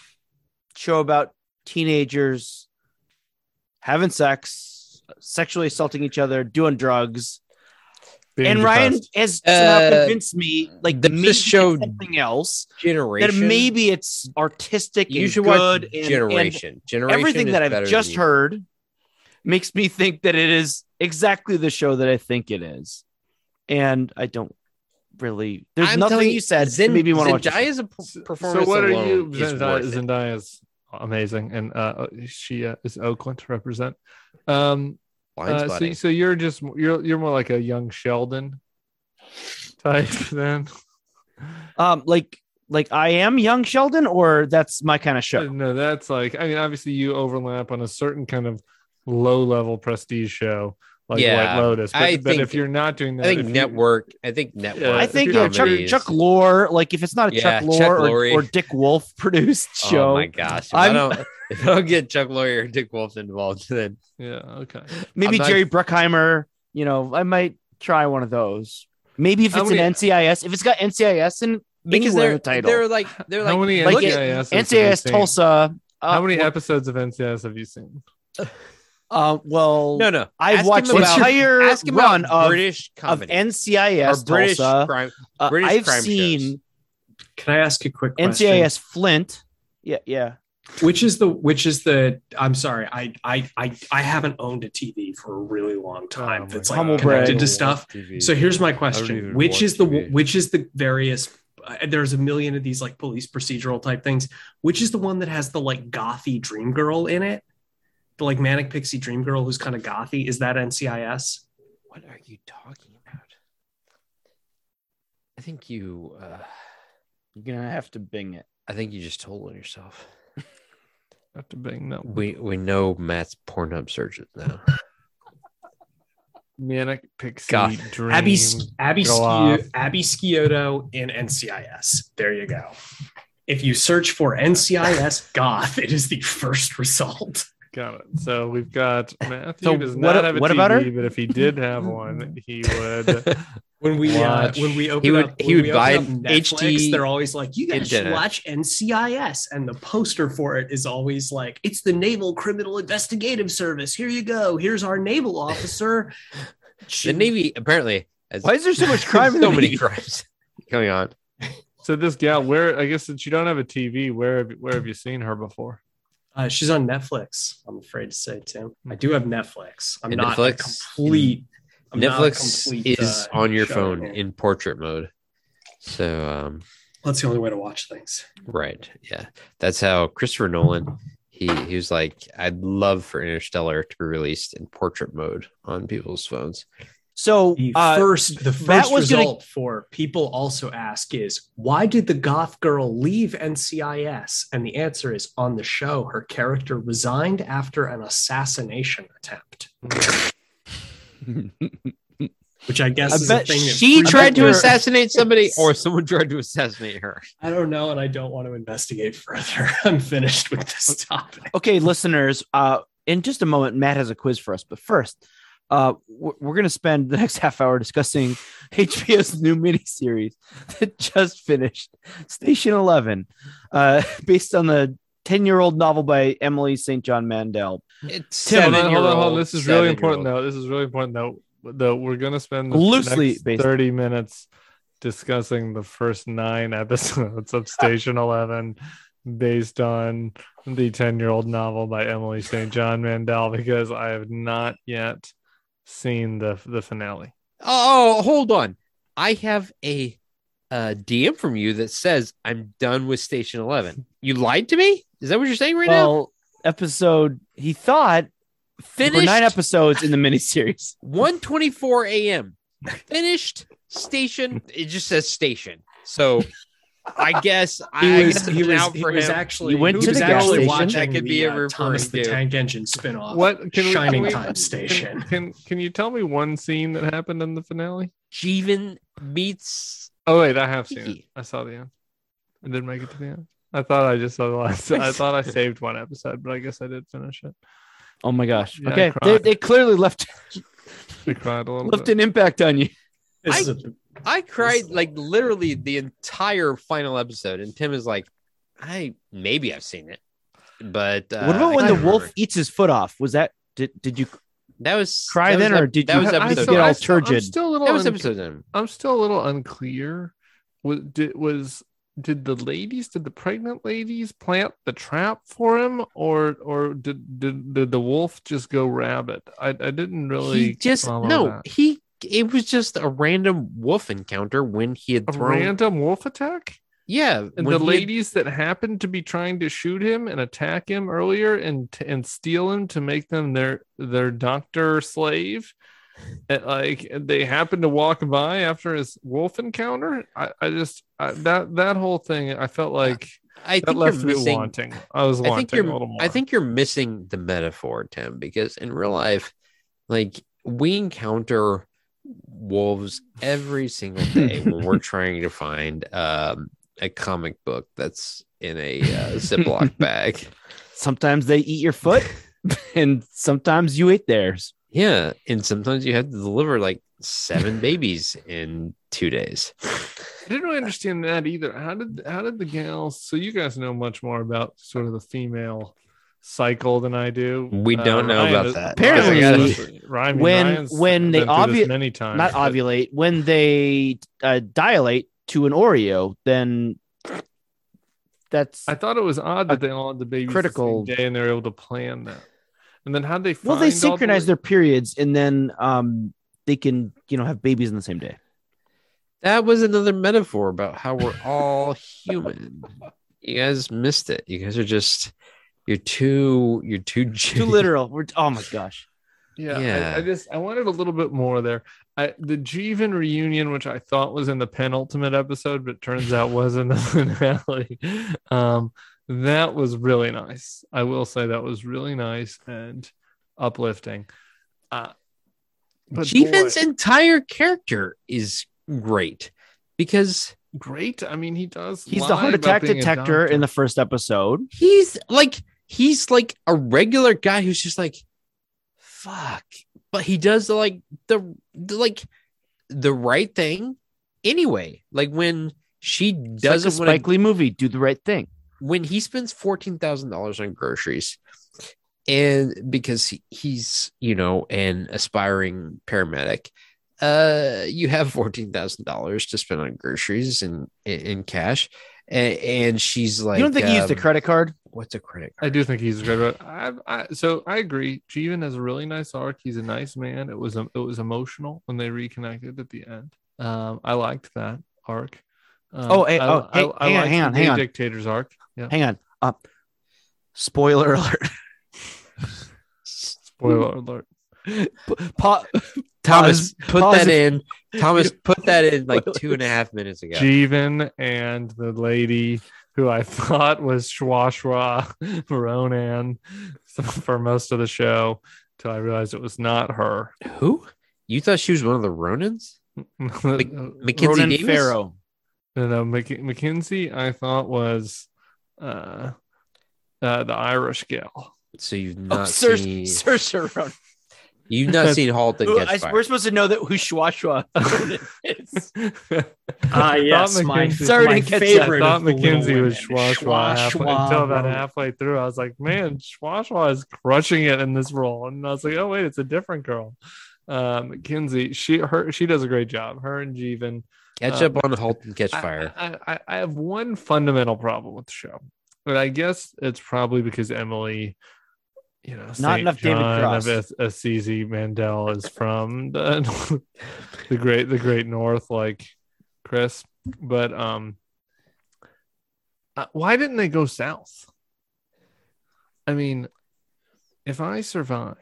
S4: show about teenagers having sex sexually assaulting each other doing drugs
S2: Being
S4: and ryan
S2: depressed.
S4: has somehow
S3: Uh,
S4: convinced me like
S3: the-
S4: the
S3: this
S4: maybe
S3: show-
S4: show something else
S3: Generation
S4: that maybe it's artistic and
S3: you should
S4: good
S3: watch
S4: and- and,
S3: Generation. Generation
S4: everything
S3: is
S4: that
S3: better
S4: I've
S3: than
S4: just
S3: you.
S4: heard makes me think that it is exactly the show that I think it is, and I don't really. There's
S3: I'm
S4: nothing
S3: telling
S4: you said
S3: Zen-
S4: made me want to watch. the show.
S3: Zendaya's a p- performance.
S2: So what are
S3: alone
S2: you?
S3: is
S2: Zendaya,
S3: worth it.
S2: Zendaya is amazing, and uh, she uh, is eloquent to represent. Um,
S3: Blind
S2: uh, so,
S3: spotting.
S2: so you're just you're you're more like a young Sheldon type then.
S4: Um, like, like I am young Sheldon, or that's my kind of show.
S2: No, that's like I mean, obviously you overlap on a certain kind of low level prestige show like
S3: Yeah,
S2: White Lotus. But,
S3: I
S2: but if
S3: think-
S2: you're not doing that,
S3: I think
S2: if you-
S3: network. I think network.
S2: Uh,
S4: I think
S2: yeah,
S4: uh, Chuck
S3: comedies.
S4: Chuck Lore, like if it's not a
S3: Yeah,
S4: Chuck
S3: Chuck
S4: Lore or,
S3: Lorre.
S4: or Dick Wolf produced show,
S3: Oh my gosh! If I
S4: I'm-
S3: don't, if I don't get Chuck Lawyer or Dick Wolf involved, then
S2: yeah, okay.
S4: maybe
S3: I'm not-
S4: Jerry Bruckheimer. You know, I might try one of those. Maybe if
S2: How
S4: it's
S2: many-
S4: an NCIS, if it's got NCIS in
S3: e- because
S4: anywhere in
S3: they're
S4: the title,
S3: they're like they're
S2: How
S3: like
S2: many
S4: like it-
S2: NCIS? have you
S4: NCIS
S2: seen?
S4: Tulsa. Uh,
S2: How many
S4: Well,
S2: episodes of NCIS have you seen?
S4: uh, well
S3: no no.
S4: I've
S3: Ask
S4: watched
S3: him
S4: the
S3: about-
S4: entire
S3: Ask him
S4: run
S3: about
S4: of,
S3: British
S4: of
S3: comedy
S4: NCIS
S3: or British
S4: Tulsa.
S3: crime.
S4: Uh,
S3: British
S4: I've
S3: crime shows.
S4: seen
S1: Can I ask a quick question?
S4: NCIS Flint. Yeah, yeah.
S1: Which is the which is the I'm sorry, I I I I haven't owned a TV for a really long time
S2: Oh my
S1: that's
S2: God.
S1: like
S4: Humble brag.
S1: connected to stuff. So here's my question:
S3: even
S1: Which
S3: watch
S1: is the
S3: TV.
S1: which is the various? Uh, there's a million of these like police procedural type things. Which is the one that has the like gothy dream girl in it? The like manic pixie dream girl who's kind of gothy. Is that NCIS?
S3: What are you talking about? I think you. Uh,
S4: You're gonna have to Bing it.
S3: I think you just told on yourself.
S2: Not to Bing, no.
S3: We we know Matt's Pornhub searches now.
S2: Manic Pixie
S3: God.
S2: Dream.
S1: Abby Abby
S2: Go
S1: Scio-
S2: off.
S1: Abby Scioto in NCIS. There you go. If you search for NCIS goth, it is the first result.
S2: Got it. So we've got Matthew
S4: So
S2: does
S4: what-
S2: not have a
S4: what
S2: TV,
S4: about her?
S2: but if he did have one, he would.
S1: When we uh,
S2: Watch.
S1: when we open
S3: He would-
S1: up,
S3: he
S1: when
S3: would
S1: we
S3: buy
S1: open up
S3: an
S1: Netflix,
S3: HD
S1: they're always like, "You guys should
S3: antenna.
S1: watch NCIS," and the poster for it is always like, "It's the Naval Criminal Investigative Service. Here you go. Here's our naval officer."
S3: the Navy apparently. Has
S4: Why is there so much crime in
S3: so
S4: the
S3: many
S4: Navy?
S3: crimes going on.
S2: So this gal, where I guess since you don't have a TV, where have, where have you seen her before?
S1: Uh, she's on Netflix. I'm afraid to say, Tim. I do have Netflix. I'm
S3: And
S1: not
S3: Netflix-
S1: a complete. I'm not a
S3: Netflix
S1: complete,
S3: is
S1: uh,
S3: on your
S1: show
S3: phone
S1: fan.
S3: in portrait mode. So um
S1: That's the only way to watch things.
S3: Right. Yeah. That's how Christopher Nolan, he he was like, I'd love for Interstellar to be released in portrait mode on people's phones.
S4: So
S1: The
S4: uh,
S1: first, the
S4: that
S1: first
S4: was gonna-
S1: result for people also ask is why did the goth girl leave NCIS? And the answer is on the show, her character resigned after an assassination attempt, which I guess
S4: I
S1: is
S4: bet
S1: a thing that
S4: she
S1: freaked
S4: tried
S1: me
S4: to
S1: out.
S4: assassinate-
S3: somebody or someone tried to assassinate her.
S1: I don't know, and I don't want to investigate further. I'm finished with this topic.
S4: okay, listeners, uh, in just a moment, Matt has a quiz for us. But first, uh, we're, we're going to spend the next half hour discussing HBO's new miniseries that just finished, Station 11, uh, based on the 10 year old novel by Emily St. John Mandel.
S3: It's
S4: Tim,
S2: Hold on, hold on, hold on.
S3: seven-year-old,
S2: This is really important,
S3: seven-year-old.
S2: though. This is really important, though. Though we're gonna spend the
S4: Loosely
S2: next
S4: based-
S2: thirty minutes discussing the first nine episodes of Station Eleven, based on the ten-year-old novel by Emily St. John Mandel, because I have not yet seen the the finale.
S3: Oh, hold on. I have a uh, DM from you that says I'm done with Station Eleven. You lied to me. Is that what you're saying right
S4: Well, episode, he thought
S3: now?
S4: there were
S3: Finished
S4: nine episodes in the miniseries.
S3: 124 a.m. Finished station. It just says station. So I guess I
S1: He
S3: I
S1: was,
S3: guess
S1: he
S3: it's
S1: was,
S3: out
S1: he
S3: for
S1: was
S3: him.
S1: actually
S4: He went to
S1: was
S4: the gas
S1: actually
S4: station.
S1: watching
S3: That could
S1: the,
S3: be a
S1: uh,
S3: referring
S1: Thomas the
S3: to.
S1: Tank Engine spinoff.
S2: What can we-
S1: Shining
S2: can we-
S1: Time Station?
S2: Can can you tell me one scene that happened in the finale?
S3: Jeevan meets.
S2: Oh wait, I have seen it. I saw the end. I did make it to the end. I thought I just saw the last. I thought I saved one episode, but I guess I did finish it.
S4: Oh my gosh.
S2: Yeah, I
S4: okay. They,
S2: cried.
S4: they clearly left
S2: I cried a little
S4: left
S2: bit.
S4: an impact on you.
S1: This
S3: I-
S1: is a-
S3: I cried like literally the entire final episode, and Tim is like, "I maybe I've seen it, but uh,
S4: what
S3: I
S4: about when the
S3: can't
S4: wolf
S3: remember."
S4: eats his foot off? Was that did, did you
S3: That was that
S4: cry
S3: was
S4: then,
S3: ep-
S4: or did
S3: that
S4: you-
S3: was
S4: I- I
S3: episode?
S4: saw-
S3: That
S4: all
S2: I'm still- I'm
S4: turgid.
S2: still a little.
S3: was
S2: unc-
S3: episode. seven.
S2: I'm still a little unclear. Was did was did the ladies did the pregnant ladies plant the trap for him, or or did did, did the wolf just go rabbit? I I didn't really
S3: he just
S2: follow
S3: no.
S2: that.
S3: He it was just a random wolf encounter when he had
S2: a
S3: thrown.
S2: random wolf attack.
S3: yeah,
S2: And the
S3: when he had-
S2: ladies that happened to be trying to shoot him and attack him earlier and and steal him to make them their their doctor slave, and, like they happened to walk by after his wolf encounter. I, I just I, that that whole thing I felt like
S3: I
S2: that
S3: think you're
S2: left me
S3: missing.
S2: wanting. I was
S3: I
S2: wanting
S3: think
S2: a
S3: you're
S2: little more.
S3: I think you're missing the metaphor, Tim, because in real life, like we encounter wolves every single day when we're trying to find um, a comic book that's in a uh, Ziploc bag.
S4: sometimes they eat your foot and sometimes you ate theirs.
S3: Yeah, and sometimes you have to deliver like seven babies in two days.
S2: I didn't really understand that either. How did how did the gals? So you guys know much more about sort of the female cycle than I do. Uh,
S3: We don't know about that.
S4: Apparently,
S2: Ryan,
S4: when-
S2: Ryan's
S4: when they
S2: been through this
S4: obvi-
S2: many times,
S4: Not
S2: but-
S4: ovulate when they uh, dilate to an Oreo, then that's
S2: I thought it was odd that they all had the babies critical
S4: critical-
S2: the same day and they're able to plan that. And then how they find
S4: well, they
S2: all the-
S4: synchronize their periods and then um they can you know have babies on the same day.
S3: That was another metaphor about how we're all human. You guys missed it. You guys are just you're too you're too
S4: Too literal. We're oh my gosh.
S2: Yeah,
S3: Yeah.
S2: I, I just I wanted a little bit more there. I, the Jeevan reunion, which I thought was in the penultimate episode, but turns out was in the finale. Um, that was really nice. I will say that was really nice and uplifting. Uh, but
S3: Jeevan's
S2: boy,
S3: entire character is great because
S2: great. I mean, he does.
S4: He's the
S2: lie
S4: heart
S2: about
S4: attack
S2: being a
S4: detector in
S2: doctor.
S4: the first episode.
S3: he's like he's like a regular guy who's just like fuck, but he does the, like the, the like the right thing anyway. Like when she
S4: Does
S3: doesn't
S4: like a
S3: want to
S4: Spike Lee movie do the right thing?
S3: when he spends fourteen thousand dollars on groceries, and because he, he's you know an aspiring paramedic, uh, you have fourteen thousand dollars to spend on groceries and in, in cash, and, and she's like,
S4: you don't think he used a
S3: um,
S4: credit card?
S3: What's a credit?
S2: I do think he's a good. I, I, so I agree. Jeevan has a really nice arc. He's a nice man. It was it was emotional when they reconnected at the end. Um, I liked that arc. Um,
S4: Oh, hey- oh, hey- hang on,
S2: liked
S4: hang on,
S2: the
S4: hang on.
S2: Dictator's arc. Yeah.
S4: Hang on. Uh, spoiler alert.
S2: Spoiler alert.
S4: Pa-
S3: Thomas,
S4: Pause-
S3: put
S4: pause
S3: that
S4: if-
S3: in. Thomas, put that in like two and a half minutes ago.
S2: Jeevan and the lady who I thought was Schwashwa Ronan for most of the show till I realized it was not her.
S3: Who? You thought she was one of the Ronins? Mackenzie
S4: Ronan
S3: Davis?
S4: Farrow.
S2: No, no, Mc- McKinsey, I thought was uh, uh, the Irish gal.
S3: So you've not
S4: Oh, Sir,
S3: seen
S4: Sir, Sir Ronan.
S3: you've not seen Halton
S4: Who-
S3: get
S4: I-
S3: fired.
S4: we're supposed to know that who Schwashwa Ronan is.
S2: I
S1: yes,
S2: thought
S1: my-
S2: McKenzie-
S4: Sorry to
S1: my
S4: catch you.
S2: I
S1: favorite.
S2: thought
S1: of the Little
S2: McKenzie was
S1: Women.
S2: Schwa Schwa half-
S4: Schwa
S2: until about
S4: Ronan.
S2: halfway through. I was like, man, Schwa Schwa is crushing it in this role. And I was like, oh wait, it's a different girl. Um, McKenzie, she her she does a great job. Her and Jeevan
S3: Catch
S2: uh,
S3: up on Halton catch
S2: I-
S3: fire.
S2: I, I, I have one fundamental problem with the show, but I guess it's probably because Emily, you know, St.
S4: enough David
S2: John
S4: Cross.
S2: of Es- Assisi Mandel is from the, the great the great North, like Chris. But um, uh, why didn't they go south? I mean, if I survive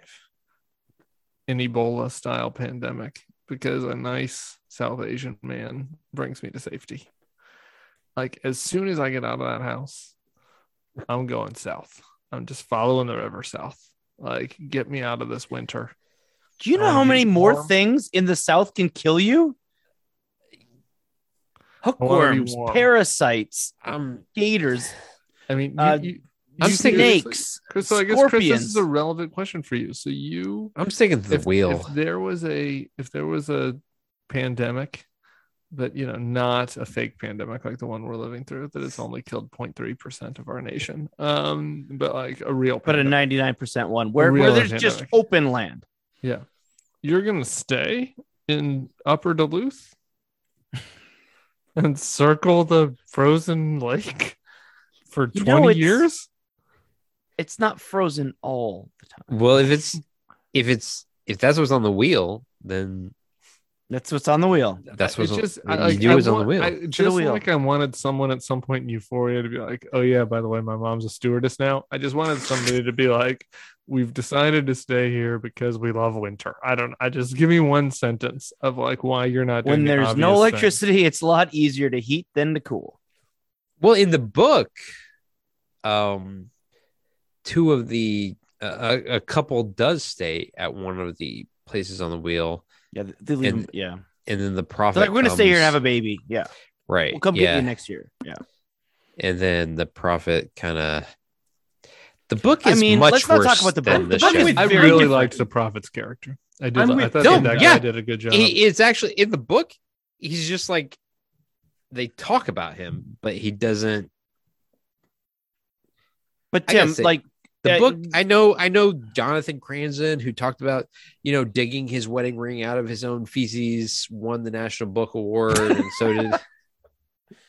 S2: an Ebola style pandemic because a nice South Asian man brings me to safety, like as soon as I get out of that house, I'm going south. I'm just following the river south. Like, get me out of this winter.
S4: Do you know
S2: Um,
S4: how many more
S2: warm.
S4: things in the South can kill you?
S2: wanna be
S4: Hookworms,
S2: warm.
S4: parasites,
S3: Um,
S4: gators,
S2: I mean, you,
S4: Uh,
S2: you-
S3: I'm
S2: you
S3: thinking-
S2: seriously-
S4: snakes,
S2: Chris, so I guess Chris, this is
S4: scorpions.
S2: a relevant question for you. So you
S3: I'm sticking to the
S2: if,
S3: wheel.
S2: if there was a if there was a pandemic but you know not a fake pandemic like the one we're living through that has only killed 0.3% of our nation um but like a real
S4: But a
S2: pandemic,
S4: 99% one where, where
S2: real
S4: there's just
S2: pandemic.
S4: open land.
S2: you're gonna stay in upper duluth and circle the frozen lake for
S4: You
S2: 20
S4: know, it's-
S2: years
S4: It's not frozen all the time.
S3: well, if it's if it's if that's what's on the wheel, then
S4: That's what's on the wheel.
S3: that's
S2: It's
S3: what's
S2: just
S3: on,
S2: I,
S3: you
S2: like,
S3: do
S2: I
S3: is on the
S2: want-
S3: wheel.
S2: I- just
S4: wheel.
S2: like I wanted someone at some point in Euphoria to be like, "Oh yeah, by the way, my mom's a stewardess now." I just wanted somebody to be like, "We've decided to stay here because we love winter." I don't. I just give me one sentence of like why you're not. doing
S4: When
S2: the
S4: there's no
S2: obvious thing.
S4: electricity, it's a lot easier to heat than to cool.
S3: Well, in the book, um, two of the uh, a, a couple does stay at one of the places on the wheel,
S4: Yeah, they leave
S3: And
S4: them- yeah.
S3: and then the
S4: They're
S3: prophet.
S4: like, we're gonna stay here and have
S3: comes-
S4: a baby. Yeah,
S3: right.
S4: we'll come
S3: yeah,
S4: get you next year. Yeah,
S3: and then the prophet kind of. The book
S4: I
S3: is
S4: mean,
S3: much
S4: let's not
S3: worse
S4: talk about the book.
S3: than
S4: The
S3: the
S4: book
S3: show.
S4: is
S2: I
S4: Very
S2: really
S4: different.
S2: liked the prophet's character. I did.
S1: I'm
S2: li- I
S1: with
S2: thought
S3: Dylan,
S2: that guy
S3: yeah.
S2: did a good job.
S3: He- it's actually in the book. He's just like they talk about him, but he doesn't.
S4: but
S3: I gotta
S4: Tim,
S3: say-
S4: like,
S3: the
S4: Yeah,
S3: book
S4: you-
S3: i know i know jonathan cranzen who talked about you know digging his wedding ring out of his own feces won the national book award and so did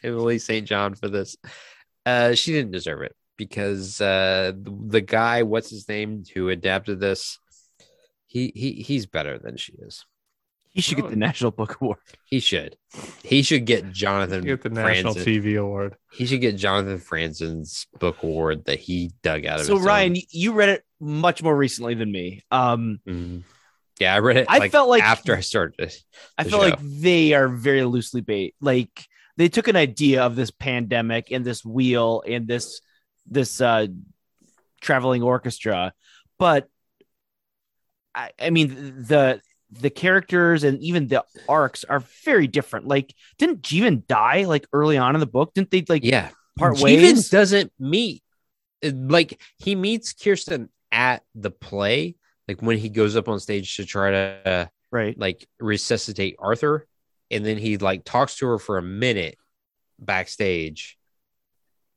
S3: emily st john for this uh she didn't deserve it because uh the, the guy what's his name who adapted this he he he's better than she is
S4: he should get
S3: oh.
S4: the National Book Award.
S3: he should he should get jonathan
S2: get the national
S3: Franzen-
S2: TV award.
S3: he should get jonathan franzen's book award that he dug out of
S4: So
S3: his own-
S4: Ryan, y- you read it much more recently than me. Um,
S3: Mhm. Yeah, I read it.
S4: I
S3: like,
S4: felt like-
S3: after I started. it.
S4: I
S3: The
S4: feel like
S3: show.
S4: they are very loosely bait. Like they took an idea of this pandemic and this wheel and this this uh traveling orchestra, but I, I mean the the characters and even the arcs are very different. Like, didn't Jeevan die like early on in the book? Didn't they like
S3: Yeah,
S4: part
S3: Jeevan
S4: ways?
S3: doesn't meet. Like he meets Kirsten at the play, like when he goes up on stage to try to uh,
S4: right.
S3: like resuscitate Arthur, and then he like talks to her for a minute backstage,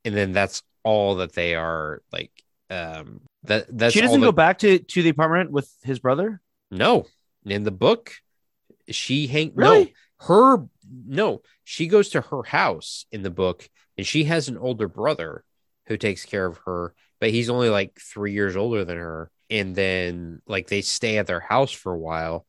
S3: and then that's all that they are like. Um, that that's
S4: she
S3: all
S4: doesn't
S3: that-
S4: go back to to the apartment with his brother.
S3: No, in the book, she hang
S4: Really?
S3: no her no she goes to her house in the book and she has an older brother who takes care of her but he's only like three years older than her and then like they stay at their house for a while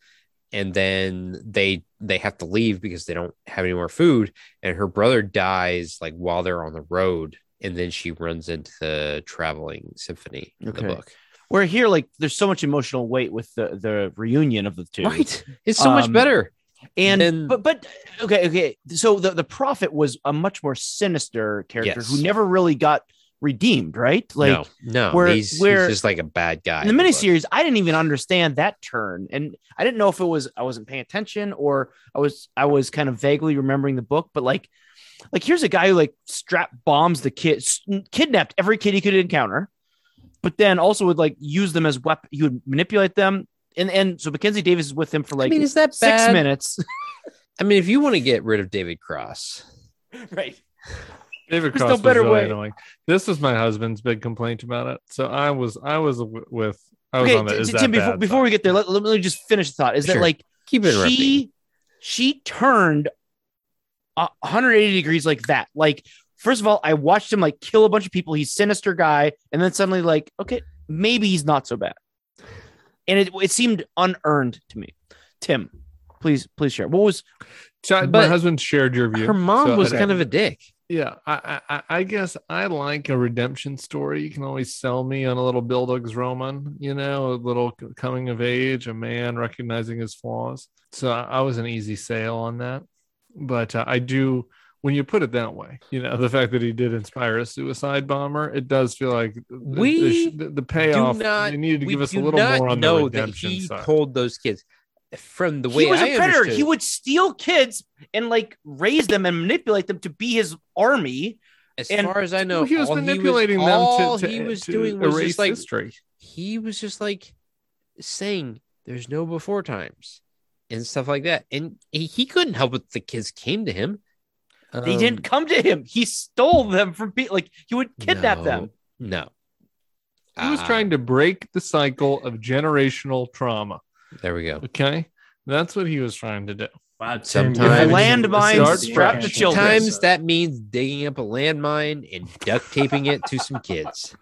S3: and then they they have to leave because they don't have any more food and her brother dies like while they're on the road and then she runs into the traveling symphony in the
S4: Okay.
S3: book
S4: Where here, like, there's so much emotional weight with the the reunion of the two.
S3: right it's so much
S4: Um,
S3: better
S4: And
S3: Then-
S4: but but okay, okay. So the the prophet was a much more sinister character
S3: Yes.
S4: who never really got redeemed, right? Like
S3: no, no,
S4: where-
S3: he's,
S4: where-
S3: he's just like a bad guy.
S4: in the
S3: book.
S4: miniseries, I didn't even understand that turn, and I didn't know if it was I wasn't paying attention or I was I was kind of vaguely remembering the book, but like, like here's a guy who like strap bombs the kid, s- kidnapped every kid he could encounter, but then also would like use them as weapon. He would manipulate them, and and so Mackenzie Davis is with him for like
S3: I mean, is that
S4: six
S3: bad?
S4: minutes,
S3: I mean, if you want to get rid of David Cross,
S4: right?
S2: David
S4: There's no
S2: Cross was
S4: better
S2: really
S4: way.
S2: annoying. This was my husband's big complaint about it. So I was I was w- with I was
S4: Okay,
S2: on the
S4: T-
S2: is
S4: T-
S2: that
S4: Tim, before,
S2: bad
S4: before we
S2: side.
S4: get there, let, let me just finish the thought. Is that
S3: Sure.
S4: like
S3: keep it
S4: she she turned a- 180 degrees like that like first of all i watched him like kill a bunch of people he's sinister guy and then suddenly like okay maybe he's not so bad and it, it seemed unearned to me tim please please share what was
S2: So I- my
S3: but
S2: husband shared your view.
S3: Her mom
S2: so
S3: was
S2: I-
S3: kind of a dick.
S2: yeah. I, I I- I guess I like a redemption story. You can always sell me on a little Bildung's Roman, you know, a little c- coming of age, a man recognizing his flaws. So I, I was an easy sale on that. But uh, I do when you put it that way, you know, the fact that he did inspire a suicide bomber, it does feel like the- the-
S3: We
S2: the, the payoff.
S3: not-
S2: you needed to
S3: We
S2: give us a
S3: do
S2: little
S3: not
S2: more on the
S3: know
S2: redemption
S3: that he
S2: side.
S3: told those kids from the way
S4: he was
S3: I
S4: a predator
S3: understood
S4: he
S3: it,
S4: would steal kids and like raise them and manipulate them to be his army
S3: as
S4: and-
S3: far as I know,
S2: Well, he was
S3: all
S2: manipulating
S3: all
S2: them to, to,
S3: he was
S2: to
S3: doing was
S2: erase
S3: just like
S2: history.
S3: he was just like saying there's no before times and stuff like that. And he, he couldn't help it. The kids came to him.
S4: they
S3: Um,
S4: didn't come to him he stole them from people like he would kidnap them
S3: No.
S2: He was
S3: Ah,
S2: trying to break the cycle of generational trauma.
S3: Ah, There we go.
S2: Okay. That's what he was trying to do.
S1: Wow, Tim,
S3: Sometimes-
S1: you haven't even
S4: Landmines
S1: listened to the
S4: strapped to
S1: actual
S4: children.
S3: Sometimes
S1: episode.
S3: that means digging up a landmine and duct taping it to some kids.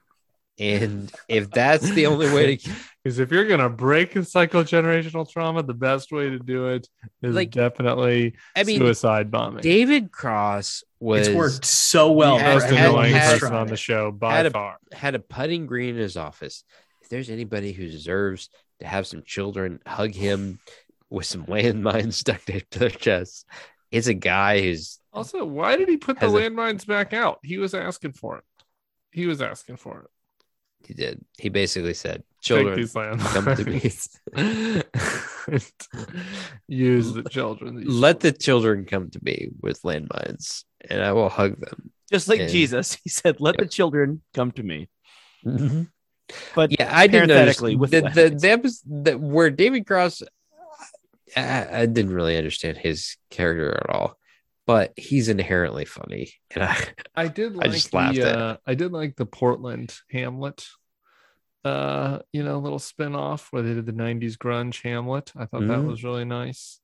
S3: And if that's the only way to
S2: Because if you're going to break the psychogenerational trauma, the best way to do it is
S3: Like,
S2: definitely
S3: I mean,
S2: suicide bombing.
S3: David Cross was
S1: it's worked so well.
S3: Yeah,
S2: Most
S1: for
S3: had-
S2: annoying
S1: everyone
S3: had-
S1: who's
S2: person
S1: tried
S2: on the
S1: it.
S2: show by
S3: had a-
S2: far.
S3: had a putting green in his office. If there's anybody who deserves to have some children hug him with some landmines duct taped to their chest, it's a guy who's
S2: Also, why did he put the
S3: Has a-
S2: landmines back out? He was asking for it. He was asking for it.
S3: he did. He basically said,
S2: Take
S3: "Children,
S2: these
S3: come to me."
S2: landmines. Use the children. these
S3: Let the children come to me with landmines, and I will hug them.
S4: just like
S3: And-
S4: jesus he said let the children come to me But
S3: yeah, I didn't notice
S4: Mm-hmm. parenthetically with
S3: the, the,
S4: landmines.
S3: the episode that where David Cross, I, I didn't really understand his character at all, but he's inherently funny, and I
S2: I did like
S3: I just laughed
S2: the,
S3: at it.
S2: uh, I did like the Portland Hamlet uh you know little spin-off where they did the 90s grunge Hamlet. I thought that
S3: Mhm.
S2: was really nice.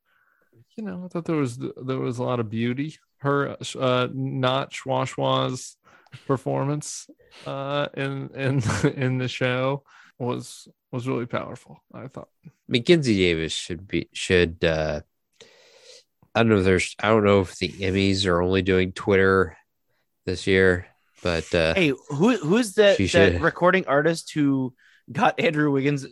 S2: You know, I thought there was there was a lot of beauty her uh not Schwashwa's performance uh in in in the show was was really powerful, I thought.
S3: Mackenzie Davis should be should uh I don't know if there's I don't know if the Emmys are only doing Twitter this year, but uh
S4: Hey, who who's that,
S3: She
S4: that
S3: should-
S4: recording artist who got Andrew Wiggins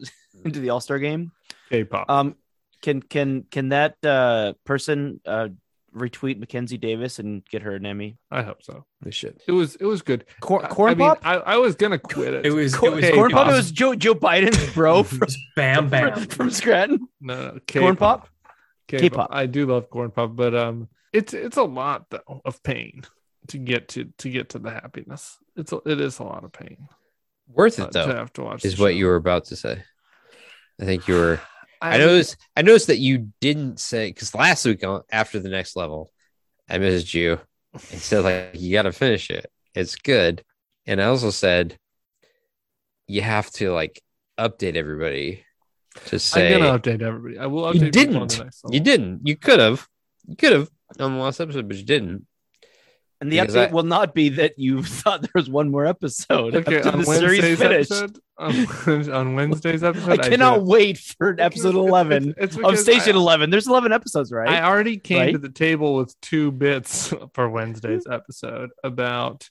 S4: into the All Star game?
S2: K-pop.
S4: Um, can can can that uh, person uh, retweet Mackenzie Davis and get her an Emmy?
S2: I hope so.
S3: we should
S2: It was it was good.
S4: Cor-
S2: I-
S4: corn
S2: I, mean,
S4: pop.
S2: I, I was gonna quit it.
S1: It was
S4: Cor-
S1: it was
S4: corn pop. It
S1: K-pop.
S4: was Joe Joe Biden's bro from,
S1: bam
S4: from,
S1: bam.
S4: from Scranton.
S2: no, no
S4: Corn
S2: K-pop.
S4: pop.
S2: K-pop.
S4: K-pop.
S2: I do love corn pop, but um, it's it's a lot though of pain to get to to get to the happiness. It's a, it is a lot of pain
S3: worth
S2: uh,
S3: it
S2: to
S3: though
S2: have to watch.
S3: is
S2: the
S3: what
S2: show.
S3: you were about to say. I think you were I,
S2: mean,
S3: noticed I noticed that you didn't say because last week on after the next level, I messaged you and said like you gotta finish it. It's good. And I also said you have to like update everybody to say
S2: I'm gonna update everybody. I will update people on
S3: didn't.
S2: the next
S3: you
S2: level.
S3: didn't. You could have. You could have on the last episode, but you didn't.
S4: And the
S3: Because
S4: update
S3: I-
S4: will not be that you thought there was one more episode
S2: Okay,
S4: after
S2: on
S4: the series
S2: Wednesday's
S4: finished.
S2: episode, on, on Wednesday's
S4: I
S2: episode,
S4: cannot
S2: did.
S4: wait for
S2: Because
S4: episode
S2: it's-
S4: eleven
S2: it's- it's
S4: of
S2: because
S4: Station
S2: I-
S4: Eleven. There's eleven episodes, right?
S2: I already came to
S4: Right?
S2: the table with two bits for Wednesday's episode about,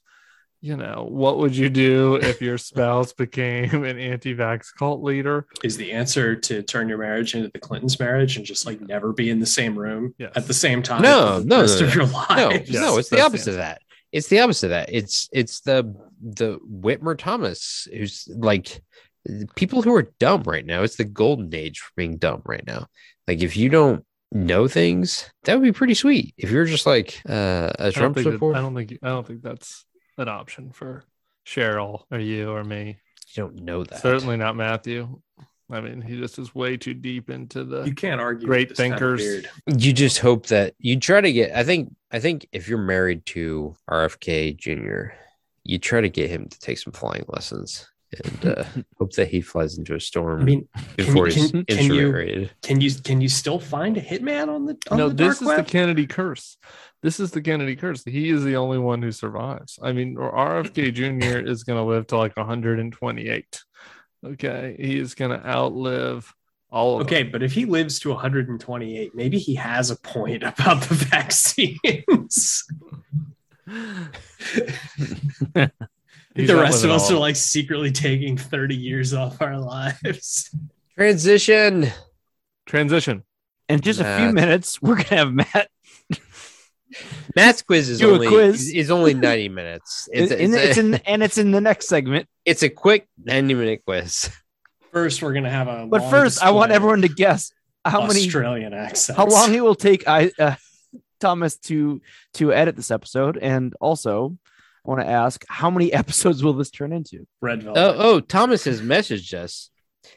S2: you know, what would you do if your spouse became an anti-vax cult leader?
S1: Is the answer to turn your marriage into the Clinton's marriage and just like never be in the same room
S2: Yes.
S1: at the same time?
S3: No,
S1: for the
S3: no,
S1: rest
S3: no,
S1: of your
S3: No,
S1: life.
S2: Yes,
S3: no, it's the
S2: that's the
S3: opposite of that. It's the opposite of that. It's it's the the Whitmer Thomas who's like the people who are dumb right now. It's the golden age for being dumb right now. Like if you don't know things, that would be pretty sweet. If you're just like uh, a
S2: I don't,
S3: Trump
S2: think that, I
S3: supporter,
S2: don't think I don't think that's an option for Cheryl or you or me.
S3: you don't know that.
S2: Certainly not Matthew. I mean, he just is way too deep into the.
S1: You can't argue.
S2: Great
S1: with this kind of
S2: thinkers.
S1: beard.
S3: you just hope that you try to get i think i think if you're married to rfk jr you try to get him to take some flying lessons and uh, hope that he flies into a storm
S1: I mean,
S3: before
S1: can-
S3: he's
S1: can- can you-
S3: incinerated
S1: can you can you still find a hitman on the on
S2: no,
S1: the
S2: this
S1: dark
S2: is the
S1: web?
S2: Kennedy curse. This is the Kennedy curse. He is the only one who survives. I mean, or RFK Jr. is going to live to like 128. Okay, he is going to outlive all of
S1: Okay,
S2: us.
S1: but if he lives to 128, maybe he has a point about the vaccines.
S2: He's
S1: the
S2: not
S1: rest of
S2: living
S1: us
S2: all
S1: are like secretly taking 30 years off our lives.
S3: transition
S2: transition.
S4: and just a few
S3: Matt.
S4: minutes, we're gonna have Matt.
S3: math's quiz is
S4: Do a
S3: only
S4: quiz.
S3: is only 90 minutes it's,
S4: in,
S3: a, it's,
S4: it's
S3: a,
S4: in and it's in the next segment.
S3: it's a quick 90 minute quiz
S1: First, we're gonna have a.
S4: But
S1: long
S4: first, I want
S1: display of
S4: everyone to guess how many
S1: Australian accents.
S4: how long it will take I uh, Thomas to to edit this episode, and also I want to ask how many episodes will this turn into?
S1: Red Velvet.
S3: oh oh thomas has messaged us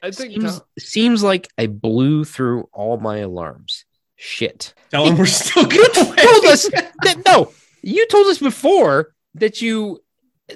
S2: I think
S3: seems, seems like i blew through all my alarms shit
S1: Tell him we're still
S3: you
S1: good.
S3: told us that no you told us before that you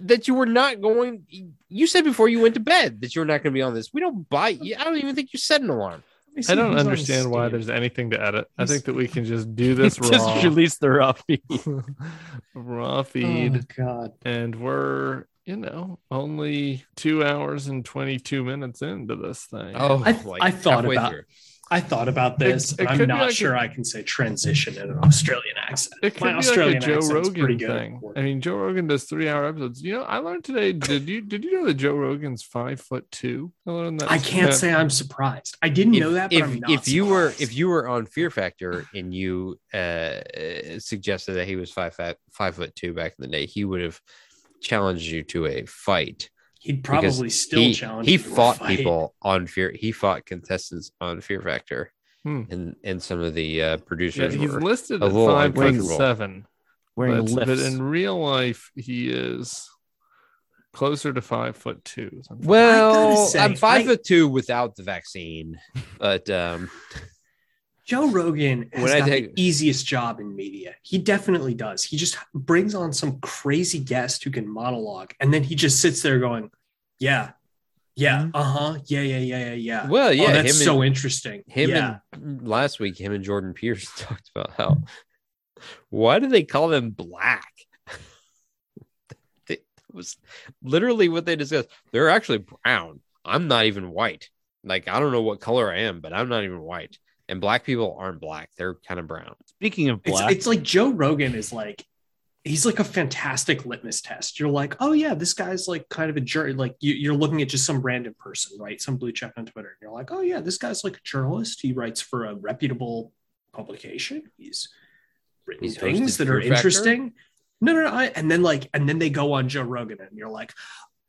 S3: that you were not going you said before you went to bed that you were not going to be on this we don't buy i don't even think you set an alarm
S2: I don't understand why there's anything to edit. I think that we can just do this
S4: Just
S2: raw,
S4: release the raw feed.
S2: raw
S1: Oh,
S2: feed,
S1: God.
S2: and we're you know only two hours and twenty two minutes into this thing.
S1: I- I thought about- I thought about this,
S2: It- it
S1: and
S2: could be
S1: I'm not
S2: like a-
S1: sure I can say transition in an Australian accent.
S2: It could
S1: My
S2: be
S1: Australian
S2: like a Joe
S1: accent's pretty
S2: Rogan
S1: good.
S2: thing. I mean, Joe Rogan does three hour episodes. You know, I learned today. Did you did you know that Joe Rogan's five foot two? I learned that.
S1: I can't
S2: that-
S1: say I'm surprised. I didn't know that, but
S3: if,
S1: I'm not
S3: if you were
S1: surprised.
S3: if you were on fear factor and you uh, uh suggested that he was five five, five foot two back in the day he would have challenged you to a fight
S1: he'd
S3: because
S1: probably still
S3: he,
S1: challenge.
S3: he
S1: you to a
S3: fought
S1: fight.
S3: people on fear he fought contestants on fear factor
S2: Hmm.
S3: and and some of the uh
S2: Yeah,
S3: producers
S2: he's
S3: were
S2: listed
S3: a
S2: at
S3: little
S2: five foot
S3: uncomfortable.
S2: seven,
S4: Wearing
S2: but,
S4: lifts.
S2: but in real life he is closer to five foot two.
S3: Well,
S1: say,
S3: I'm five
S1: I-
S3: foot two without the vaccine, but um,
S1: Joe Rogan has
S3: When I
S1: got
S3: take-
S1: the easiest job in media. He definitely does. He just brings on some crazy guest who can monologue, and then he just sits there going, "Yeah, yeah,
S2: Mm-hmm.
S1: uh huh, yeah, yeah, yeah, yeah, yeah."
S3: well, yeah,
S1: oh,
S3: him
S1: that's so
S3: and,
S1: interesting.
S3: him
S1: yeah.
S3: and last week, him and Jordan Pierce talked about how why do they call them black? that was literally what they discussed. They're actually brown. I'm not even white. Like I don't know what color I am, but I'm not even white. And black people aren't black; they're kind of brown.
S4: Speaking of
S1: it's,
S4: black,
S1: it's like Joe Rogan is like, he's like a fantastic litmus test. You're like, oh yeah, this guy's like kind of a jerk. Like you, you're looking at just some random person, right? Some blue check on Twitter, and you're like, oh yeah, this guy's like a journalist. He writes for a reputable publication. He's written
S3: He's
S1: things
S3: hosted
S1: that are
S3: Fear Factor?
S1: interesting. No, no, no. I, and then like, and then they go on Joe Rogan, and you're like.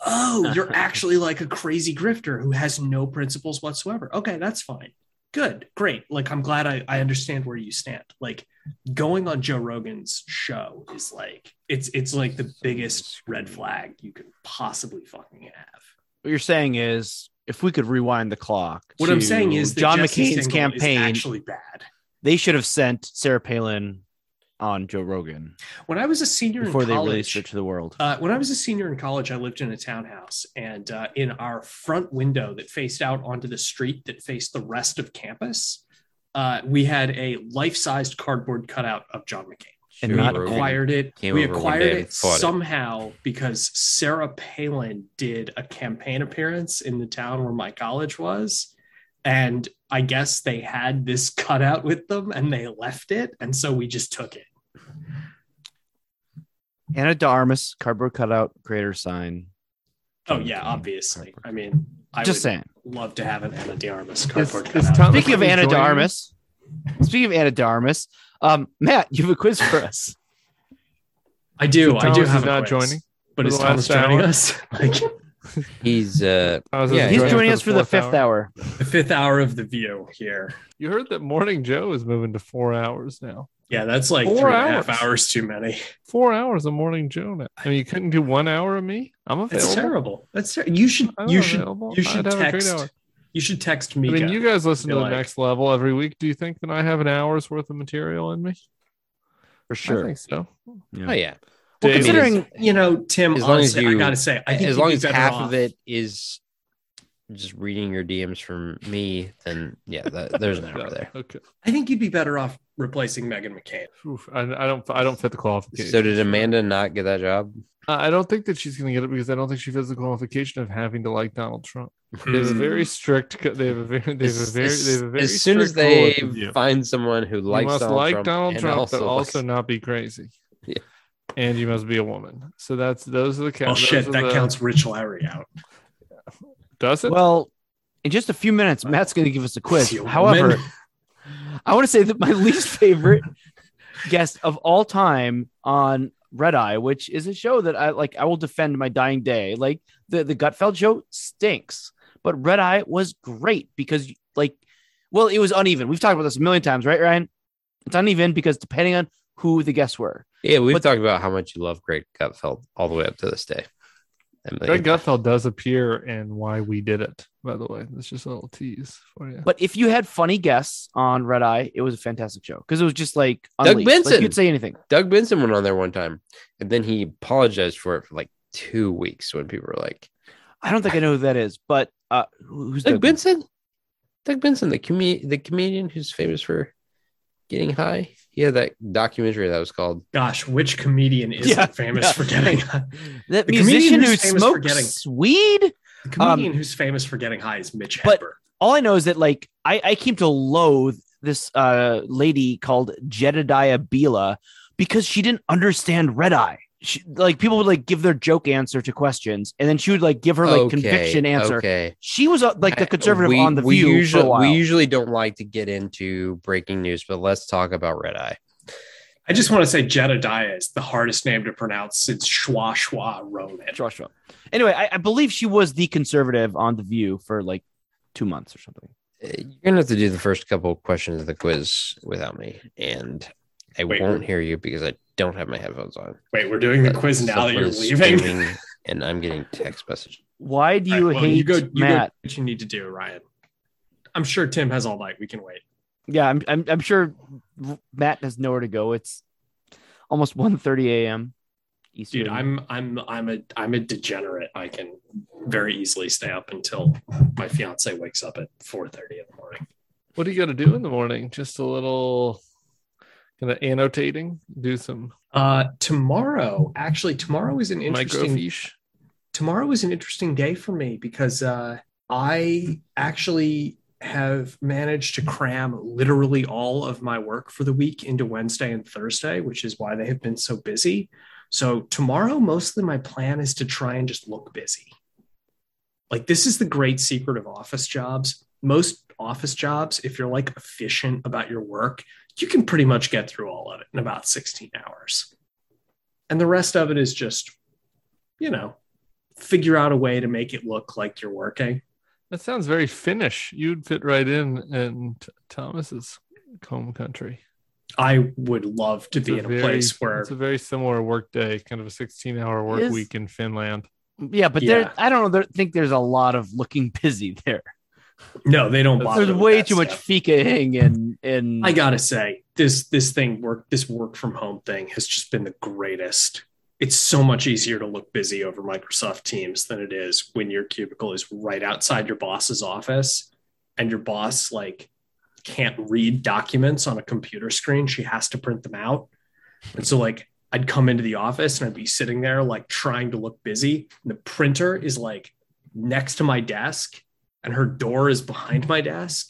S1: Oh, you're actually like a crazy grifter who has no principles whatsoever. Okay, that's fine. Good, great. Like, I'm glad I, I understand where you stand. Like, going on Joe Rogan's show is like it's it's like the biggest red flag you could possibly fucking have.
S4: what you're saying is if we could rewind the clock,
S1: What I'm
S4: to
S1: saying is that
S4: John
S1: Jesse
S4: McCain's
S1: Singel is
S4: campaign.
S1: actually bad.
S4: they should have sent Sarah Palin on Joe Rogan
S1: When I was a senior
S4: before
S1: in
S4: they released
S1: college,
S4: it to the world.
S1: Uh, when I was a senior in college, I lived in a townhouse, and uh, in our front window that faced out onto the street that faced the rest of campus, uh, we had a life-sized cardboard cutout of John McCain.
S4: And
S6: Sure,
S4: not
S1: we
S6: Rogan.
S1: acquired it.
S6: Came
S1: we
S6: over one
S1: acquired
S6: day and
S1: it
S6: fought it.
S1: somehow because Sarah Palin did a campaign appearance in the town where my college was. And I guess they had this cutout with them and they left it. And so we just took it.
S4: Anna de Armas, cardboard cutout, creator sign.
S1: Oh, yeah, obviously. I mean, I
S4: Just
S1: would
S4: saying.
S1: love to have an Anna de Armas
S2: Is-
S1: cardboard
S2: is
S1: cutout.
S2: Tom-
S4: Speaking of
S2: Are we
S4: Anna de
S2: joining?
S4: Armas, speaking of Anna de Armas, um, Matt, you have a quiz for us.
S1: I do.
S2: So
S1: I do
S2: Thomas
S1: have
S2: is
S1: a
S2: not
S1: quiz,
S2: joining
S1: But
S2: for
S1: is
S2: the
S1: Thomas
S2: last
S1: joining
S2: hour?
S1: us? like
S6: He's uh
S2: Thomas is
S6: Yeah,
S4: He's joining us for the
S2: fourth
S4: fifth hour.
S1: the fifth hour of the view here.
S2: You heard that Morning Joe is moving to four hours now.
S1: Yeah, that's like
S2: Four
S1: three and a half
S2: hours.
S1: hours too many.
S2: Four hours of Morning Joe. Now. I mean, you couldn't do one hour of me. I'm available.
S1: That's terrible. That's ter- you should
S2: I'm
S1: you should
S2: available.
S1: you should
S2: I'd have a great hour.
S1: text you should text
S2: I
S1: Mika.
S2: mean, you guys listen to
S1: Be
S2: the
S1: like-
S2: next level every week. Do you think that I have an hour's worth of material in me? I
S4: For sure.
S2: think so.
S6: oh yeah.
S1: well,
S2: Dave
S1: considering
S6: is-
S1: you know Tim,
S6: as long as
S1: honestly, I
S6: you-
S1: gotta say, I think
S6: as
S1: you'd
S6: long
S1: be
S6: as
S1: better
S6: half
S1: off.
S6: of it is just reading your DMs from me, then yeah, that, there's an hour
S2: Yeah,
S6: there.
S2: Okay.
S1: I think you'd be better off replacing Megan McCain.
S2: Oof, I, I don't. I don't fit the qualification.
S6: So did Amanda not get that job?
S2: I I don't think that she's going to get it because I don't think she fits the qualification of having to like Donald Trump. They have a very strict. co- They have a very. They have a
S6: Mm. As,
S2: very. They have a
S6: as-
S2: very
S6: as soon as
S2: strict rule of
S6: they
S2: review.
S6: find someone who likes
S2: you must
S6: Donald
S2: like
S6: Trump,
S2: Donald
S6: and
S2: Trump, but also
S6: likes-
S2: not be crazy.
S6: Yeah.
S2: And you must be a woman. So that's those are the
S1: Oh
S2: counts.
S1: shit, that counts Rich Lowry out.
S2: Does it?
S4: Well, in just a few minutes, Matt's going to give us a quiz.
S1: You
S4: However,
S1: woman.
S4: I want to say that my least favorite guest of all time on Red Eye, which is a show that I like, I will defend my dying day. Like the the Gutfeld show stinks, but Red Eye was great because like, well, it was uneven. We've talked about this a million times, right, Ryan? It's uneven because depending on who the guests were.
S6: yeah, we've
S4: but-
S6: talked about how much you love Greg Gutfeld all the way up to this day. I mean,
S2: Greg Gutfeld does appear in Why We Did It. By the way, that's just a little tease for you.
S4: But if you had funny guests on Red Eye, it was a fantastic show because it was just like
S6: Doug
S4: unleashed. Like,
S6: Benson.
S4: you could say anything.
S6: Doug Benson went on there one time, and then he apologized for it for like two weeks when people were like,
S4: I don't think I know who that is, but uh, who- who's
S6: Doug
S4: Doug
S6: Benson? Doug Benson, the comed- the comedian who's famous for getting high. He had that documentary that was called
S1: Gosh, which comedian isn't
S4: Yeah,
S1: famous
S4: yeah.
S1: for getting
S4: That
S1: The
S4: musician
S1: comedian
S4: who
S1: who's famous for
S4: smokes
S1: getting-
S4: weed.
S1: the comedian
S6: Um,
S1: who's famous for getting high is Mitch
S4: but-
S1: Hedberg.
S4: All I know is that like I, I came to loathe this uh, lady called Jedediah Bila because she didn't understand red eye. She, like people would like give their joke answer to questions, and then she would like give her like
S6: Okay,
S4: conviction answer.
S6: Okay.
S4: She was uh, like the conservative
S6: we,
S4: on the
S6: we
S4: view
S6: Usually,
S4: for a while.
S6: We usually don't like to get into breaking news, but let's talk about Red Eye.
S1: I just want to say Jedediah is the hardest name to pronounce since Schwa Schwa Ronan.
S4: Sure, sure. Anyway, I, I believe she was the conservative on the view for like two months or something.
S6: Uh, You're gonna have to do the first couple of questions of the quiz without me, and I
S1: Wait.
S6: won't hear you because I don't have my headphones on.
S1: Wait, we're doing the
S6: Uh,
S1: quiz now that
S6: someone
S1: you're
S6: is
S1: leaving.
S6: screaming, and I'm getting text messages.
S4: Why do you
S1: All right, well,
S4: hate
S1: you go, you
S4: Matt?
S1: Go, do what you need to do, Ryan. I'm sure Tim has all night. We can wait.
S4: Yeah, I'm I'm, I'm sure Matt has nowhere to go. It's almost 1:30 a.m. Eastern.
S1: Dude, I'm I'm I'm a I'm a degenerate. I can very easily stay up until my fiance wakes up at 4:30 in the morning.
S2: what do you got to do in the morning? Just a little kind of annotating. Do some
S1: Uh tomorrow, actually tomorrow is an interesting
S2: microfiche.
S1: tomorrow is an interesting day for me because uh, I actually have managed to cram literally all of my work for the week into Wednesday and Thursday, which is why they have been so busy. So, tomorrow, mostly my plan is to try and just look busy. Like, this is the great secret of office jobs. Most office jobs, if you're like efficient about your work, you can pretty much get through all of it in about 16 hours. And the rest of it is just, you know, figure out a way to make it look like you're working.
S2: That sounds very Finnish. You'd fit right in in T- Thomas's home country.
S1: I would love to
S2: It's
S1: be in a
S2: very-
S1: place where
S2: it's a very similar work day, kind of a 16 hour work
S4: Is-
S2: week in Finland.
S4: yeah, but
S1: Yeah.
S4: there I don't know. There, think there's a lot of looking busy there.
S1: no, they don't
S2: There's
S1: bother.
S4: There's
S1: with
S4: way
S1: that
S4: too much
S1: stuff.
S4: fikaing and and
S1: I gotta say, this this thing work this work from home thing has just been the greatest. It's so much easier to look busy over Microsoft Teams than it is when your cubicle is right outside your boss's office and your boss like can't read documents on a computer screen. She has to print them out. And so like I'd come into the office and I'd be sitting there like trying to look busy. And the printer is like next to my desk and her door is behind my desk.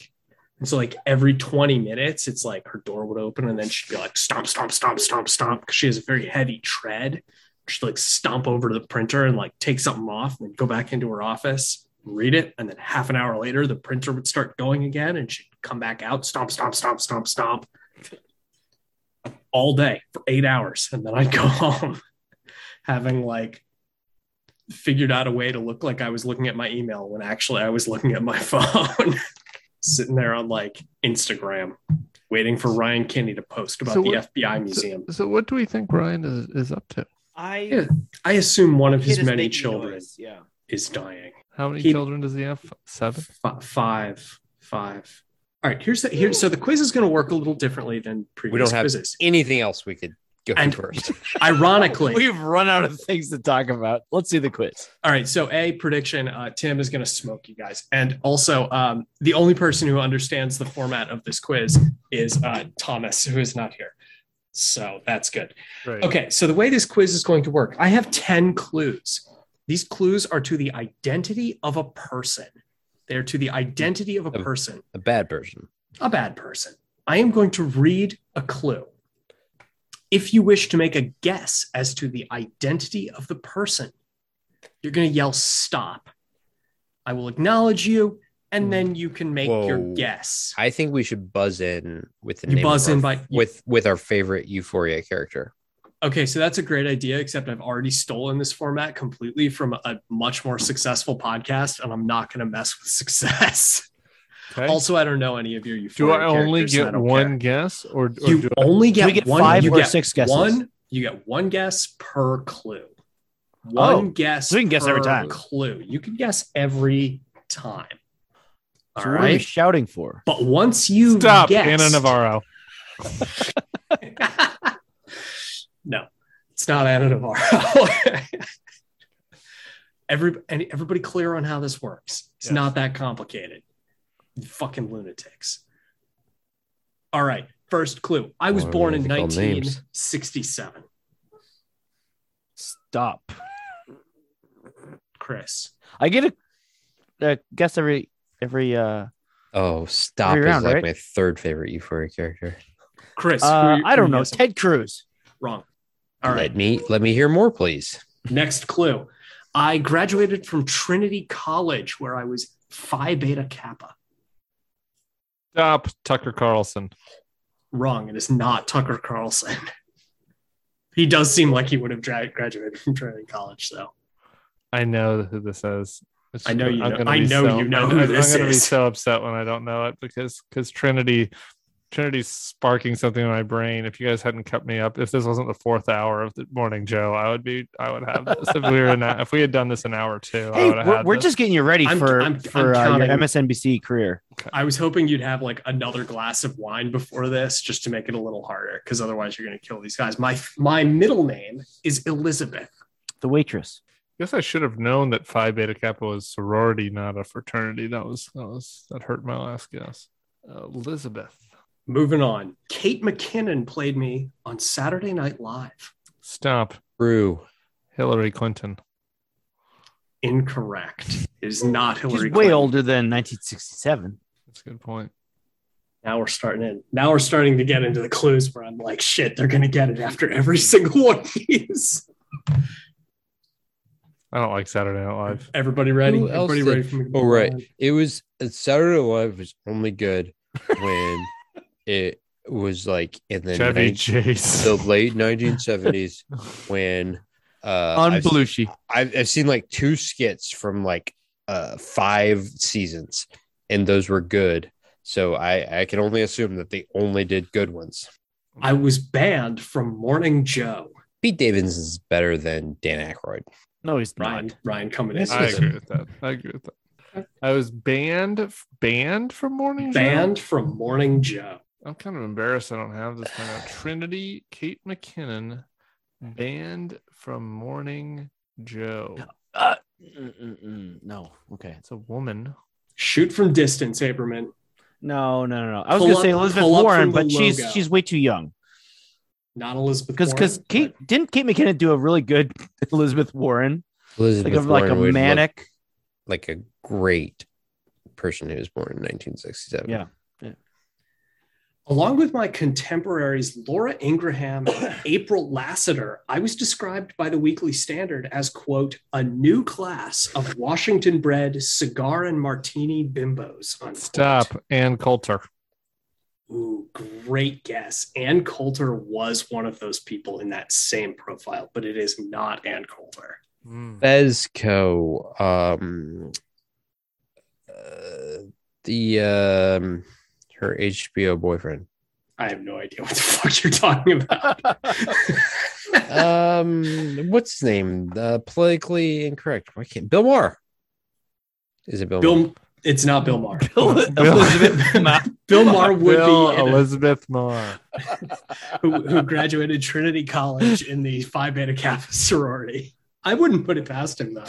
S1: And so like every 20 minutes, it's like her door would open and then she'd be like stomp, stomp, stomp, stomp, stomp, because she has a very heavy tread. She'd like stomp over to the printer and like take something off and then go back into her office, read it, and then half an hour later the printer would start going again and she'd come back out, stomp, stomp, stomp, stomp, stomp. All day for eight hours. And then I'd go home having like figured out a way to look like I was looking at my email when actually I was looking at my phone, sitting there on like Instagram, waiting for Ryan Kinney to post about
S2: So
S1: the
S2: what-
S1: FBI museum.
S2: So, what do we think Ryan is, is up to?
S4: I
S1: Yeah, I assume one of
S4: Kid
S1: his
S4: is
S1: many
S4: making
S1: children
S4: noise, Yeah.
S1: is dying.
S2: How many
S1: He-
S2: children does he have? Seven.
S1: F- five, five. All right, here's the here. So the quiz is going to work a little differently than previous
S3: don't have-
S1: quizzes.
S3: Anything else we could go
S1: And-
S3: first?
S1: Ironically,
S4: We've run out of things to talk about. Let's do the quiz.
S1: All right. So a prediction, uh, Tim is going to smoke you guys. And also um, the only person who understands the format of this quiz is uh, Thomas, who is not here. So that's good.
S2: Right.
S1: Okay. So the way this quiz is going to work, I have 10 clues. These clues are to the identity of a person. They're to the identity of a
S6: Of-
S1: person,
S6: A bad person.
S1: a bad person. I am going to read a clue. If you wish to make a guess as to the identity of the person, you're going to yell stop. I will acknowledge you, and then you can make your
S6: Hmm. Whoa.
S1: guess.
S6: I think we should buzz in with the
S1: You
S6: name of
S1: buzz
S6: our-
S1: in by-
S6: with with our favorite Euphoria character.
S1: Okay, so that's a great idea, except I've already stolen this format completely from a much more successful podcast, and I'm not going to mess with success.
S2: Okay.
S1: Also, I don't know any of your
S2: do
S1: Euphoria
S2: I only
S1: characters, and I
S2: get
S1: don't
S2: one
S1: care.
S2: guess, or, or
S1: You
S2: do I,
S1: only
S4: Do
S1: get,
S4: we get
S1: one,
S4: five
S1: you
S4: or
S1: get
S4: six guesses?
S1: One, you get one guess per clue. One
S4: Oh,
S1: guess.
S4: so we can guess every
S1: per
S4: time.
S1: Clue. You can guess every time. All
S4: So what are we
S1: right.
S4: shouting for?
S1: But once you
S2: stop
S1: guess,
S2: Anna Navarro?
S1: no, it's not Anna Navarro. Every, and everybody clear on how this works. It's
S2: Yes.
S1: not that complicated. You fucking lunatics. All right. First clue. I was
S6: Why
S1: born
S6: are
S1: in
S6: they called names?
S1: 1967.
S4: Stop.
S1: Chris.
S4: I get a, a guess every every uh
S6: Oh, stop
S4: Every
S6: is
S4: round,
S6: like
S4: right?
S6: my third favorite Euphoria character.
S1: Chris. who
S4: uh
S1: are you-
S4: I
S1: who
S4: don't
S1: are
S4: know.
S1: you guessing?
S4: Ted Cruz.
S1: Wrong. All right.
S6: Let me let me hear more, please.
S1: Next clue. I graduated from Trinity College where I was Phi Beta Kappa.
S2: Stop Tucker Carlson.
S1: Wrong. It is not Tucker Carlson. He does seem like he would have dra- graduated from Trinity College, though.
S2: I know who this is. It's-
S1: I know you know-
S2: gonna
S1: I
S2: be
S1: know you know
S2: I'm,
S1: who
S2: I'm
S1: this
S2: gonna be
S1: is.
S2: so upset when I don't know it because because Trinity Trinity's sparking something in my brain. If you guys hadn't kept me up, if this wasn't the fourth hour of the morning, Joe, I would be. I would have this if we were in that, if we had done this an hour two. I
S4: Hey,
S2: would have
S4: we're,
S2: had
S4: we're
S2: this.
S4: just getting you ready
S1: I'm-
S4: for
S1: I'm-
S4: for
S1: I'm
S4: uh, your
S1: counting.
S4: MSNBC career.
S1: I was hoping you'd have like another glass of wine before this just to make it a little harder because otherwise you're going to kill these guys. My my middle name is Elizabeth.
S4: The waitress.
S2: guess I should have known that Phi Beta Kappa was sorority, not a fraternity. That was that was that hurt my last guess. Elizabeth,
S1: Moving on. Kate McKinnon played me on Saturday Night Live.
S2: stop.
S6: Brew.
S2: Hillary Clinton.
S1: Incorrect. It is not
S4: She's
S1: Hillary
S4: way
S1: Clinton.
S4: older than 1967.
S2: That's a good point.
S1: Now we're starting in. Now we're starting to get into the clues where I'm like, shit, they're going to get it after every single one of these.
S2: I don't like Saturday Night Live.
S1: Everybody ready?
S6: Who else
S1: Everybody
S6: did-
S1: ready for me? to
S6: Oh
S1: move
S6: right.
S1: on?
S6: It was Saturday Night Live was only good when it was like in the
S2: Chevy
S6: 19
S2: Chase.
S6: the late 1970s when uh
S4: On
S6: I've-
S4: Belushi.
S6: I've, I've seen like two skits from like uh five seasons and those were good so i i can only assume that they only did good ones
S1: I was banned from Morning Joe.
S6: pete davidson is better than dan Aykroyd.
S4: No, he's not.
S1: Ryan, Ryan coming in.
S4: This
S2: I
S4: is-
S2: agree with that. I agree with that. I was banned banned from morning. Joe?
S1: Banned from Morning Joe.
S2: I'm kind of embarrassed I don't have this kind of Trinity Kate McKinnon banned from Morning Joe.
S4: Uh, mm, mm, mm. no. Okay.
S2: It's a woman.
S1: Shoot from distance, Haberman.
S4: No, no, no, no. I
S1: Pull
S4: was going to
S1: up-
S4: say Elizabeth
S1: pull up from
S4: Warren,
S1: the
S4: but she's
S1: logo.
S4: she's way too young.
S1: Not Elizabeth.
S4: Because because
S1: Warren,
S4: Kate didn't Kate McKinnon do a really good Elizabeth Warren, like
S6: Elizabeth
S4: a, like a
S6: Warren would look
S4: manic.
S6: like a great person who was born in 1967.
S4: Yeah.
S1: but Along with my contemporaries Laura Ingraham and April Lassiter, I was described by the Weekly Standard as, quote, a new class of Washington bred cigar and martini bimbos. Unquote.
S2: Stop. Ann Coulter.
S1: Ooh, great guess. Ann Coulter was one of those people in that same profile, but it is not Ann Coulter.
S3: Mm.
S6: Fezco, um, uh, the um, her HBO boyfriend.
S1: I have no idea what the fuck you're talking about.
S6: Um, what's his name? Uh, politically incorrect. Why can't Bill Maher? Is it Bill? Maher?
S1: Bill, it's not Bill Maher.
S4: Bill, Elizabeth Ma-
S1: Bill Maher would
S2: Bill
S1: be in a-
S2: Elizabeth Moore.
S1: who, who graduated Trinity College in the Phi Beta Kappa sorority. I wouldn't put it past him though.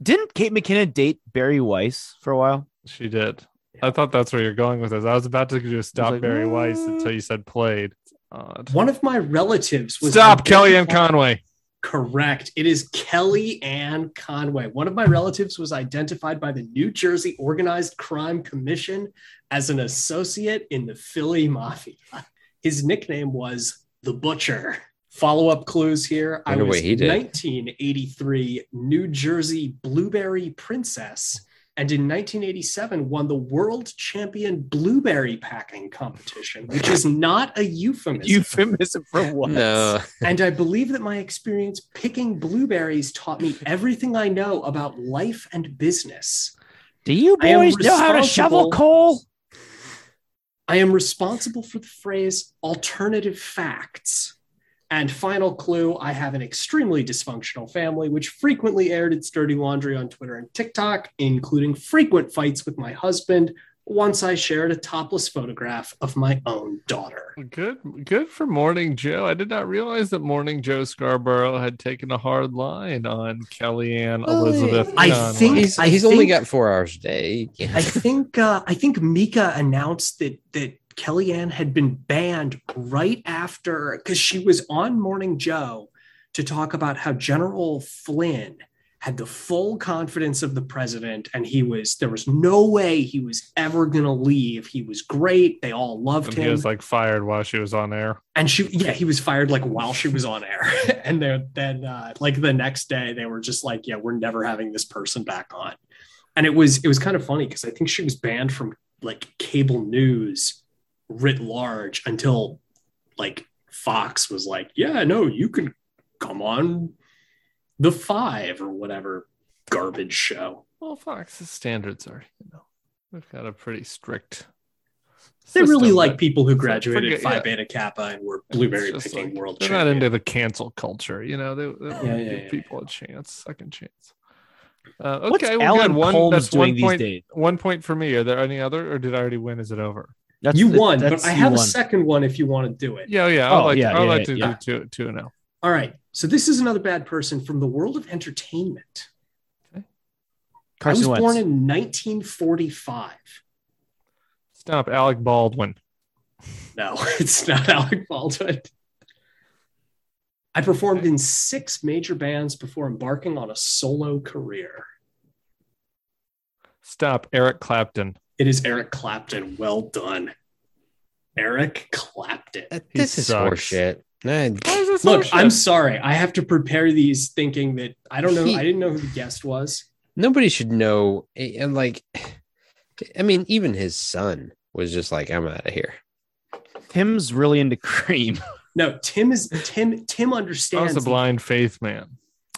S4: Didn't Kate McKinnon date Barry Weiss for a while?
S2: She did. I thought that's where you're going with this. I was about to just stop
S4: like,
S2: Barry Weiss
S4: "What?"
S2: until you said played. Odd.
S1: One of my relatives was
S2: Stop, Kellyanne Conway.
S1: Correct. It is Kelly Ann Conway. One of my relatives was identified by the New Jersey Organized Crime Commission as an associate in the Philly Mafia. His nickname was The Butcher. Follow up clues here. I
S6: Wonder
S1: was
S6: what he did.
S1: 1983 New Jersey Blueberry Princess, and in 1987 won the world champion blueberry packing competition, which is not a euphemism.
S4: Euphemism for what?
S6: No,
S1: And I believe that my experience picking blueberries taught me everything I know about life and business.
S4: Do you
S1: I am
S4: boys know how to shovel
S1: responsible-
S4: coal?
S1: I am responsible for the phrase alternative facts. And final clue I have an extremely dysfunctional family, which frequently aired its dirty laundry on Twitter and TikTok, including frequent fights with my husband. Once I shared a topless photograph of my own daughter.
S2: Good, good for Morning Joe. I did not realize that Morning Joe Scarborough had taken a hard line on Kellyanne
S6: Well,
S2: Elizabeth.
S1: Oh, I
S2: Conway.
S1: think-
S6: he's,
S1: I
S6: he's only
S1: think-
S6: got four hours a day.
S1: I think uh, I think Mika announced that that Kellyanne had been banned right after because she was on Morning Joe to talk about how General Flynn had the full confidence of the president and he was there was no way he was ever going to leave. He was great. They all loved
S2: and
S1: him.
S2: he was like fired while she was on air.
S1: and she yeah, he was fired like while she was on air. and then then uh, like the next day they were just like, yeah, we're never having this person back on. And it was it was kind of funny because I think she was banned from like cable news writ large until like Fox was like, yeah, no, you can come on the five or whatever garbage show.
S2: Well, Fox's standards are, you know, we've got a pretty strict.
S1: They
S2: system
S1: really like
S2: that-
S1: people who graduated
S2: forget-
S1: Phi
S2: yeah.
S1: Beta Kappa and were blueberry
S2: It's just
S1: picking
S2: like,
S1: world
S2: They're
S1: champions.
S2: not into the cancel culture, you know. They, they wanna
S1: Yeah, yeah,
S2: give
S1: yeah,
S2: people a chance, second chance. Uh, okay,
S4: What's
S2: well, good.
S4: Alan
S2: One,
S4: Colmes
S2: that's
S4: doing
S2: one
S4: these
S2: point.
S4: days?
S2: One point for me. Are there any other, or did I already win? Is it over?
S4: That's
S1: you
S4: the-
S1: won,
S4: that's-
S1: but I
S4: you
S1: have a
S4: won.
S1: second one if you want to do it.
S2: Yeah, yeah. I'd
S4: Oh,
S2: like,
S4: yeah,
S2: to, I'd
S4: yeah,
S2: like to
S4: yeah.
S2: do two, two and oh. zero.
S1: All right. So this is another bad person from the world of entertainment.
S4: Carson
S1: I was
S4: Wentz.
S1: born in 1945.
S2: Stop, Alec Baldwin.
S1: No, it's not Alec Baldwin. I performed in six major bands before embarking on a solo career.
S2: Stop, Eric Clapton.
S1: It is Eric Clapton. Well done. Eric Clapton.
S2: He
S6: this is
S2: sucks.
S6: horseshit. Nah,
S1: Look, I'm sorry. I have to prepare these thinking that I don't know.
S6: He-
S1: I didn't know who the guest was.
S6: nobody should know. eh, And like, I mean, even his son was just like, "I'm out of here."
S4: Tim's really into cream.
S1: No, Tim is Tim. Tim
S2: I was
S1: understands
S2: a blind faith man.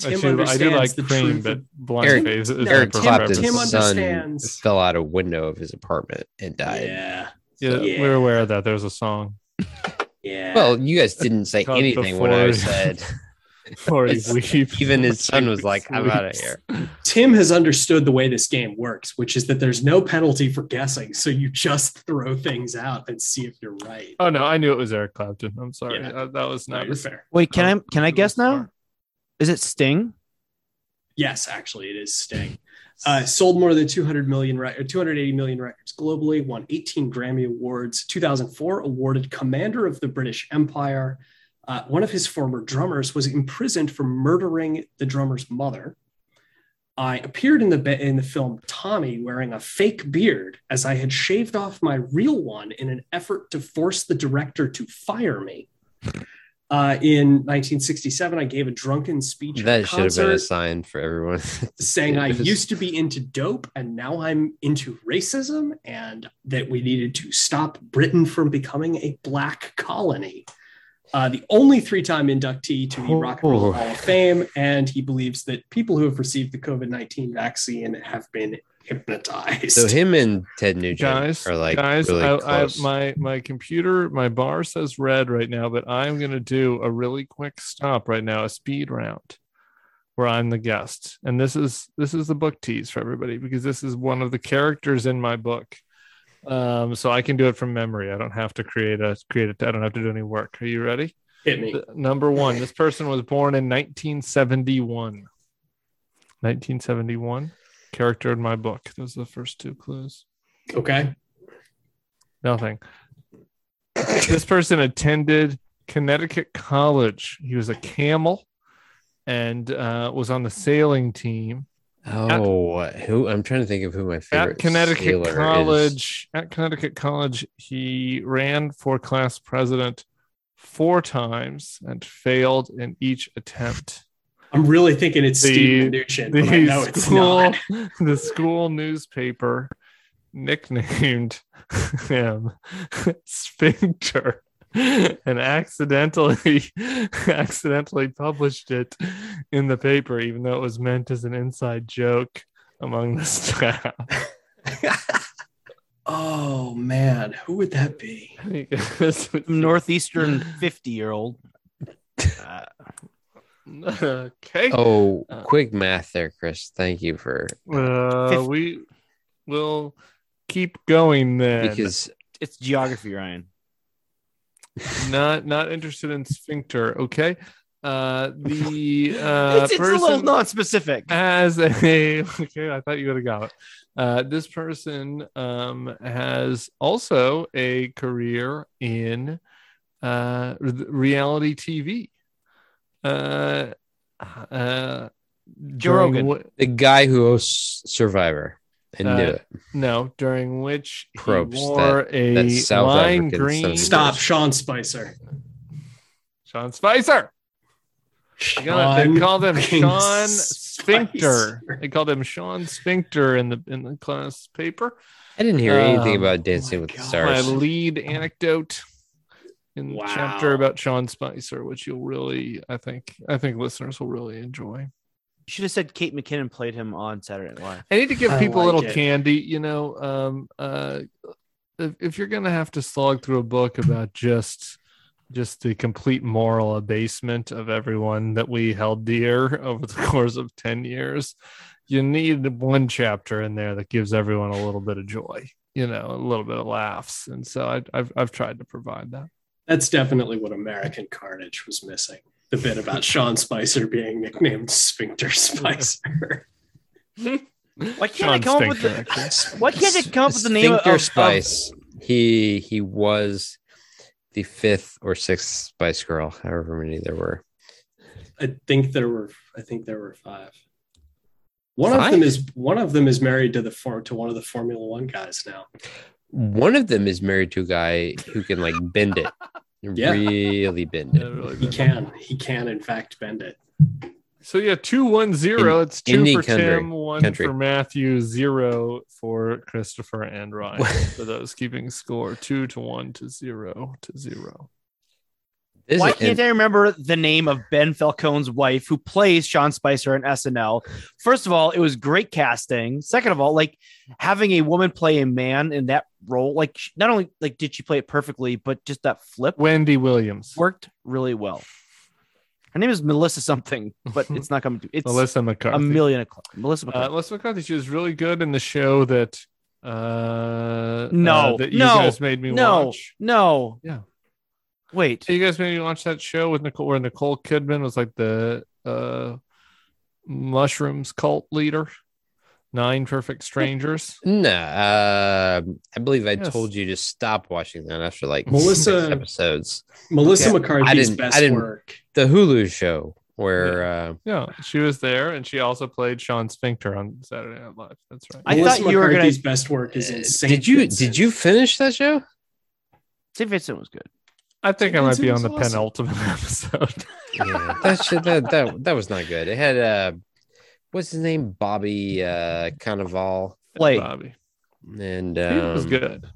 S2: I,
S1: Tim
S2: do, I do
S1: understands
S2: like
S1: the
S2: cream,
S1: truth
S2: but
S1: of-
S2: blind
S6: Eric-
S2: faith is
S1: No,
S6: Eric
S1: Tim-
S2: not
S6: Clapton's
S1: Tim
S2: representative.
S6: son
S1: understands.
S6: fell out a window of his apartment and died.
S1: Yeah.
S2: Yeah,
S1: Yeah.
S2: we're aware of that. There's a song.
S1: Yeah.
S6: Well, you guys didn't say
S2: Cut
S6: anything when I
S2: before-
S6: said
S2: Corey Weave.
S6: Even his son was like, I'm out of here.
S1: Tim has understood the way this game works, which is that there's no penalty for guessing. So you just throw things out and see if you're right.
S2: Oh no, I knew it was Eric Clapton. I'm sorry,
S1: Yeah.
S2: Uh, that was
S1: No,
S2: not.
S1: you're fair.
S4: Wait, can I can I
S2: it
S4: guess
S2: was
S4: now?
S2: smart.
S4: Is it Sting?
S1: Yes, actually, it is Sting. Uh, sold more than 200 million re- or 280 million records globally. Won 18 Grammy awards. 2004 awarded Commander of the British Empire. Uh, one of his former drummers was imprisoned for murdering the drummer's mother. I appeared in the be- in the film Tommy wearing a fake beard, as I had shaved off my real one in an effort to force the director to fire me. Uh, in 1967, I gave a drunken speech. at a
S6: That should have been
S1: concert
S6: a sign for everyone.
S1: saying I
S6: Yes.
S1: used to be into dope and now I'm into racism and that we needed to stop Britain from becoming a black colony. Uh, the only three time inductee to the Rock and Roll
S6: Oh.
S1: Hall of Fame. And he believes that people who have received the COVID 19 vaccine have been hypnotized.
S6: So him and Ted Nugent
S2: Guys,
S6: are like
S2: guys,
S6: really
S2: I, I,
S6: close.
S2: my my computer, my bar says red right now, but I'm gonna do a really quick stop right now, a speed round, where I'm the guest, and this is this is the book tease for everybody because this is one of the characters in my book, um, so I can do it from memory. I don't have to create a create I I don't have to do any work. Are you ready?
S1: Hit me.
S2: Th- Number one, this person was born in 1971. 1971, character in my book. Those are the first two clues.
S1: Okay.
S2: Nothing. this person attended Connecticut College. He was a camel and uh, was on the sailing team
S6: oh, who I'm trying to think of who my favorite
S2: at Connecticut
S6: sailor is.
S2: College. At Connecticut College, he ran for class president four times and failed in each attempt.
S1: I'm really thinking it's
S2: The-
S1: Steve Mnuchin, but I know
S2: the
S1: it's
S2: school,
S1: not.
S2: the school newspaper nicknamed him Sphincter and accidentally accidentally published it in the paper even though it was meant as an inside joke among the staff
S1: Oh, man. Who would that be?
S2: Because-
S4: Northeastern 50 year old. Uh,
S2: okay
S6: Oh,
S2: Uh,
S6: quick math there, Chris. Thank you for
S2: uh,
S4: Fif-
S2: we will keep going then
S6: because
S4: it's geography, Ryan.
S2: not not interested in sphincter okay uh the uh
S4: it's, it's a little
S2: person
S4: non specific.
S2: has a okay i thought you would have got it uh this person um has also a career in uh re- reality tv uh uh
S4: Joe
S2: during
S4: Rogan.
S2: whi-
S6: the guy who hosts Survivor and
S2: Uh,
S6: knew it.
S2: no during which he
S6: Probes
S2: wore a
S6: that South
S2: lime
S6: African
S2: green
S6: son.
S1: Stop, Sean Spicer.
S2: sean spicer They call-
S1: Sean
S2: they called him
S1: fucking
S2: Sean
S1: Spicer.
S2: Sphincter. They called him Sean Sphincter in the in the class paper.
S6: I didn't hear anything
S2: Um,
S6: about Dancing
S1: my
S6: with the
S1: God.
S2: My
S6: Stars.
S2: lead anecdote in the
S1: Wow.
S2: chapter about Sean Spicer, which you'll really, I think, I think listeners will really enjoy.
S4: You should have said Kate McKinnon played him on Saturday Night Live.
S2: I need to give
S1: I
S2: people
S1: like
S2: a little
S1: it.
S2: candy. You know, um, uh, if, if you're gonna have to slog through a book about just just the complete moral abasement of everyone that we held dear over the course of ten years, you need one chapter in there that gives everyone a little bit of joy. You know, a little bit of laughs, and so I, I've I've tried to provide that.
S1: That's definitely what American Carnage was missing. The bit about Sean Spicer being nicknamed Sphincter Spicer.
S4: Why can't I come up with the-
S2: Sphincter, actually.
S4: Why can't they come up with the name of,
S6: Sphincter
S4: of-
S6: Spice. He he was the fifth or sixth Spice Girl, however many there were.
S1: I think there were I think there were five. One
S6: Five?
S1: of them is one of them is married to the for, to one of the Formula One guys now.
S6: One of them is married to a guy who can like bend it,
S1: Yeah.
S6: really bend
S2: Yeah,
S6: it.
S2: really
S1: He
S3: Mm-hmm.
S2: bad.
S1: can he can in fact bend it.
S2: So yeah, two one zero. it's two
S6: Indian
S2: for
S6: country-
S2: Tim, one
S6: country.
S2: for Matthew, zero for Christopher and Ryan. for those keeping score, two to one to zero to zero.
S6: This
S4: Why
S6: is-
S4: can't I remember the name of Ben Falcone's wife who plays Sean Spicer in SNL? First of all, it was great casting. Second of all, like having a woman play a man in that role, like sh- not only like did she play it perfectly, but just that flip
S2: Wendy Williams.
S4: worked really well. Her name is Melissa something, but it's not coming to it's
S2: Melissa
S4: a
S2: McCarthy.
S4: million o'clock.
S2: Uh,
S4: Melissa McCarthy.
S2: Melissa McCarthy. She was really good in the show that. Uh,
S4: No,
S2: uh, that you
S4: no,
S2: guys made me
S4: no,
S2: watch.
S4: no.
S2: Yeah.
S4: Wait.
S2: You guys made me watch that show with Nicole, where Nicole Kidman was like the uh, mushrooms cult leader. Nine Perfect Strangers.
S3: No, uh,
S6: um,
S3: I believe I
S2: Yes.
S3: told you to stop watching that after like
S1: Melissa-
S3: six episodes.
S1: Melissa
S3: Yeah, I
S1: McCarthy's
S3: didn't- I
S1: best
S3: didn't-
S1: work.
S3: The Hulu show where
S6: um,
S3: uh,
S2: Yeah, she was there, and she also played Sean Sphincter on Saturday Night Live. That's right.
S4: I
S1: Melissa
S4: thought you were gonna-
S1: McCarthy's best work is
S3: uh,
S1: insane.
S3: did you did you finish that show?
S4: St. Vincent was good.
S2: I think I might be on
S1: Vincent
S2: the
S1: was
S2: penultimate episode.
S3: Yeah, that shit that that that was not good. It had uh, what's his name, Bobby uh, Cannavale,
S4: Play.
S2: Bobby.
S3: and
S2: He
S3: um,
S2: was good.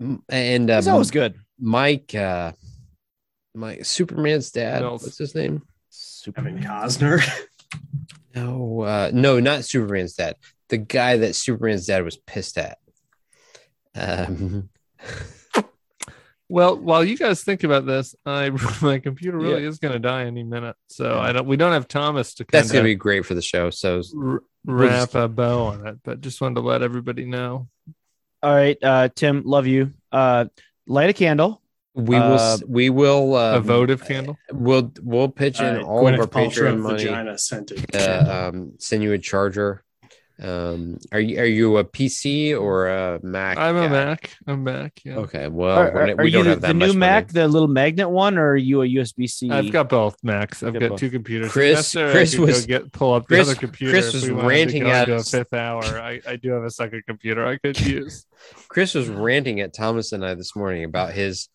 S3: m- and uh,
S4: He's always good.
S3: Mike, uh, Mike Superman's dad.
S2: Mills.
S3: What's his name?
S1: Kevin
S4: Super.
S1: Costner?
S3: No, uh, no, not Superman's dad. The guy that Superman's dad was pissed at. Um,
S2: Well, while you guys think about this, I my computer really is going to die any minute, so I don't. We don't have Thomas to
S3: that's
S2: kind
S3: gonna
S2: of
S3: be great for the show. So
S2: wrap a bow on it, but just wanted to let everybody know.
S4: All right, uh, Tim, love you. Uh, light a candle.
S3: we will. s- we will. Uh,
S2: a votive candle.
S3: We'll we'll pitch in
S1: Uh,
S3: all of
S1: Gwyneth
S3: our
S1: Paltrow
S3: Patreon money.
S1: vagina scented.
S3: Uh, um, send you a charger. Um, are you are you a PC or a Mac?
S2: I'm a
S3: guy?
S2: Mac. I'm Mac. Yeah,
S3: Okay, well, we're-
S4: are are- are
S3: Oh, we
S4: you
S3: don't
S4: the,
S3: have that
S4: the
S3: much money.
S4: new Mac, the little magnet one, or are you a USB C?
S2: I've got both Macs. I've
S4: Got
S2: got
S4: both.
S2: two computers.
S3: Chris-
S2: Necessarily,
S3: Chris
S2: I could go
S3: was-
S2: get pull up
S3: Chris-
S2: the other computer.
S3: Chris
S2: if
S3: was
S2: we wanted to
S3: ranting
S2: go
S3: at
S2: into a
S3: us.
S2: fifth hour. I, I do have a second computer I could use.
S3: Chris was ranting at Thomas and I this morning about his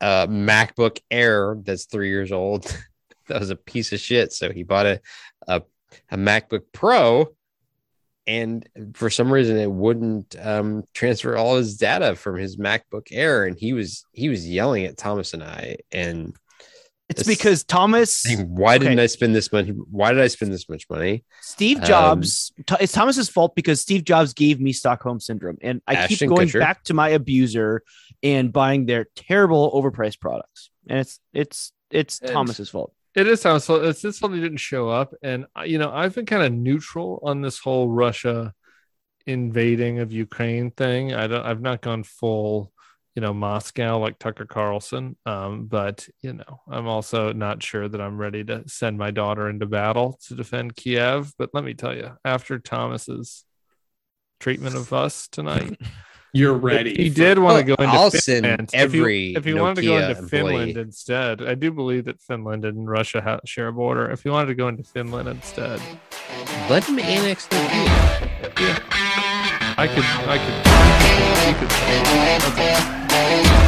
S3: uh, MacBook Air that's three years old. that was a piece of shit. So he bought a, a a MacBook Pro, and for some reason it wouldn't um, transfer all his data from his MacBook Air, and he was he was yelling at Thomas and I and
S4: it's
S3: this-
S4: because Thomas,
S3: saying, "Why didn't
S4: Okay.
S3: I spend this money? Why did I spend this much money?"
S4: Steve
S3: um,
S4: Jobs. Th- it's Thomas's fault because Steve Jobs gave me Stockholm syndrome, and I
S3: Ashton
S4: keep going
S3: Kutcher.
S4: back to my abuser and buying their terrible, overpriced products. And it's it's it's
S3: And-
S4: Thomas's fault.
S2: It is household. It's this one that didn't show up, and uh, you know I've been kind of neutral on this whole Russia invading of Ukraine thing. I don't. I've not gone full, you know, Moscow like Tucker Carlson. Um, but you know, I'm also not sure that I'm ready to send my daughter into battle to defend Kiev. But let me tell you, after Thomas's treatment of us tonight,
S1: You're ready.
S2: he
S1: for-
S2: did want to
S3: Well,
S2: go into
S3: I'll send
S2: Finland.
S3: every
S2: if he, if he wanted to go
S3: Nokia
S2: into Finland
S3: employee.
S2: instead, I do believe that Finland and Russia ha- share a border. If he wanted to go into Finland instead,
S3: Let him annex the
S2: I could, I could, he could.